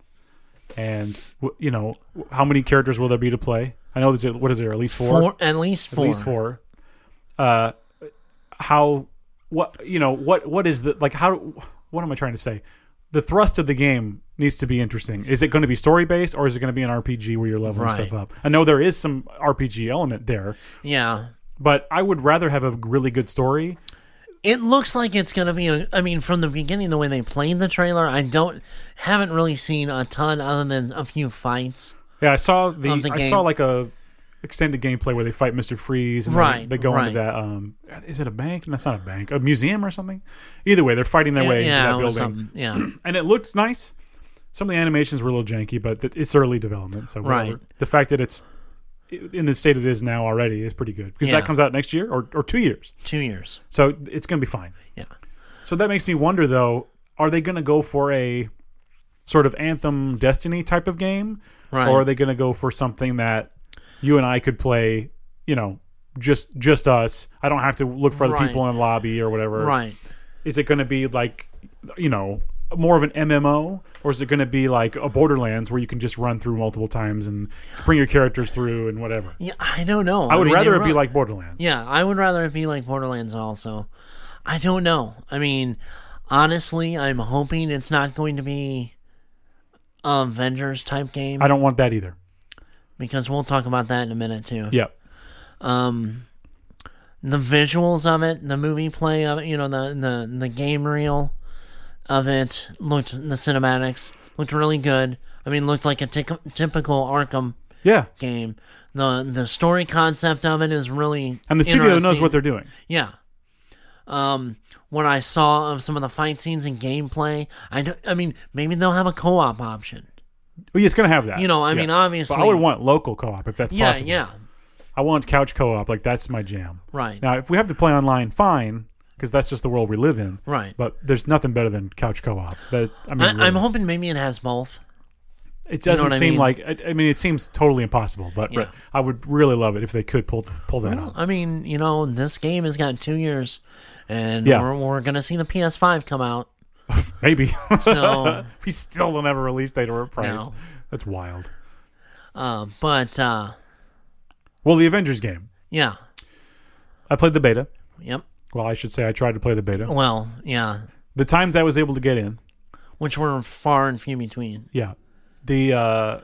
Speaker 2: and w- you know w- how many characters will there be to play. I know there's a- what is there at least four,
Speaker 1: Four, at least
Speaker 2: at
Speaker 1: four.
Speaker 2: least four. Uh, how what you know what what is the like how what am I trying to say? The thrust of the game needs to be interesting. Is it going to be story based or is it going to be an RPG where you're leveling
Speaker 1: Right.
Speaker 2: stuff up? I know there is some RPG element there,
Speaker 1: Yeah.
Speaker 2: but I would rather have a really good story
Speaker 1: It looks like it's gonna be. A, I mean, from the beginning, the way they played the trailer, I don't haven't really seen a ton other than a few fights.
Speaker 2: Yeah, I saw the,
Speaker 1: of the
Speaker 2: I
Speaker 1: game.
Speaker 2: saw like a extended gameplay where they fight Mister Freeze. And they-
Speaker 1: Right,
Speaker 2: They, go
Speaker 1: right.
Speaker 2: into that. Um, is it a bank? That's not a bank. A museum or something. Either way, they're fighting their way
Speaker 1: yeah, or
Speaker 2: into that building,
Speaker 1: something.
Speaker 2: [CLEARS THROAT]
Speaker 1: Yeah.
Speaker 2: and it looked nice. Some of the animations were a little janky, but th- it's early development, so whatever.
Speaker 1: Right.
Speaker 2: The fact that it's in the state it is now already is pretty good because
Speaker 1: Yeah.
Speaker 2: that comes out next year or, or two years,
Speaker 1: Two years.
Speaker 2: so it's gonna be fine.
Speaker 1: Yeah.
Speaker 2: So that makes me wonder though, are they gonna go for a sort of Anthem Destiny type of game?
Speaker 1: Right.
Speaker 2: or are they going to go for something that you and I could play? You know, just just us. I don't have to look for other
Speaker 1: Right.
Speaker 2: people in the lobby or whatever.
Speaker 1: right.
Speaker 2: Is it going to be like, you know, more of an MMO, or is it going to be like a Borderlands where you can just run through multiple times and bring your characters through and whatever?
Speaker 1: Yeah, I don't know.
Speaker 2: I would
Speaker 1: mean,
Speaker 2: rather
Speaker 1: they
Speaker 2: it be
Speaker 1: run-
Speaker 2: like Borderlands.
Speaker 1: Yeah, I would rather it be like Borderlands. Also, I don't know. I mean, honestly, I'm hoping it's not going to be a Avengers type game
Speaker 2: I don't want that either.
Speaker 1: because we'll talk about that in a minute too.
Speaker 2: Yeah.
Speaker 1: Um, the visuals of it, the movie play of it, you know, the the the game reel of it looked the cinematics looked really good. I mean, looked like a tic- typical Arkham
Speaker 2: Yeah.
Speaker 1: game. The the story concept of it is really
Speaker 2: And the studio knows
Speaker 1: interesting.
Speaker 2: what they're doing.
Speaker 1: yeah. Um, what I saw of some of the fight scenes and gameplay, I don't, I mean, maybe they'll have a co-op option.
Speaker 2: Well, yeah, it's going to have that.
Speaker 1: You know, I
Speaker 2: Yeah.
Speaker 1: mean,
Speaker 2: But
Speaker 1: obviously,
Speaker 2: I would want local co-op if that's
Speaker 1: yeah,
Speaker 2: possible.
Speaker 1: yeah,
Speaker 2: I want couch co-op. Like that's my jam.
Speaker 1: right,
Speaker 2: Now, if we have to play online, fine, because that's just the world we live in.
Speaker 1: right.
Speaker 2: But there's nothing better than couch co-op. That I mean,
Speaker 1: I,
Speaker 2: really.
Speaker 1: I'm hoping maybe it has both.
Speaker 2: it
Speaker 1: you know
Speaker 2: doesn't
Speaker 1: what I
Speaker 2: seem
Speaker 1: mean?
Speaker 2: like. I, I mean, it seems totally impossible. But
Speaker 1: Yeah.
Speaker 2: I would really love it if they could pull pull that off.
Speaker 1: I mean, you know, this game has got two years, and
Speaker 2: Yeah.
Speaker 1: we're, we're gonna see the PS5 come out.
Speaker 2: [LAUGHS] Maybe
Speaker 1: So,
Speaker 2: [LAUGHS] we still don't have a release date or a price.
Speaker 1: No.
Speaker 2: That's wild.
Speaker 1: uh, but uh,
Speaker 2: Well, the Avengers game.
Speaker 1: yeah,
Speaker 2: I played the beta.
Speaker 1: yep.
Speaker 2: Well, I should say I tried to play the beta.
Speaker 1: Well, yeah,
Speaker 2: The times I was able to get in,
Speaker 1: which were far and few between.
Speaker 2: yeah, the uh,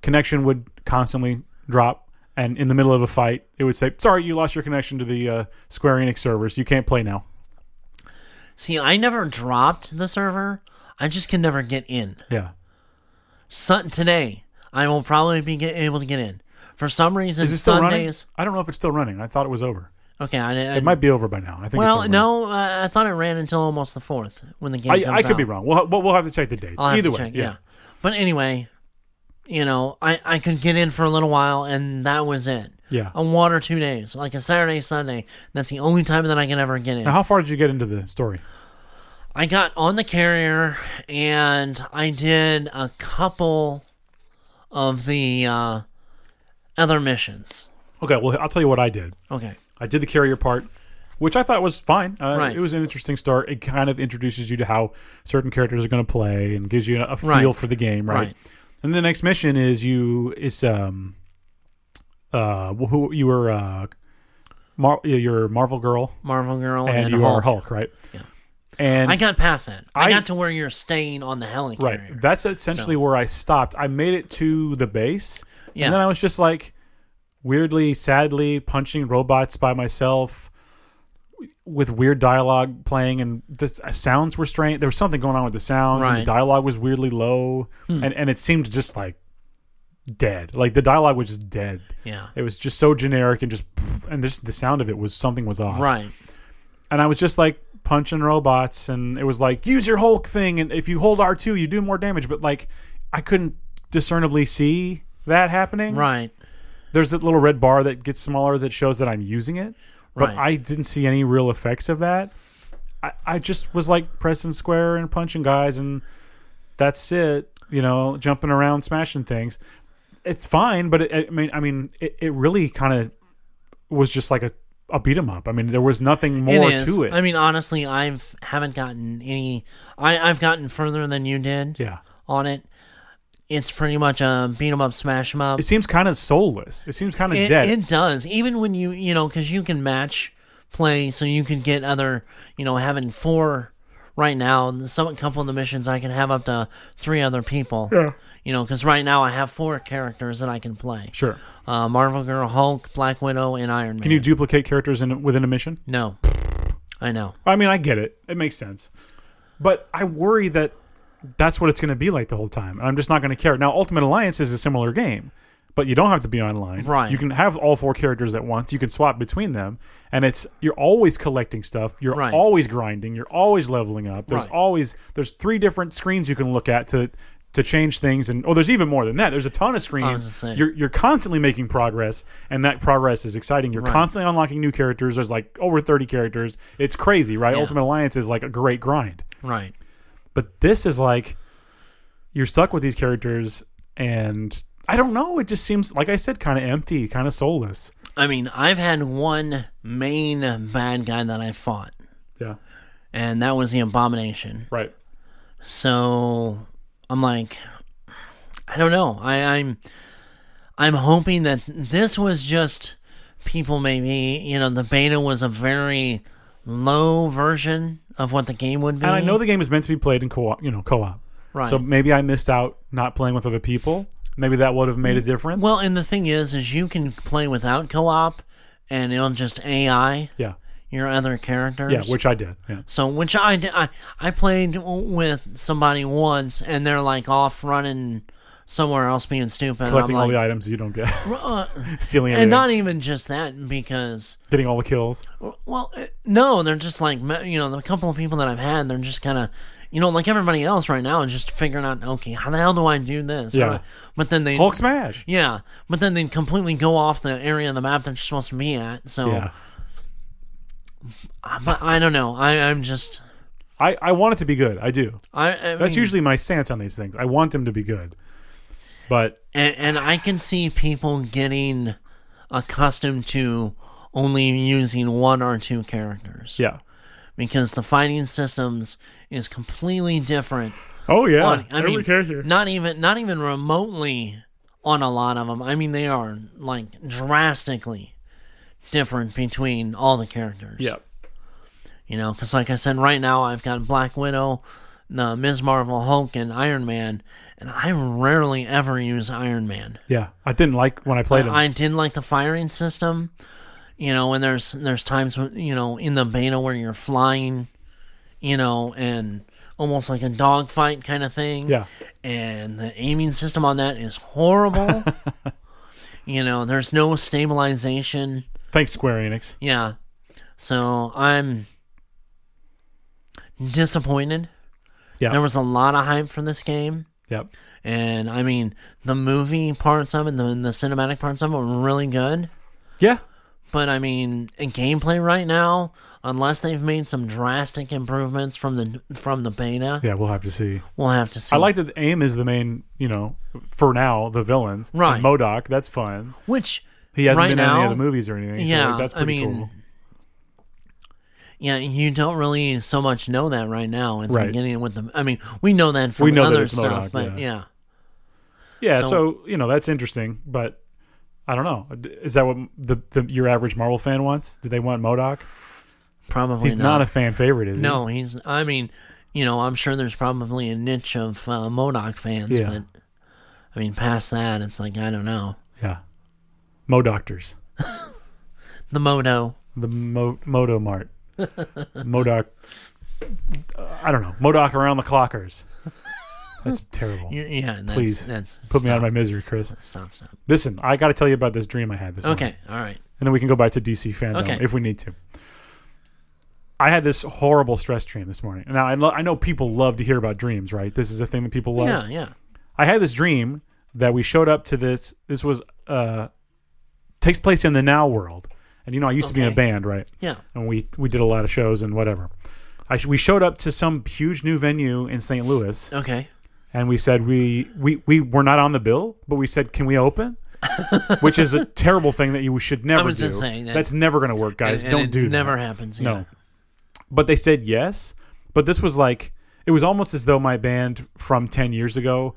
Speaker 2: connection would constantly drop, and in the middle of a fight, it would say, "Sorry, you lost your connection to the uh, Square Enix servers. You can't play now."
Speaker 1: See, I never dropped the server. I just can never get in.
Speaker 2: Yeah.
Speaker 1: Sun today, I will probably be get, able to get in. For some reason,
Speaker 2: Is it still
Speaker 1: Sundays.
Speaker 2: running? I don't know if it's still running. I thought it was over.
Speaker 1: Okay, I, I,
Speaker 2: It might be over by now. I think. it's
Speaker 1: well,
Speaker 2: over.
Speaker 1: no, I, I thought it ran until almost the fourth when the game.
Speaker 2: I,
Speaker 1: comes
Speaker 2: I could
Speaker 1: out.
Speaker 2: be wrong. We'll, we'll we'll have to check the dates.
Speaker 1: I'll have
Speaker 2: Either
Speaker 1: to
Speaker 2: way,
Speaker 1: check, But anyway, you know, I, I could get in for a little while and that was it.
Speaker 2: Yeah.
Speaker 1: On one or two days, like a Saturday, Sunday. That's the only time that I can ever get in.
Speaker 2: Now, how far did you get into the story?
Speaker 1: I got on the carrier and I did a couple of the uh, other missions.
Speaker 2: Okay. Well, I'll tell you what I did.
Speaker 1: Okay.
Speaker 2: I did the carrier part, which I thought was fine. Uh,
Speaker 1: Right.
Speaker 2: It was an interesting start. It kind of introduces you to how certain characters are going to play and gives you a, a feel
Speaker 1: Right.
Speaker 2: for the game, right?
Speaker 1: Right.
Speaker 2: And the next mission is you is um uh who you were uh Mar- you're Marvel Girl
Speaker 1: Marvel Girl and,
Speaker 2: and, you
Speaker 1: Oh, Hulk.
Speaker 2: are Hulk, right? And
Speaker 1: I got past that. I,
Speaker 2: I-
Speaker 1: got to where you're staying on the helicarrier.
Speaker 2: Right. That's essentially where I stopped. I made it to the base.
Speaker 1: Yeah.
Speaker 2: And then I was just like weirdly, sadly punching robots by myself with weird dialogue playing and the s- uh, sounds were strange. There was something going on with the sounds and the
Speaker 1: Right. Hmm.
Speaker 2: dialogue was weirdly low and and it seemed just like dead. Like the dialogue was just dead.
Speaker 1: Yeah.
Speaker 2: It was just so generic and just and just the sound of it was something was off
Speaker 1: Right.
Speaker 2: and I was just like punching robots, and it was like use your Hulk thing, and if you hold R two, you do more damage. But like, I couldn't discernibly see that happening.
Speaker 1: Right.
Speaker 2: There's that little red bar that gets smaller that shows that I'm using it, but
Speaker 1: Right.
Speaker 2: I didn't see any real effects of that. I, I just was like pressing square and punching guys, and that's it. You know, jumping around, smashing things. It's fine, but it, I mean, I mean, it, it really kind of was just like a, a beat 'em up. I mean, there was nothing more
Speaker 1: is.
Speaker 2: to it.
Speaker 1: I mean, honestly, I've haven't gotten any. I I've gotten further than you did
Speaker 2: yeah.
Speaker 1: on it. It's pretty much a beat 'em up, smash 'em up.
Speaker 2: It seems kind of soulless. It seems kind of
Speaker 1: It,
Speaker 2: dead.
Speaker 1: it does. Even when you you know because you can match play, so you can get other you know having four right now. and Some couple of the missions I can have up to three other people. Yeah. You know, because right now I have four characters that I can play:
Speaker 2: sure.
Speaker 1: uh, Marvel Girl, Hulk, Black Widow, and Iron Man.
Speaker 2: Can you duplicate characters in within a mission?
Speaker 1: No, I know.
Speaker 2: I mean, I get it. It makes sense. But I worry that that's what it's going to be like the whole time, and I'm just not going to care. Now, Ultimate Alliance is a similar game, but you don't have to be online.
Speaker 1: Right.
Speaker 2: You can have all four characters at once. You can swap between them, and it's you're always collecting stuff. You're
Speaker 1: Right.
Speaker 2: always grinding. You're always leveling up. There's
Speaker 1: Right.
Speaker 2: always there's three different screens you can look at to to change things, and oh, there's even more than that. There's a
Speaker 1: Oh,
Speaker 2: ton of
Speaker 1: gonna
Speaker 2: screens.
Speaker 1: say.
Speaker 2: You're you're constantly making progress, and that progress is exciting. You're constantly unlocking new characters. There's like over 30 characters. It's crazy, right?
Speaker 1: Yeah.
Speaker 2: Ultimate Alliance is like a great grind.
Speaker 1: Right.
Speaker 2: But this is like you're stuck with these characters, and I don't know. It just seems, like I said, kind of empty, kind of soulless.
Speaker 1: I mean, I've had one main bad guy that I fought,
Speaker 2: Yeah.
Speaker 1: and that was the Abomination.
Speaker 2: Right.
Speaker 1: So I'm like, I don't know. I, I'm I'm hoping that this was just people maybe you know the beta was a very low version of what the game would be.
Speaker 2: And I know the game is meant to be played in co-op, you know, co-op.
Speaker 1: Mm. Right.
Speaker 2: So maybe I missed out not playing with other people. Maybe that would have made a difference.
Speaker 1: Mm. well, and the thing is, is you can play without co-op, and it'll just AI
Speaker 2: yeah,
Speaker 1: your other characters.
Speaker 2: yeah, which I did. Yeah.
Speaker 1: So, which I, d- I, I played with somebody once, and they're like off running somewhere else being stupid. and I'm
Speaker 2: Collecting all the
Speaker 1: like,
Speaker 2: items you don't get,
Speaker 1: "Uh,"
Speaker 2: [LAUGHS] stealing
Speaker 1: and
Speaker 2: everything,
Speaker 1: not even just that, because,
Speaker 2: getting all the kills.
Speaker 1: well, eh, no, they're just like, ma- you know, the couple of people that I've had, they're just kind of, you know, like everybody else right now, is just figuring out, okay, how the hell do I do this? How
Speaker 2: Yeah.
Speaker 1: do I- But then they.
Speaker 2: Hulk smash.
Speaker 1: yeah, but then they completely go off the area of the map that you're supposed to be at. So
Speaker 2: Yeah.
Speaker 1: I'm- I, don't know. I, I'm just
Speaker 2: I, I want it to be good. I do.
Speaker 1: I. I
Speaker 2: That's
Speaker 1: mean-
Speaker 2: usually my stance on these things. I want them to be good. But
Speaker 1: and, and I can see people getting accustomed to only using one or two characters
Speaker 2: yeah.
Speaker 1: because the fighting systems is completely different.
Speaker 2: Oh yeah.
Speaker 1: on, I mean, not even not even remotely on a lot of them. I mean, they are like drastically different between all the characters.
Speaker 2: Yeah.
Speaker 1: You know, because like I said, right now I've got Black Widow, the Ms. Marvel, Hulk, and Iron Man, and I rarely ever use Iron Man.
Speaker 2: Yeah. I didn't like when I played them.
Speaker 1: I didn't like the firing system. You know, and there's there's times when you know in the beta where you're flying, you know, and almost like a dogfight kind of thing.
Speaker 2: Yeah.
Speaker 1: And the aiming system on that is horrible.
Speaker 2: [LAUGHS]
Speaker 1: you know, there's no stabilization.
Speaker 2: Thanks, Square Enix.
Speaker 1: Yeah. So I'm disappointed.
Speaker 2: Yeah.
Speaker 1: There was a lot of hype for this game.
Speaker 2: Yep.
Speaker 1: And I mean, the movie parts of it, the, the cinematic parts of it were really good.
Speaker 2: Yeah.
Speaker 1: But I mean, in gameplay right now, unless they've made some drastic improvements from the from the beta,
Speaker 2: Yeah, we'll have to see.
Speaker 1: we'll have to see.
Speaker 2: I like that AIM is the main, you know, for now, the villains. And
Speaker 1: Right.
Speaker 2: MODOK, that's fun.
Speaker 1: which
Speaker 2: He hasn't
Speaker 1: right
Speaker 2: been
Speaker 1: now,
Speaker 2: in any of the movies or anything. so,
Speaker 1: yeah,
Speaker 2: like, that's
Speaker 1: I
Speaker 2: pretty
Speaker 1: mean,
Speaker 2: cool.
Speaker 1: Yeah, you don't really so much know that right now at the
Speaker 2: Right.
Speaker 1: beginning with the. I mean, we know that from
Speaker 2: We know that
Speaker 1: other
Speaker 2: it's
Speaker 1: stuff,
Speaker 2: MODOK,
Speaker 1: but yeah.
Speaker 2: Yeah,
Speaker 1: so-
Speaker 2: so, you know, that's interesting, but I don't know. D- Is that what the, the your average Marvel fan wants? Do they want MODOK?
Speaker 1: probably
Speaker 2: He's not a fan favorite, is
Speaker 1: no, he's. I mean, you know, I'm sure there's probably a niche of uh, Modoc fans,
Speaker 2: Yeah.
Speaker 1: but I mean, past that, it's like I don't know
Speaker 2: he? Yeah. MODOKters.
Speaker 1: the Modo.
Speaker 2: The Mo-
Speaker 1: [LAUGHS]
Speaker 2: Modo Mart. MODOK. Uh, I don't know. MODOK around the clockers. That's terrible.
Speaker 1: You- Yeah, that's,
Speaker 2: Please,
Speaker 1: that's
Speaker 2: Put me out of
Speaker 1: stop.
Speaker 2: my misery, Chris.
Speaker 1: stop, stop.
Speaker 2: Listen, I got to tell you about this dream I had this morning.
Speaker 1: Okay, all right.
Speaker 2: and then we can go back to DC fandom
Speaker 1: Okay.
Speaker 2: if we need to. I had this horrible stress dream this morning. Now I, lo- I know people love to hear about dreams, right? This is a thing that people love.
Speaker 1: yeah, yeah.
Speaker 2: I had this dream that we showed up to this. This was uh, takes place in the now world, and you know I used to be in a
Speaker 1: Okay.
Speaker 2: band, right?
Speaker 1: Yeah.
Speaker 2: And we we did a lot of shows and whatever. I sh- we showed up to some huge new venue in St. Louis,
Speaker 1: Okay.
Speaker 2: and we said we we we were not on the bill, but we said can
Speaker 1: [LAUGHS]
Speaker 2: we open? Which is a terrible thing that you should never
Speaker 1: was
Speaker 2: do.
Speaker 1: just saying that-
Speaker 2: That's never going to work, guys.
Speaker 1: And- and
Speaker 2: Don't
Speaker 1: it
Speaker 2: do that.
Speaker 1: Never happens. Yeah.
Speaker 2: No. But they said yes. But this was like it was almost as though my band from ten years ago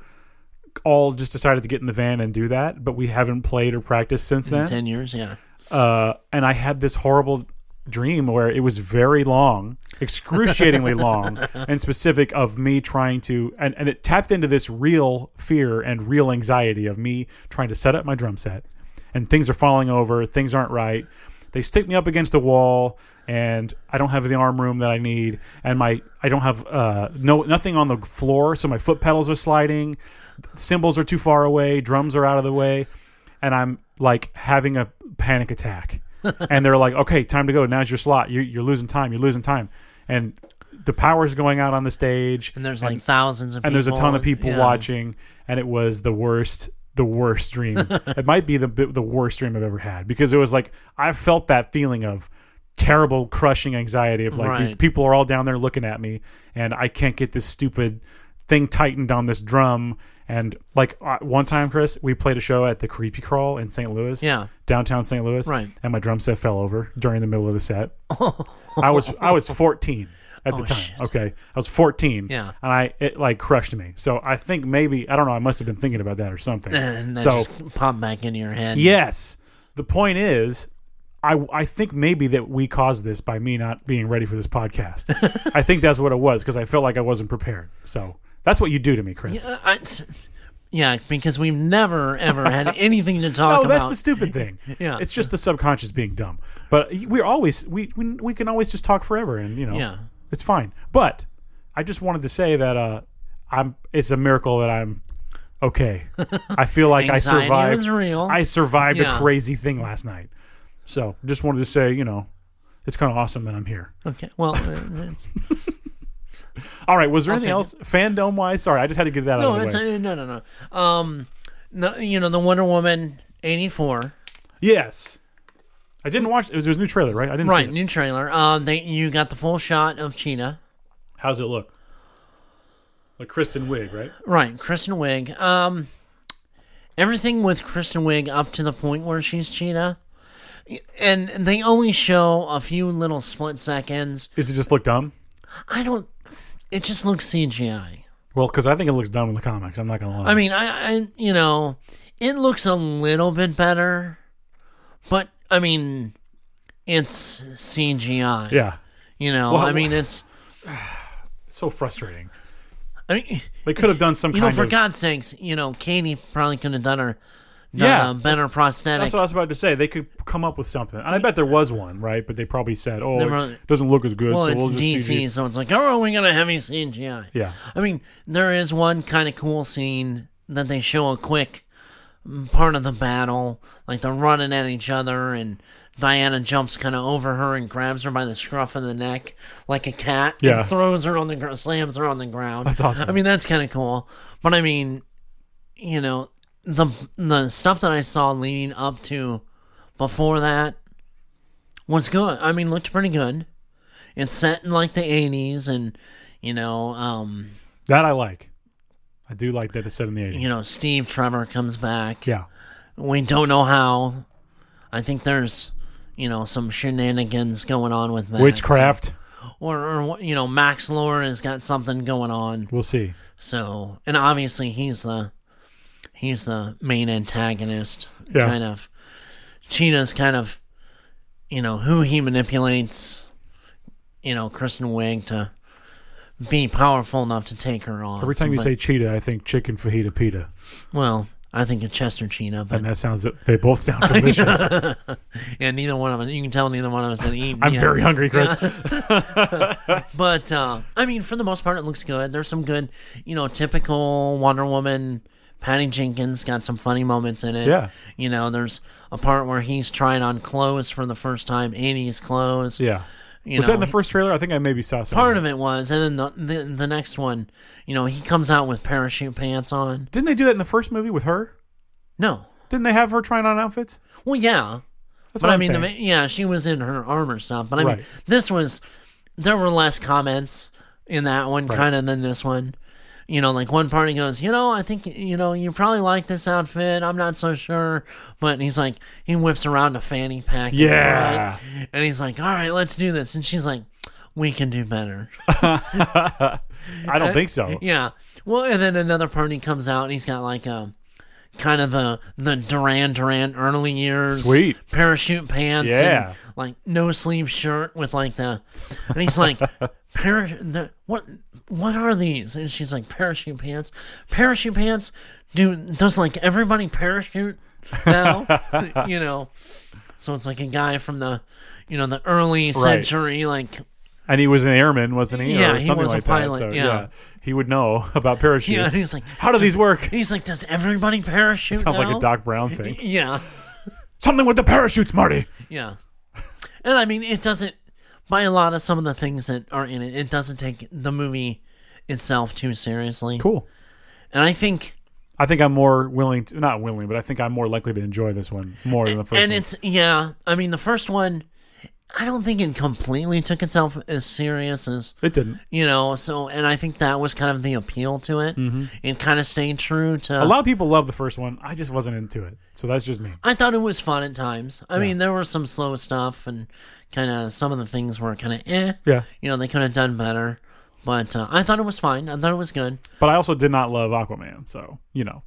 Speaker 2: all just decided to get in the van and do that, but we haven't played or practiced since then
Speaker 1: Ten years. Yeah.
Speaker 2: uh, and I had this horrible dream where it was very long, excruciatingly long, and specific of me trying to, and, and it tapped into this real fear and real anxiety of me trying to set up my drum set, and things are falling over, things aren't right. They stick me up against a wall, and I don't have the arm room that I need, and my I don't have uh, no nothing on the floor, so my foot pedals are sliding, cymbals are too far away, drums are out of the way and I'm like having a panic
Speaker 1: [LAUGHS]
Speaker 2: attack. and they're like, "Okay, time to go. Now's your slot. You're, you're losing time. You're losing time." And the power's going out on the stage,
Speaker 1: And there's like thousands of people.
Speaker 2: and there's a ton of people
Speaker 1: yeah.
Speaker 2: watching, and it was the worst, the
Speaker 1: [LAUGHS]
Speaker 2: worst dream. it might be the bit- the worst dream I've ever had because it was like I felt that feeling of terrible, crushing anxiety of like these
Speaker 1: Right.
Speaker 2: people are all down there looking at me, and I can't get this stupid thing tightened on this drum. And like uh, one time, Chris, we played a show at the Creepy Crawl in St. Louis
Speaker 1: Yeah.
Speaker 2: downtown St. Louis,
Speaker 1: Right.
Speaker 2: And my drum set fell over during the middle of the set. I was I was 14 at the
Speaker 1: Oh,
Speaker 2: time.
Speaker 1: shit.
Speaker 2: Okay, I was 14.
Speaker 1: Yeah.
Speaker 2: and I it like crushed me. So I think maybe I don't know. I must have been thinking about that or something.
Speaker 1: And that
Speaker 2: so
Speaker 1: just popped back into your head.
Speaker 2: yes, the point is. I, I think maybe that we caused this by me not being ready for this
Speaker 1: [LAUGHS]
Speaker 2: podcast. I think that's what it was because I felt like I wasn't prepared. So that's what you do to me, Chris.
Speaker 1: Uh, I- it's- yeah, because we've never ever
Speaker 2: [LAUGHS]
Speaker 1: had anything to talk
Speaker 2: Oh,
Speaker 1: about.
Speaker 2: that's the stupid thing.
Speaker 1: [LAUGHS] Yeah.
Speaker 2: it's just the subconscious being dumb. But we're always we, we we can always just talk forever, and you know,
Speaker 1: Yeah.
Speaker 2: it's fine. But I just wanted to say that uh, I'm. It's a miracle that I'm okay.
Speaker 1: [LAUGHS]
Speaker 2: I feel like I
Speaker 1: Anxiety
Speaker 2: survived.
Speaker 1: was real.
Speaker 2: I survived
Speaker 1: Yeah.
Speaker 2: a crazy thing last night. So just wanted to say, you know, it's kind of awesome that I'm here.
Speaker 1: okay. Well, uh, it's-
Speaker 2: All right, was there anything
Speaker 1: take
Speaker 2: else fandom wise? Sorry, I just had to get that out
Speaker 1: no,
Speaker 2: of the
Speaker 1: it's,
Speaker 2: way.
Speaker 1: uh, no, no, no. Um, no, you know the Wonder Woman eighty four.
Speaker 2: yes, I didn't watch. It was, there was a new trailer, right? I didn't
Speaker 1: Right,
Speaker 2: see it.
Speaker 1: new trailer. Um, they you got the full shot of Cheetah.
Speaker 2: How's it look? Like Kristen Wiig, right?
Speaker 1: Right, Kristen Wiig. Um, everything with Kristen Wiig up to the point where she's Cheetah, and they only show a few little split seconds.
Speaker 2: Does it just look dumb?
Speaker 1: I don't. It just looks CGI.
Speaker 2: Well, because I think it looks dumb in the comics. I'm not gonna lie.
Speaker 1: I mean, I, I, you know, it looks a little bit better, but I mean, it's CGI.
Speaker 2: yeah,
Speaker 1: You know,
Speaker 2: Well,
Speaker 1: I mean, it's.
Speaker 2: it's so frustrating.
Speaker 1: I mean,
Speaker 2: They could have done some
Speaker 1: you know,
Speaker 2: kind
Speaker 1: for
Speaker 2: of
Speaker 1: God's sakes, you know, Katie probably could have done her the
Speaker 2: Yeah.
Speaker 1: better prosthetic.
Speaker 2: That's what I was about to say. They could come up with something, and I bet there was one, right? But they probably said, "Oh,
Speaker 1: There was-
Speaker 2: it doesn't look as good,
Speaker 1: well,
Speaker 2: so
Speaker 1: it's
Speaker 2: we'll just
Speaker 1: DC,
Speaker 2: CG."
Speaker 1: so it's like, oh, we got a heavy CGI.
Speaker 2: Yeah,
Speaker 1: I mean, there is one kind of cool scene that they show a quick mm, part of the battle, like they're running at each other, and Diana jumps kind of over her and grabs her by the scruff of the neck like a cat,
Speaker 2: Yeah.
Speaker 1: and throws her on the ground, slams her on the ground.
Speaker 2: That's awesome.
Speaker 1: I mean, that's kind of cool, but I mean, you know, the the stuff that I saw leading up to before that was good. I mean, looked pretty good. It's set in like the '80s, and you know, um,
Speaker 2: that I like. I do like that it's set in the eighties.
Speaker 1: you know, Steve Trevor comes back.
Speaker 2: Yeah,
Speaker 1: We don't know how. I think there's, you know, some shenanigans going on with that.
Speaker 2: witchcraft.
Speaker 1: So- or, or, you know, Max Lord has got something going on.
Speaker 2: We'll see.
Speaker 1: So, and obviously he's the, he's the main antagonist.
Speaker 2: Yeah.
Speaker 1: Kind of. Cheetah's kind of, you know, who he manipulates, you know, Kristen Wiig to be powerful enough to take her on.
Speaker 2: Every time you
Speaker 1: But-
Speaker 2: say cheetah, I think chicken fajita pita,
Speaker 1: well, I think of Chester Cheetah, but
Speaker 2: and that sounds. They
Speaker 1: [LAUGHS]
Speaker 2: both sound delicious.
Speaker 1: Yeah, neither one of us. You can tell neither one of us had eaten.
Speaker 2: I'm
Speaker 1: yet.
Speaker 2: very
Speaker 1: [LAUGHS]
Speaker 2: hungry, Chris.
Speaker 1: But uh, I mean, for the most part, it looks good. There's some good, you know, typical Wonder Woman. Patty Jenkins got some funny moments in it.
Speaker 2: Yeah.
Speaker 1: You know, there's a part where he's trying on clothes for the first time, 80s clothes.
Speaker 2: Yeah.
Speaker 1: You
Speaker 2: was
Speaker 1: know,
Speaker 2: that in the first trailer? I think I maybe saw something.
Speaker 1: part of it was, and then the, the the next one, you know, he comes out with parachute pants on.
Speaker 2: Didn't they do that in the first movie with her?
Speaker 1: No.
Speaker 2: Didn't they have her trying on outfits?
Speaker 1: Well, yeah.
Speaker 2: That's
Speaker 1: but
Speaker 2: what
Speaker 1: I
Speaker 2: I'm
Speaker 1: mean, the,
Speaker 2: saying.
Speaker 1: ma- yeah, she was in her armor stuff. But I mean,
Speaker 2: Right.
Speaker 1: this was there were less comments in that one kind of than this one. You know, like one party goes, you know, I think you know you probably like this outfit. I'm not so sure, but he's like he whips around a fanny pack. in
Speaker 2: Yeah.
Speaker 1: front, and he's like, all right, let's do this. And she's like, we can do better.
Speaker 2: I don't think so.
Speaker 1: Yeah. Well, and then another party comes out and he's got like a kind of the the Duran Duran early years
Speaker 2: Sweet.
Speaker 1: parachute pants
Speaker 2: Yeah.
Speaker 1: and like no sleeve shirt with like the and he's
Speaker 2: [LAUGHS]
Speaker 1: like para- the, what what are these and she's like parachute pants parachute pants dude does like everybody parachute
Speaker 2: [LAUGHS]
Speaker 1: now you know so it's like a guy from the you know the early century like
Speaker 2: And he was an airman, wasn't he?
Speaker 1: Yeah,
Speaker 2: or
Speaker 1: he
Speaker 2: something
Speaker 1: was a
Speaker 2: like
Speaker 1: pilot,
Speaker 2: That. So,
Speaker 1: yeah.
Speaker 2: he would know [LAUGHS] about parachutes.
Speaker 1: yeah he's like
Speaker 2: How do these
Speaker 1: [LAUGHS]
Speaker 2: work?
Speaker 1: he's like does everybody parachute
Speaker 2: Sounds like
Speaker 1: now?"
Speaker 2: a Doc
Speaker 1: [LAUGHS]
Speaker 2: Brown thing.
Speaker 1: Yeah,
Speaker 2: Something with the parachutes, Marty.
Speaker 1: yeah. And I mean, it doesn't. By a lot of some of the things that are in it, it doesn't take the movie itself too seriously.
Speaker 2: Cool.
Speaker 1: And I think,
Speaker 2: I think I'm more willing to not willing, but I think I'm more likely to enjoy this one more than the first
Speaker 1: and
Speaker 2: one.
Speaker 1: it's yeah. I mean, the first one, I don't think it completely took itself as serious as
Speaker 2: it didn't.
Speaker 1: you know. So, and I think that was kind of the appeal to it. It kind of stayed true to
Speaker 2: Mm-hmm. A lot of people love the first one. I just wasn't into it. So that's just me.
Speaker 1: I thought it was fun at times. I mean, there were some slow stuff and kind of some of the things were kind of eh.
Speaker 2: Yeah.
Speaker 1: You know, they could have done better. But uh, I thought it was fine. I thought it was good.
Speaker 2: But I also did not love Aquaman, so you know.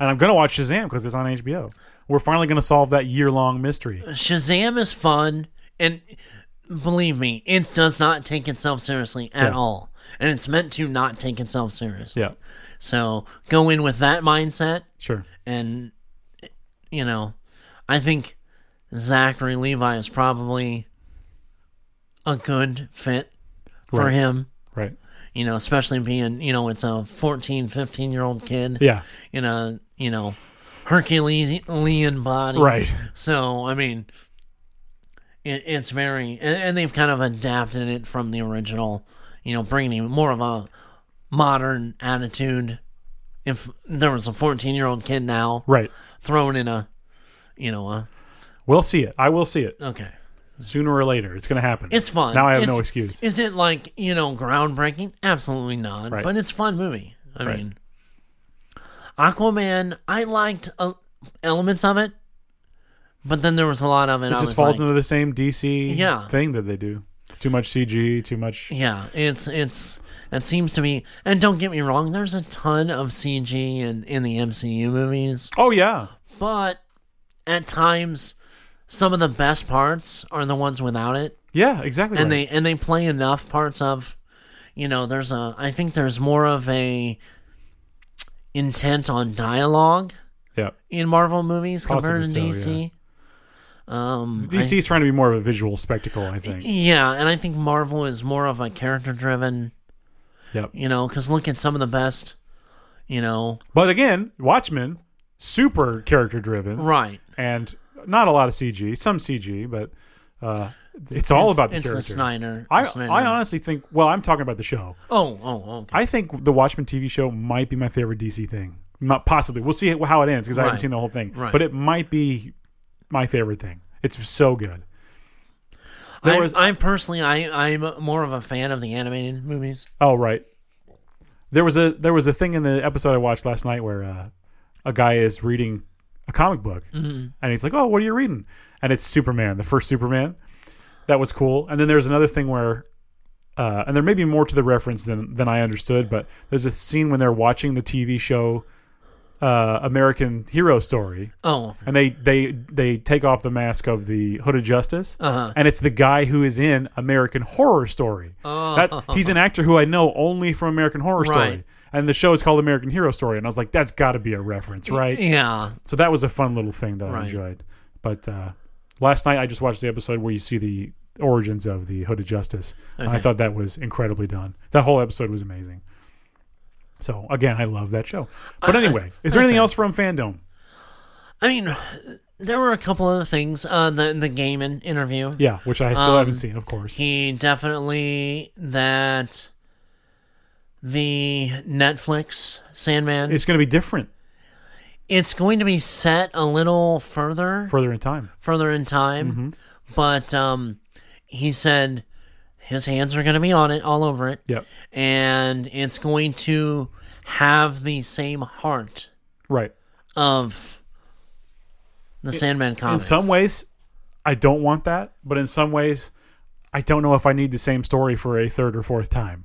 Speaker 2: And I'm gonna watch Shazam because it's on HBO. We're finally gonna solve that year long mystery.
Speaker 1: Uh, Shazam is fun. And believe me, it does not take itself seriously at
Speaker 2: Yeah.
Speaker 1: all. And it's meant to not take itself seriously.
Speaker 2: Yeah,
Speaker 1: So go in with that mindset.
Speaker 2: sure.
Speaker 1: And, you know, I think Zachary Levi is probably a good fit for
Speaker 2: Right.
Speaker 1: him.
Speaker 2: Right.
Speaker 1: you know especially being you know it's a 14 15 year old kid
Speaker 2: Yeah.
Speaker 1: in a you know herculean body
Speaker 2: Right.
Speaker 1: so i mean it, it's very and, and they've kind of adapted it from the original you know bringing more of a modern attitude if there was a 14 year old kid now
Speaker 2: Right.
Speaker 1: thrown in a you know a
Speaker 2: We'll see it. I will see it
Speaker 1: okay
Speaker 2: sooner or later. It's gonna happen.
Speaker 1: it's fun
Speaker 2: Now I have
Speaker 1: It's-
Speaker 2: no excuse.
Speaker 1: is it like you know groundbreaking absolutely not
Speaker 2: Right.
Speaker 1: but it's a fun movie i
Speaker 2: Right.
Speaker 1: mean aquaman i liked uh, elements of it but then there was a lot of it,
Speaker 2: It
Speaker 1: I
Speaker 2: just
Speaker 1: was
Speaker 2: falls
Speaker 1: like,
Speaker 2: into the same DC
Speaker 1: Yeah.
Speaker 2: thing that they do. It's too much CG. Too much.
Speaker 1: yeah it's it's it seems to be and don't get me wrong there's a ton of cg in in the mcu movies
Speaker 2: Oh yeah.
Speaker 1: but at times some of the best parts are the ones without it
Speaker 2: Yeah. Exactly.
Speaker 1: and
Speaker 2: right.
Speaker 1: they and they play enough parts of you know there's a i think there's more of a intent on dialogue
Speaker 2: Yeah.
Speaker 1: in Marvel movies compared to
Speaker 2: Possibly so,
Speaker 1: DC. Um,
Speaker 2: DC's is trying to be more of a visual spectacle, I think.
Speaker 1: Yeah, and I think Marvel is more of a character driven,
Speaker 2: Yep.
Speaker 1: you know, because look at some of the best, you know,
Speaker 2: But again, Watchmen, super character driven
Speaker 1: right.
Speaker 2: and not a lot of CG, some CG, but uh, it's all
Speaker 1: It's-
Speaker 2: about the
Speaker 1: it's
Speaker 2: characters.
Speaker 1: the Snyder.
Speaker 2: I,
Speaker 1: the Snyder.
Speaker 2: I honestly think, well, I'm talking about the show.
Speaker 1: oh, oh, okay.
Speaker 2: I think the Watchmen TV show might be my favorite DC thing. Not possibly. We'll see how it ends because I haven't
Speaker 1: Right.
Speaker 2: seen the whole thing.
Speaker 1: Right.
Speaker 2: But it might be my favorite thing. It's so good. There
Speaker 1: I,
Speaker 2: was-
Speaker 1: I'm personally, I, I'm more of a fan of the animated movies.
Speaker 2: Oh right. There was a there was a thing in the episode I watched last night where uh, a guy is reading a comic book and he's like, "Oh, what are you reading?" And it's Superman, the first Superman. That was cool. And then there's another thing where, uh, and there may be more to the reference than than I understood, but there's a scene when they're watching the TV show uh, American Hero Story,
Speaker 1: Oh,
Speaker 2: and they they they take off the mask of the Hood of Justice,
Speaker 1: Uh-huh.
Speaker 2: and it's the guy who is in American Horror Story.
Speaker 1: [LAUGHS]
Speaker 2: That's he's an actor who I know only from American Horror Story,
Speaker 1: Oh. Right.
Speaker 2: and the show is called American Hero Story. And I was like, that's got to be a reference, right?
Speaker 1: yeah.
Speaker 2: So that was a fun little thing that I
Speaker 1: Right.
Speaker 2: enjoyed. But uh, last night I just watched the episode where you see the origins of the Hood of Justice, and I
Speaker 1: Okay.
Speaker 2: thought that was incredibly done. That whole episode was amazing. So again, I love that show. But
Speaker 1: I- I-
Speaker 2: anyway, is there anything
Speaker 1: listen.
Speaker 2: else from Fandom?
Speaker 1: I mean, there were a couple other things. Uh, the the Gaiman interview.
Speaker 2: Yeah, which I still
Speaker 1: Um,
Speaker 2: haven't seen, of course.
Speaker 1: He definitely that the Netflix Sandman. It's,
Speaker 2: It's going to be different
Speaker 1: going to be set a little further,
Speaker 2: further in time.
Speaker 1: further in time,
Speaker 2: Mm-hmm.
Speaker 1: but um, he said his hands are going to be on it, all over it,
Speaker 2: Yep.
Speaker 1: and it's going to have the same heart
Speaker 2: Right.
Speaker 1: of the Sandman
Speaker 2: In
Speaker 1: comics.
Speaker 2: some ways, I don't want that, but in some ways, I don't know if I need the same story for a third or fourth time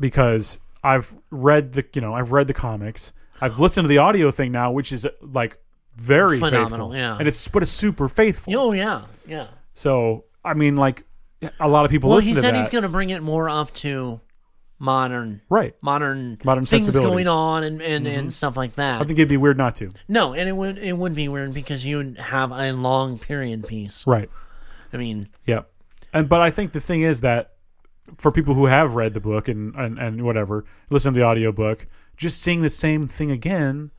Speaker 2: because I've read the you know I've read the comics. I've listened to the audio thing now, which is like very
Speaker 1: Phenomenal,
Speaker 2: faithful.
Speaker 1: yeah.
Speaker 2: and it's but it's super faithful.
Speaker 1: Oh yeah, yeah.
Speaker 2: so I mean, like a lot of people
Speaker 1: Well,
Speaker 2: listen
Speaker 1: he
Speaker 2: to
Speaker 1: said
Speaker 2: that,
Speaker 1: he's going to bring it more up to modern,
Speaker 2: right?
Speaker 1: modern,
Speaker 2: Modern
Speaker 1: things
Speaker 2: sensibilities. Mm-hmm.
Speaker 1: going on and and, and stuff like that.
Speaker 2: I think it'd be weird not to,
Speaker 1: no, and it would it would be weird because you would have a long period piece.
Speaker 2: right?
Speaker 1: I mean,
Speaker 2: Yeah. And but I think the thing is that for people who have read the book and and, and whatever, listen to the audiobook, just seeing the same thing again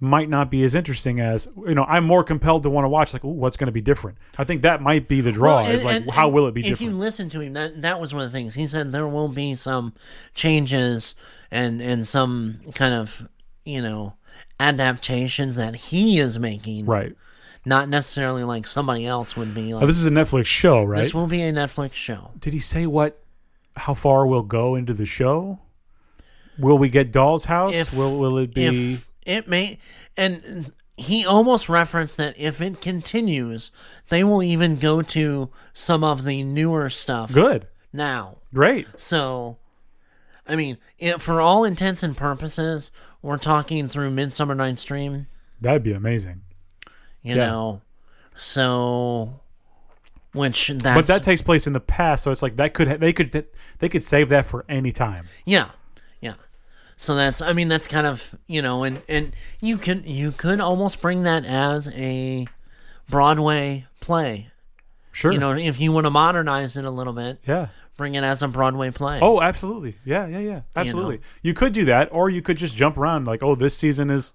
Speaker 2: might not be as interesting as you know, I'm more compelled to want to watch like, oh, what's gonna be different? I think that might be the draw
Speaker 1: Well,
Speaker 2: is
Speaker 1: and-
Speaker 2: like
Speaker 1: and-
Speaker 2: how
Speaker 1: and
Speaker 2: will it be
Speaker 1: If you
Speaker 2: different?
Speaker 1: listen to him, that that was one of the things he said. There will be some changes and and some kind of you know adaptations that he is making,
Speaker 2: right.
Speaker 1: not necessarily like somebody else would be.
Speaker 2: Now,
Speaker 1: Like,
Speaker 2: this is a Netflix show, right?
Speaker 1: Uh, this will be a Netflix show.
Speaker 2: Did he say what how far we'll go into the show? Will we get Doll's House?
Speaker 1: If-
Speaker 2: will will it be
Speaker 1: if it may and he almost referenced that if it continues they will even go to some of the newer stuff
Speaker 2: good?
Speaker 1: now
Speaker 2: Great.
Speaker 1: so i mean it, for all intents and purposes we're talking through midsummer Night's Dream,
Speaker 2: That'd be amazing.
Speaker 1: you
Speaker 2: Yeah.
Speaker 1: know so which that's
Speaker 2: but that takes place in the past, so it's like that could they could they could save that for any time.
Speaker 1: Yeah, yeah. So that's I mean that's kind of you know and and you can you could almost bring that as a Broadway play.
Speaker 2: Sure.
Speaker 1: You know if you want to modernize it a little bit,
Speaker 2: yeah.
Speaker 1: bring it as a Broadway play.
Speaker 2: Oh, absolutely. Yeah, yeah, yeah. Absolutely. You, could do that, or you could just jump around like, oh, this season is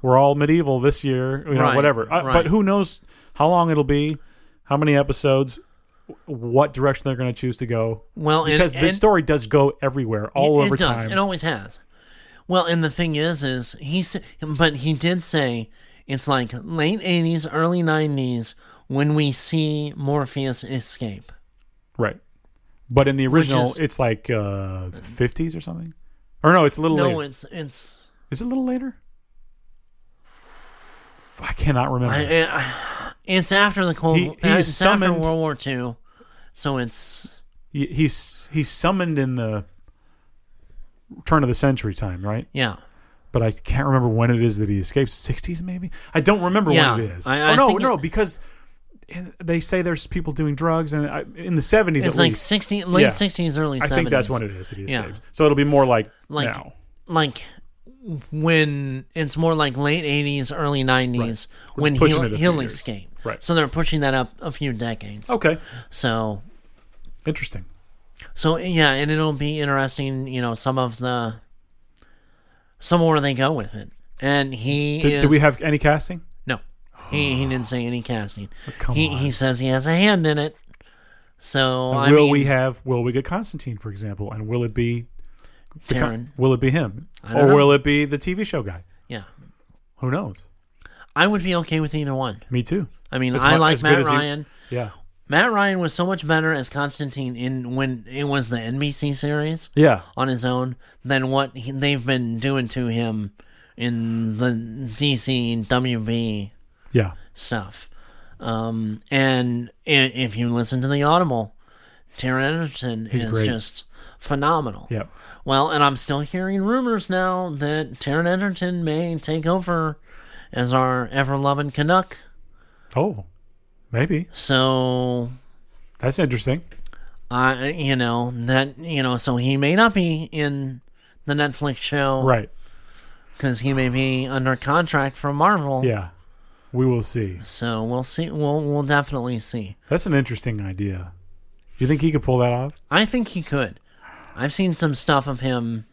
Speaker 2: we're all medieval this year, you know,
Speaker 1: Right,
Speaker 2: whatever. Uh, But
Speaker 1: right.
Speaker 2: who knows how long it'll be, how many episodes, wh- what direction they're going to choose to go?
Speaker 1: well, and-
Speaker 2: Because
Speaker 1: and
Speaker 2: this story does go everywhere, all
Speaker 1: it,
Speaker 2: over
Speaker 1: it does.
Speaker 2: time.
Speaker 1: It always has. Well, and the thing is, is he s- but he did say it's like late '80s, early '90s when we see Morpheus escape.
Speaker 2: right. But in the original,
Speaker 1: is-
Speaker 2: it's like uh, 50s or something. Or no, it's a little
Speaker 1: No,
Speaker 2: later.
Speaker 1: it's it's
Speaker 2: Is it a little later? F- I cannot remember.
Speaker 1: I, I, it's after the Cold.
Speaker 2: He- he
Speaker 1: War.
Speaker 2: is
Speaker 1: it's
Speaker 2: summoned-
Speaker 1: after World War II, so it's
Speaker 2: He- he's he's summoned in the turn of the century time, right?
Speaker 1: yeah,
Speaker 2: But I can't remember when it is that he escapes. Sixties, maybe. I don't remember
Speaker 1: Yeah,
Speaker 2: when it is.
Speaker 1: I-
Speaker 2: oh
Speaker 1: I
Speaker 2: no,
Speaker 1: think
Speaker 2: no,
Speaker 1: it-
Speaker 2: because they say there's people doing drugs, and I, in the seventies at
Speaker 1: it's like
Speaker 2: least,
Speaker 1: sixty, late
Speaker 2: Yeah.
Speaker 1: sixties, early.
Speaker 2: I
Speaker 1: 70s.
Speaker 2: think that's when it is that he
Speaker 1: Yeah.
Speaker 2: escapes. So it'll be more like,
Speaker 1: Like-
Speaker 2: now.
Speaker 1: Like when it's more like late 80s, early 90s
Speaker 2: We're
Speaker 1: when
Speaker 2: just pushing
Speaker 1: he'll,
Speaker 2: it a few
Speaker 1: he'll
Speaker 2: years.
Speaker 1: escape.
Speaker 2: Right. Oh.
Speaker 1: So they're pushing that up a few decades.
Speaker 2: Okay.
Speaker 1: So
Speaker 2: Interesting.
Speaker 1: so yeah, and it'll be interesting. You know, some of the some where they go with it. And he
Speaker 2: Did,
Speaker 1: is
Speaker 2: did we have any casting?
Speaker 1: no. He he didn't say any casting.
Speaker 2: Oh, come
Speaker 1: he
Speaker 2: on.
Speaker 1: he says he has a hand in it. So I
Speaker 2: will
Speaker 1: mean,
Speaker 2: we have? Will we get Constantine, for example? And will it be? the co-
Speaker 1: Taron.
Speaker 2: will it be him,
Speaker 1: don't
Speaker 2: or
Speaker 1: know.
Speaker 2: will it be the TV show guy?
Speaker 1: yeah,
Speaker 2: Who knows?
Speaker 1: I would be okay with either one.
Speaker 2: Me too.
Speaker 1: I mean,
Speaker 2: As
Speaker 1: I
Speaker 2: mu-
Speaker 1: like
Speaker 2: as good
Speaker 1: Matt
Speaker 2: as he-
Speaker 1: Ryan.
Speaker 2: Yeah.
Speaker 1: Matt Ryan was so much better as Constantine in when it was the NBC series
Speaker 2: Yeah.
Speaker 1: on his own than what he, they've been doing to him in the DC WB
Speaker 2: Yeah.
Speaker 1: stuff. Um, and i- if you listen to the Audible, Taron Egerton is
Speaker 2: great.
Speaker 1: just phenomenal.
Speaker 2: Yeah.
Speaker 1: Well, and I'm still hearing rumors now that Taron Egerton may take over as our ever loving Canuck.
Speaker 2: Oh, maybe
Speaker 1: So
Speaker 2: that's interesting.
Speaker 1: I, you know, that, you know, so he may not be in the Netflix show
Speaker 2: Right.
Speaker 1: because he may be under contract from Marvel.
Speaker 2: Yeah. We will see.
Speaker 1: So we'll see. We'll we'll definitely see.
Speaker 2: That's an interesting idea. You think he could pull that off?
Speaker 1: I think he could. I've seen some stuff of him.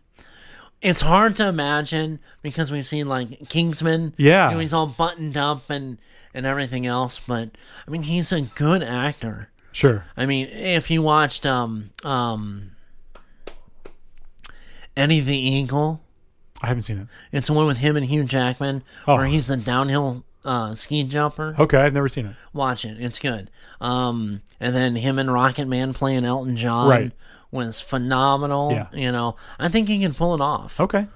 Speaker 1: It's hard to imagine because we've seen like Kingsman.
Speaker 2: Yeah.
Speaker 1: you know, he's all buttoned up and and everything else. But I mean, he's a good actor.
Speaker 2: Sure.
Speaker 1: I mean, if you watched um um Eddie the Eagle,
Speaker 2: I haven't seen it.
Speaker 1: It's the one with him and Hugh Jackman,
Speaker 2: Oh.
Speaker 1: where he's the downhill uh, ski jumper.
Speaker 2: Okay, I've never seen it.
Speaker 1: Watch it; it's good. Um, and then him and Rocket Man playing Elton John
Speaker 2: Right.
Speaker 1: was phenomenal.
Speaker 2: Yeah. Oh.
Speaker 1: You know, I think he can pull it off.
Speaker 2: Okay.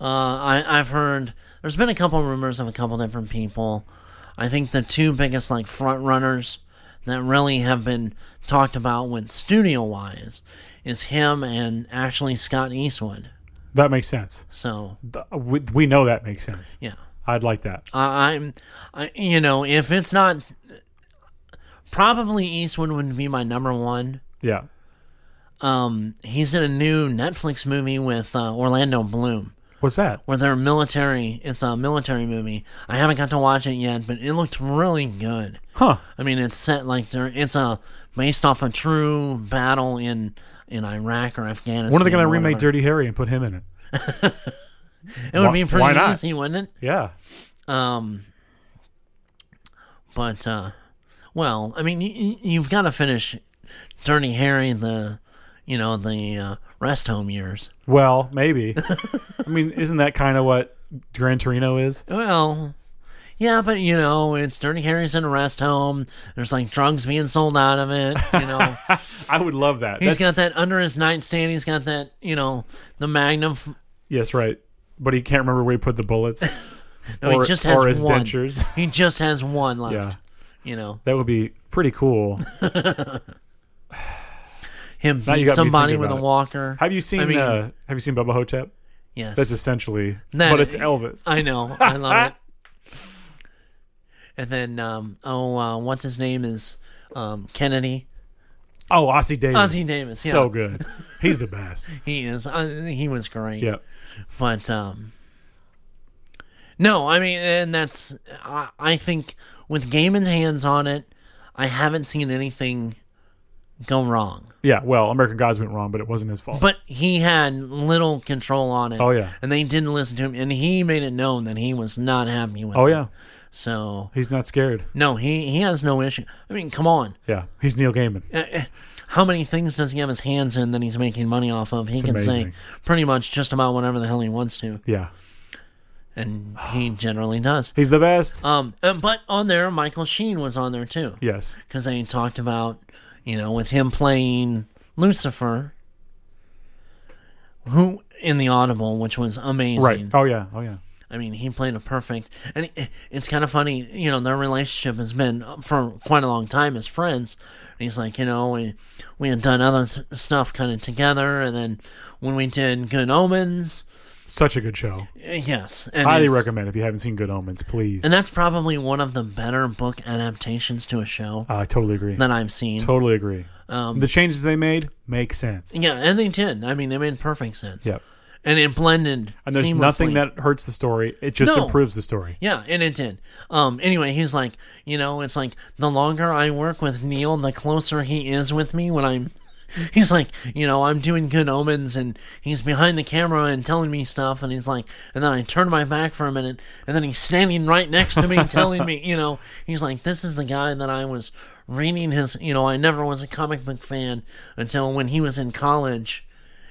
Speaker 1: Uh, I I've heard there's been a couple rumors of a couple different people. I think the two biggest like front runners that really have been talked about when studio wise is him and actually Scott Eastwood.
Speaker 2: That makes sense.
Speaker 1: So
Speaker 2: Th- We we know that makes sense.
Speaker 1: yeah.
Speaker 2: I'd like that.
Speaker 1: I, I'm, I, you know, if it's not, probably Eastwood would be my number one.
Speaker 2: Yeah.
Speaker 1: Um, he's in a new Netflix movie with uh, Orlando Bloom,
Speaker 2: What's that?
Speaker 1: where they're military. It's a military movie. I haven't got to watch it yet, but it looked really good.
Speaker 2: Huh.
Speaker 1: I mean, it's set like there. It's a based off a true battle in in Iraq or Afghanistan.
Speaker 2: When are they going
Speaker 1: or
Speaker 2: to remake
Speaker 1: whatever.
Speaker 2: Dirty Harry and put him in it?
Speaker 1: It would
Speaker 2: Why-
Speaker 1: be
Speaker 2: why
Speaker 1: pretty
Speaker 2: not?
Speaker 1: easy, wouldn't it?
Speaker 2: Yeah.
Speaker 1: Um, but uh, well, I mean, you, you've got to finish Dirty Harry the, you know, the uh, rest home years.
Speaker 2: Well, maybe. I mean, isn't that kind of what Gran Torino is?
Speaker 1: Well, yeah, but you know, it's Dirty Harry's in a rest home. There's like drugs being sold out of it. You
Speaker 2: [LAUGHS]
Speaker 1: know,
Speaker 2: I would love that.
Speaker 1: he's got
Speaker 2: That's,
Speaker 1: that under his nightstand. He's got that, you know, the Magnum. f-
Speaker 2: yes, right. But he can't remember where he put the bullets
Speaker 1: [LAUGHS] No, he
Speaker 2: or,
Speaker 1: just has
Speaker 2: or his
Speaker 1: one.
Speaker 2: dentures. [LAUGHS]
Speaker 1: He just has one left.
Speaker 2: Yeah.
Speaker 1: You know,
Speaker 2: That would be pretty cool.
Speaker 1: him
Speaker 2: you
Speaker 1: beat
Speaker 2: got me
Speaker 1: somebody
Speaker 2: thinking
Speaker 1: with a
Speaker 2: about it.
Speaker 1: walker.
Speaker 2: Have you seen
Speaker 1: I mean-
Speaker 2: uh, Have you seen Bubba Hotep?
Speaker 1: yes,
Speaker 2: That's essentially,
Speaker 1: That-
Speaker 2: but it's Elvis.
Speaker 1: I know. I
Speaker 2: [LAUGHS]
Speaker 1: love it. And then, um, oh, uh, what's his name is um, Kennedy.
Speaker 2: oh, Ossie Davis.
Speaker 1: Ozzy Davis, yeah.
Speaker 2: so good. He's
Speaker 1: [LAUGHS]
Speaker 2: the best.
Speaker 1: He is. Uh, he was great.
Speaker 2: Yeah,
Speaker 1: But um, no, I mean, and that's. I, I think with game and hands on it, I haven't seen anything go wrong.
Speaker 2: yeah. Well, American Gods went wrong, but it wasn't his fault.
Speaker 1: But he had little control on it.
Speaker 2: Oh, yeah.
Speaker 1: And they didn't listen to him, and he made it known that he was not happy with.
Speaker 2: oh
Speaker 1: it.
Speaker 2: yeah,
Speaker 1: So
Speaker 2: he's not scared.
Speaker 1: no, he he has no issue. I mean, come on.
Speaker 2: Yeah, he's Neil Gaiman.
Speaker 1: Uh, uh, how many things does he have his hands in that he's making money off of? He can say
Speaker 2: amazing.
Speaker 1: pretty much just about whatever the hell he wants to,
Speaker 2: Yeah,
Speaker 1: and
Speaker 2: [SIGHS]
Speaker 1: he generally does.
Speaker 2: he's the best.
Speaker 1: Um, uh, but on there, Michael Sheen was on there too
Speaker 2: yes.
Speaker 1: because they talked about you know with him playing Lucifer, who in the Audible, which was amazing.
Speaker 2: Right. Oh yeah. Oh yeah.
Speaker 1: I mean, he played a perfect, and it- it's kind of funny. You know, their relationship has been uh, for quite a long time as friends. And he's like, you know, we we had done other th- stuff kind of together, and then when we did Good Omens,
Speaker 2: Such a good show.
Speaker 1: eh, yes, and
Speaker 2: Highly
Speaker 1: it's-
Speaker 2: recommend if you haven't seen Good Omens, please.
Speaker 1: And that's probably one of the better book adaptations to a show
Speaker 2: I totally agree.
Speaker 1: that I've seen.
Speaker 2: Totally
Speaker 1: Um,
Speaker 2: agree. the changes they made make sense.
Speaker 1: yeah, and they did. I mean, they made perfect sense.
Speaker 2: Yep.
Speaker 1: and it blended.
Speaker 2: And there's
Speaker 1: seamlessly.
Speaker 2: nothing that hurts the story. It just
Speaker 1: No.
Speaker 2: improves the story.
Speaker 1: Yeah, and it did. Um, anyway, he's like, you know, it's like the longer I work with Neil, the closer he is with me when I'm. [LAUGHS] He's like, you know, I'm doing good omens, and he's behind the camera and telling me stuff, and he's like, and then I turn my back for a minute, and then he's standing right next to me, telling me, you know, he's like, this is the guy that I was reading his, you know, I never was a comic book fan until when he was in college,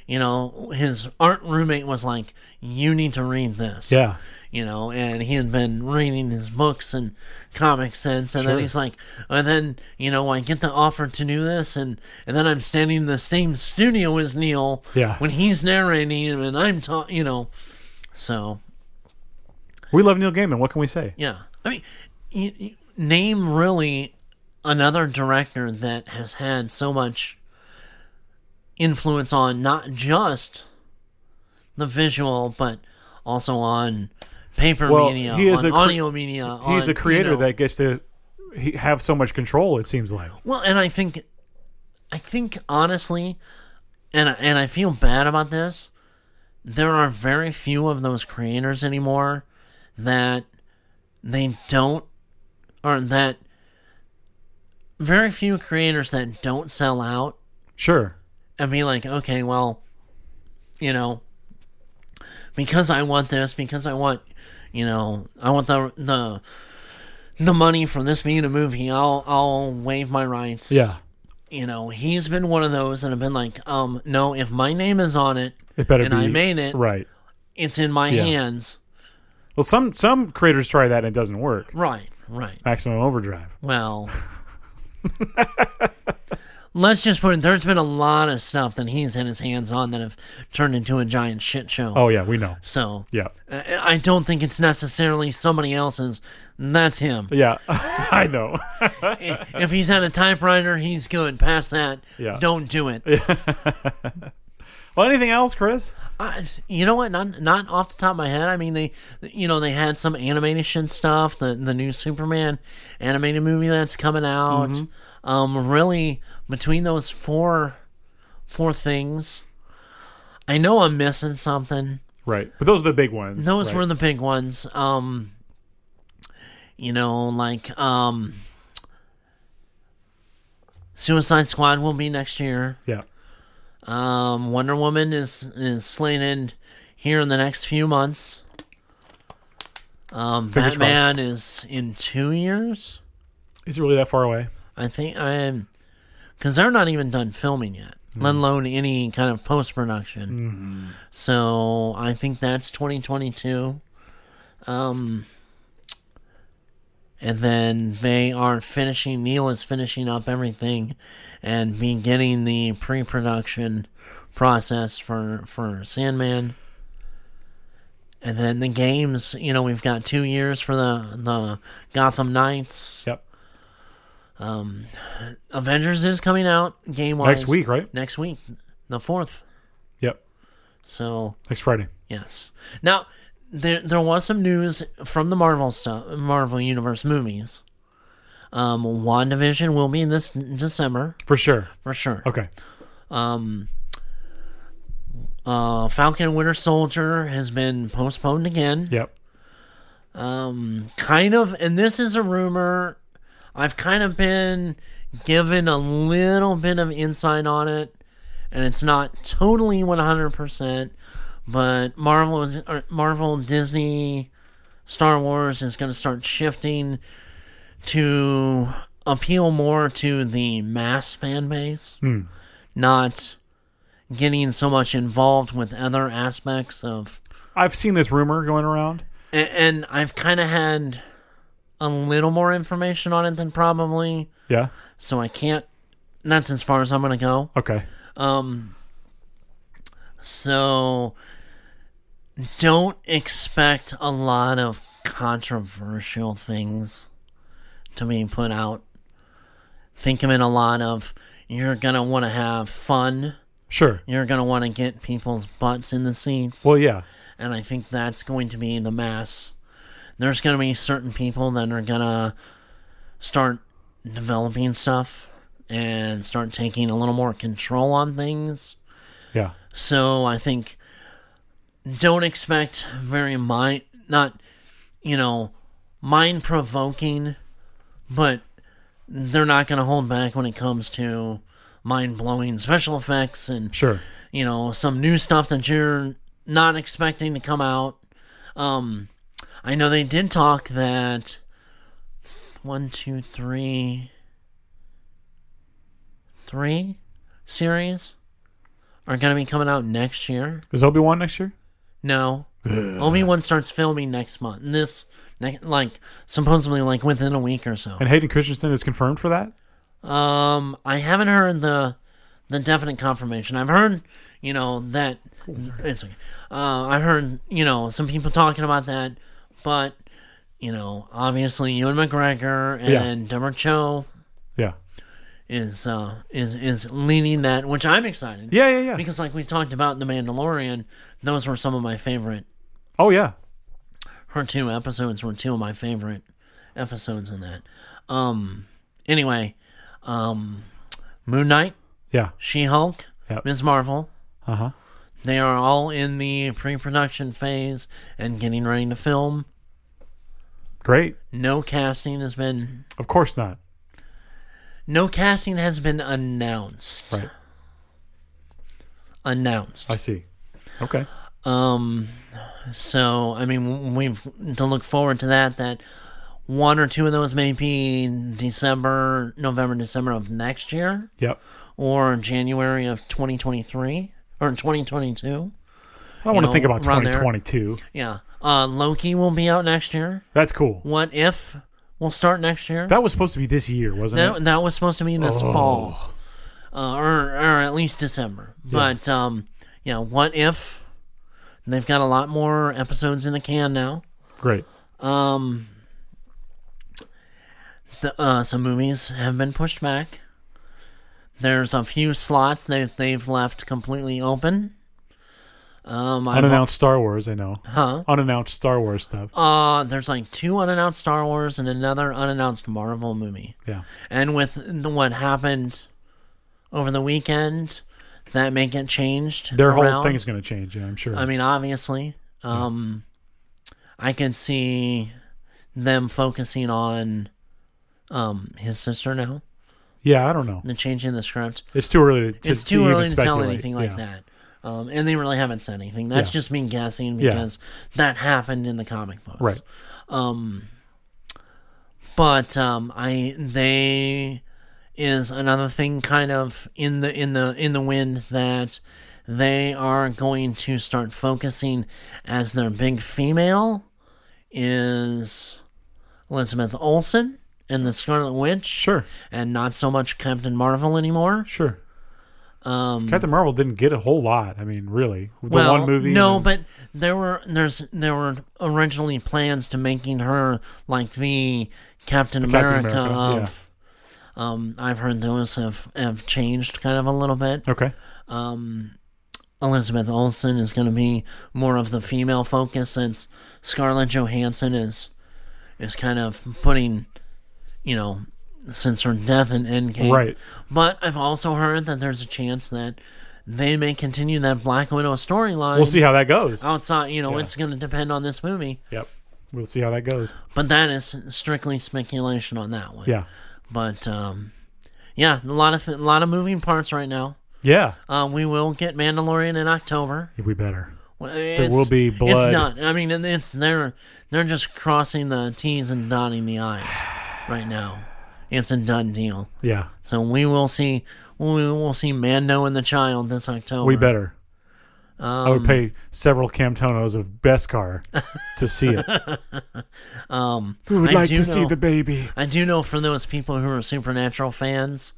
Speaker 1: you know, his art roommate was like, you need to read this,
Speaker 2: Yeah.
Speaker 1: you know, and he had been reading his books and comic sense, and
Speaker 2: Sure.
Speaker 1: then he's like, and then you know, I get the offer to do this, and and then I'm standing in the same studio as Neil,
Speaker 2: Yeah.
Speaker 1: when he's narrating him, and I'm ta you know, so
Speaker 2: We love Neil Gaiman. What can we say?
Speaker 1: yeah, I mean, you, you- name really another director that has had so much influence on not just the visual, but also on paper
Speaker 2: Well,
Speaker 1: media,
Speaker 2: he is
Speaker 1: on
Speaker 2: a cre-
Speaker 1: audio media.
Speaker 2: He's
Speaker 1: on,
Speaker 2: a creator
Speaker 1: you know-
Speaker 2: that gets to he, have so much control. It seems like.
Speaker 1: Well, and I think, I think honestly, and I- and I feel bad about this. There are very few of those creators anymore that they don't, or that very few creators that don't sell out
Speaker 2: Sure.
Speaker 1: and be like, okay, well, you know, because I want this, because I want, you know, I want the the the money from this being a movie, I'll I'll waive my rights
Speaker 2: Yeah.
Speaker 1: you know, he's been one of those that have been like, um, no, if my name is on it,
Speaker 2: It better
Speaker 1: and
Speaker 2: be
Speaker 1: I made it,
Speaker 2: right.
Speaker 1: it's in my
Speaker 2: Yeah.
Speaker 1: hands.
Speaker 2: Well, some some creators try that and it doesn't work.
Speaker 1: Right, right.
Speaker 2: Maximum Overdrive.
Speaker 1: Well, let's just put it, there's been a lot of stuff that he's had his hands on that have turned into a giant shit show.
Speaker 2: Oh yeah, we know.
Speaker 1: So,
Speaker 2: Yeah.
Speaker 1: I, I don't think it's necessarily somebody else's. That's
Speaker 2: [LAUGHS]
Speaker 1: him.
Speaker 2: Yeah. I know. [LAUGHS]
Speaker 1: I- if he's had a typewriter, he's good. Past that,
Speaker 2: Yeah.
Speaker 1: don't do it.
Speaker 2: Well, anything else, Chris?
Speaker 1: I, you know what? Not not off the top of my head. I mean, they, you know, they had some animation stuff. The the new Superman animated movie that's coming out. Um, really, between those four four things, I know I'm missing something.
Speaker 2: Right. But those are the big ones.
Speaker 1: Those
Speaker 2: right?
Speaker 1: were the big ones. Um, you know, like um, Suicide Squad will be next year.
Speaker 2: Yeah.
Speaker 1: Um, Wonder Woman is is slated here in the next few months. Um,
Speaker 2: Fingers
Speaker 1: Batman is in two years,
Speaker 2: Is it really that far away?
Speaker 1: I think. I because they're not even done filming yet, let alone any kind of post production. So I think that's twenty twenty two. Um, and then they are finishing. Neil is finishing up everything, and beginning the pre production process for for Sandman. And then the games, you know, we've got two years for the the Gotham Knights.
Speaker 2: Yep.
Speaker 1: Avengers is coming out game wise
Speaker 2: Next week, right?
Speaker 1: Next week, the fourth.
Speaker 2: Yep.
Speaker 1: So
Speaker 2: Next Friday.
Speaker 1: yes. Now there there was some news from the Marvel stuff, Marvel Universe movies. Um, WandaVision will be in this December
Speaker 2: For sure.
Speaker 1: for sure.
Speaker 2: Okay.
Speaker 1: Uh, Falcon Winter Soldier has been postponed again.
Speaker 2: Yep.
Speaker 1: Kind of, and this is a rumor. I've kind of been given a little bit of insight on it, and it's not totally one hundred percent. But Marvel, is- or Marvel, Disney, Star Wars is going to start shifting to appeal more to the mass fan base, not getting so much involved with other aspects of
Speaker 2: I've seen this rumor going around.
Speaker 1: and, and I've kind of had a little more information on it than probably,
Speaker 2: Yeah.
Speaker 1: so I can't. That's as far as I'm gonna go.
Speaker 2: Okay.
Speaker 1: So don't expect a lot of controversial things to be put out. Think of it a lot of you're gonna want to have fun.
Speaker 2: Sure.
Speaker 1: You're gonna want to get people's butts in the seats.
Speaker 2: Well, yeah.
Speaker 1: and I think that's going to be the mass. There's going to be certain people that are going to start developing stuff and start taking a little more control on things.
Speaker 2: Yeah.
Speaker 1: So I think don't expect very mind not you know mind provoking but they're not going to hold back when it comes to mind blowing special effects and
Speaker 2: Sure.
Speaker 1: you know some new stuff that you're not expecting to come out um i know they did talk that one two three three series are going to be coming out next year
Speaker 2: Is Obi Wan next year?
Speaker 1: no. Obi Wan starts filming next month. And This, ne- like, supposedly, like within a week or so.
Speaker 2: And Hayden Christensen is confirmed for that.
Speaker 1: Um, I haven't heard the the definite confirmation. I've heard, you know, that it's okay. Uh, I've heard, you know, some people talking about that, but you know, obviously, Ewan McGregor
Speaker 2: Yeah.
Speaker 1: and Deborah Cho
Speaker 2: Yeah.
Speaker 1: is uh is is leading that, which I'm excited.
Speaker 2: Yeah. Yeah. Yeah.
Speaker 1: Because, like we talked about in The Mandalorian, those were some of my favorite
Speaker 2: Oh yeah.
Speaker 1: her two episodes were two of my favorite episodes in that. Um anyway, um Moon Knight,
Speaker 2: Yeah.
Speaker 1: She Hulk,
Speaker 2: Yep.
Speaker 1: Ms. Marvel,
Speaker 2: Uh huh.
Speaker 1: they are all in the pre production phase and getting ready to film.
Speaker 2: Great.
Speaker 1: No casting has been
Speaker 2: Of course not.
Speaker 1: no casting has been announced.
Speaker 2: Right.
Speaker 1: Announced.
Speaker 2: I see. Okay.
Speaker 1: Um, so I mean, we've to look forward to that. That one or two of those may be in December, November, December of next year,
Speaker 2: Yep.
Speaker 1: or January of 2023 or 2022.
Speaker 2: I don't want to
Speaker 1: know,
Speaker 2: think about
Speaker 1: around there.
Speaker 2: 2022.
Speaker 1: Yeah, uh, Loki will be out next year.
Speaker 2: That's cool.
Speaker 1: What if will start next year?
Speaker 2: That was supposed to be this year, wasn't it?
Speaker 1: That, that was supposed to be this fall, uh, or or at least December. But um, yeah, what if? They've got a lot more episodes in the can now.
Speaker 2: Great.
Speaker 1: Um, the, uh, some movies have been pushed back. There's a few slots that they've left completely open. Um, I've,
Speaker 2: Unannounced Star Wars. I know.
Speaker 1: huh?
Speaker 2: Unannounced Star Wars stuff.
Speaker 1: Uh, there's like two unannounced Star Wars and another unannounced Marvel movie.
Speaker 2: Yeah.
Speaker 1: And with the, what happened over the weekend, that may get changed.
Speaker 2: Their whole
Speaker 1: around.
Speaker 2: thing is going to change. Yeah, I'm sure.
Speaker 1: I mean, obviously, um, I can see them focusing on um, his sister now
Speaker 2: yeah. I don't know.
Speaker 1: and changing the script.
Speaker 2: It's too early to,
Speaker 1: it's too early
Speaker 2: even
Speaker 1: to tell
Speaker 2: speculate.
Speaker 1: anything like
Speaker 2: Yeah.
Speaker 1: that. Um, and they really haven't said anything. That's
Speaker 2: Yeah.
Speaker 1: just me guessing
Speaker 2: Yeah.
Speaker 1: because that happened in the comic books.
Speaker 2: Right.
Speaker 1: Um, but um, I they is another thing kind of in the in the in the wind that they are going to start focusing as their big female is Elizabeth Olsen and the Scarlet Witch.
Speaker 2: Sure.
Speaker 1: And not so much Captain Marvel anymore.
Speaker 2: Sure. Um, Captain Marvel didn't get a whole lot. I mean, really, the
Speaker 1: well,
Speaker 2: one movie.
Speaker 1: No,
Speaker 2: and-
Speaker 1: but there were there's there were originally plans to making her like the Captain
Speaker 2: Captain
Speaker 1: America,
Speaker 2: America,
Speaker 1: of. Um, I've heard those have have changed kind of a little bit.
Speaker 2: okay.
Speaker 1: Um, Elizabeth Olsen is going to be more of the female focus since Scarlett Johansson is is kind of putting, you know, since her death in Endgame,
Speaker 2: Right.
Speaker 1: But I've also heard that there's a chance that they may continue that Black Widow storyline
Speaker 2: We'll see how that goes.
Speaker 1: outside. You know,
Speaker 2: Yeah.
Speaker 1: it's going to depend on this movie,
Speaker 2: Yep. We'll see how that goes.
Speaker 1: but that is strictly speculation on that one.
Speaker 2: Yeah.
Speaker 1: But um, yeah, a lot of a lot of moving parts right now.
Speaker 2: Yeah.
Speaker 1: Um, we will get Mandalorian in October.
Speaker 2: We better.
Speaker 1: Well, it's-
Speaker 2: will be blood.
Speaker 1: It's not. I mean, and it's they're they're just crossing the T's and dotting the I's right now. It's a done deal.
Speaker 2: Yeah.
Speaker 1: So we will see. We will see Mando and the Child this October.
Speaker 2: We better. I
Speaker 1: um,
Speaker 2: would pay several Camtonos of Beskar to see it.
Speaker 1: [LAUGHS]
Speaker 2: um, we would
Speaker 1: I
Speaker 2: like to
Speaker 1: do
Speaker 2: see
Speaker 1: know-
Speaker 2: the baby.
Speaker 1: I do know for those people who are Supernatural fans,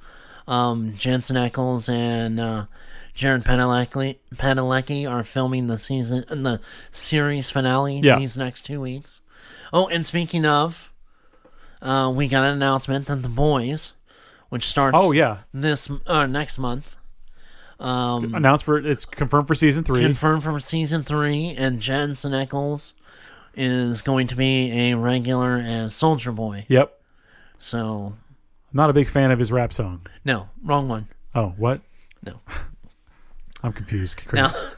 Speaker 1: um, Jensen Ackles and uh, Jared Padalecki, Padalecki are filming the season and the series finale
Speaker 2: Yeah.
Speaker 1: these next two weeks. Oh, and speaking of, uh, we got an announcement that the boys, which starts
Speaker 2: Oh yeah,
Speaker 1: this uh, next month, um,
Speaker 2: announced for it's confirmed for season three.
Speaker 1: confirmed for season three, and Jensen Ackles is going to be a regular as Soldier Boy.
Speaker 2: yep,
Speaker 1: So
Speaker 2: I'm not a big fan of his rap song.
Speaker 1: no, wrong one.
Speaker 2: Oh [LAUGHS] what?
Speaker 1: No.
Speaker 2: I'm confused,
Speaker 1: Now,
Speaker 2: Chris.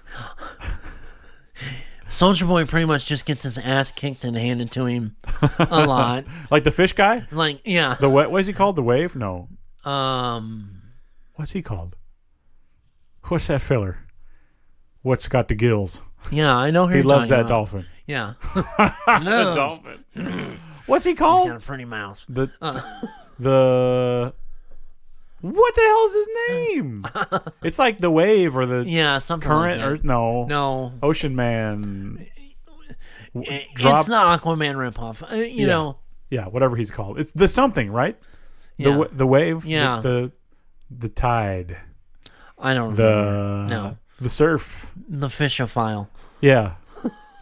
Speaker 1: Soldier Boy pretty much just gets his ass kicked and handed to him
Speaker 2: [LAUGHS]
Speaker 1: a lot.
Speaker 2: Like the fish guy?
Speaker 1: Like, yeah.
Speaker 2: The what what is he called? The wave? No.
Speaker 1: Um,
Speaker 2: What's he called? What's that filler? What's got the gills?
Speaker 1: yeah, I know who
Speaker 2: He
Speaker 1: you're
Speaker 2: loves that
Speaker 1: talking about.
Speaker 2: dolphin.
Speaker 1: Yeah,
Speaker 2: [LAUGHS] The dolphin. What's he called?
Speaker 1: got a Uh. pretty mouth.
Speaker 2: The the What the hell is his
Speaker 1: [LAUGHS]
Speaker 2: name? it's like the wave or the
Speaker 1: Yeah, something
Speaker 2: current
Speaker 1: like
Speaker 2: or
Speaker 1: that.
Speaker 2: no.
Speaker 1: no.
Speaker 2: Ocean Man. W-
Speaker 1: It-
Speaker 2: drop-
Speaker 1: It's not Aquaman ripoff. Uh, You
Speaker 2: Yeah.
Speaker 1: know,
Speaker 2: yeah, whatever he's called. It's the something, right? The
Speaker 1: yeah.
Speaker 2: wa- the wave, the-
Speaker 1: Yeah.
Speaker 2: the, the tide,
Speaker 1: I don't remember.
Speaker 2: the
Speaker 1: No.
Speaker 2: the surf.
Speaker 1: the fishophile.
Speaker 2: Yeah.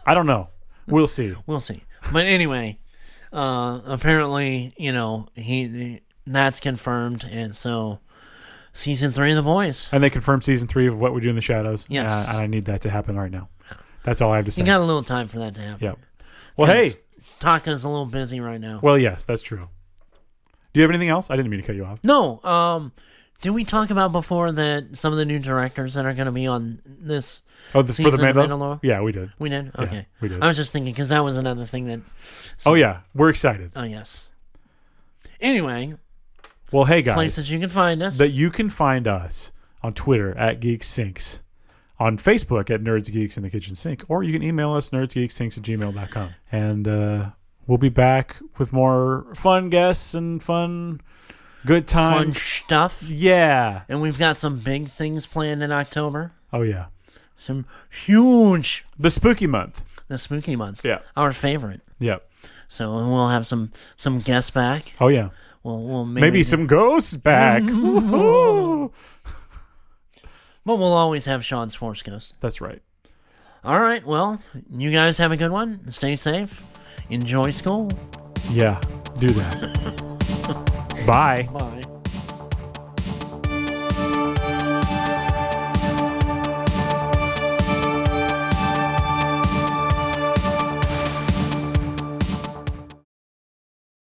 Speaker 2: I don't know. We'll see.
Speaker 1: We'll see. But anyway, uh, apparently, you know, he that's confirmed, and so season three of the boys.
Speaker 2: And they confirmed season 3 of What We Do in the Shadows.
Speaker 1: Yes.
Speaker 2: Uh, and I need that to happen right now. That's all I have to say.
Speaker 1: You got a little time for that to happen.
Speaker 2: yeah. Well, hey.
Speaker 1: 'Cause Taka's a little busy right now.
Speaker 2: Well, yes, that's true. Do you have anything else? I didn't mean to cut you off.
Speaker 1: No, um, did we talk about before that some of the new directors that are going to be on this?
Speaker 2: Oh, the, for the
Speaker 1: Season of
Speaker 2: Mandal-
Speaker 1: Mandalore?
Speaker 2: Yeah, we did.
Speaker 1: We did. Okay,
Speaker 2: we did.
Speaker 1: I was just thinking because that was another thing that.
Speaker 2: Oh yeah, we're excited.
Speaker 1: Oh yes. Anyway,
Speaker 2: Well, hey guys.
Speaker 1: places you can find us.
Speaker 2: that you can find us on Twitter at GeekSinks, on Facebook at Nerds Geeks in the Kitchen Sink, or you can email us nerdsgeeksinks at gmail.com. And uh, we'll be back with more fun guests and fun, good
Speaker 1: fun
Speaker 2: times.
Speaker 1: stuff.
Speaker 2: yeah.
Speaker 1: And we've got some big things planned in October.
Speaker 2: Oh, yeah.
Speaker 1: Some huge
Speaker 2: The spooky month.
Speaker 1: the spooky month.
Speaker 2: Yeah.
Speaker 1: Our favorite.
Speaker 2: Yeah.
Speaker 1: So we'll have some some guests back.
Speaker 2: Oh, yeah.
Speaker 1: We'll, we'll maybe, Mm-hmm.
Speaker 2: Maybe some ghosts back. Woohoo.
Speaker 1: but we'll always have Sean's Force Ghost.
Speaker 2: [LAUGHS] That's right.
Speaker 1: All right. Well, you guys have a good one. Stay safe. Enjoy school. [LAUGHS]
Speaker 2: Yeah. Do that. Bye.
Speaker 1: Bye.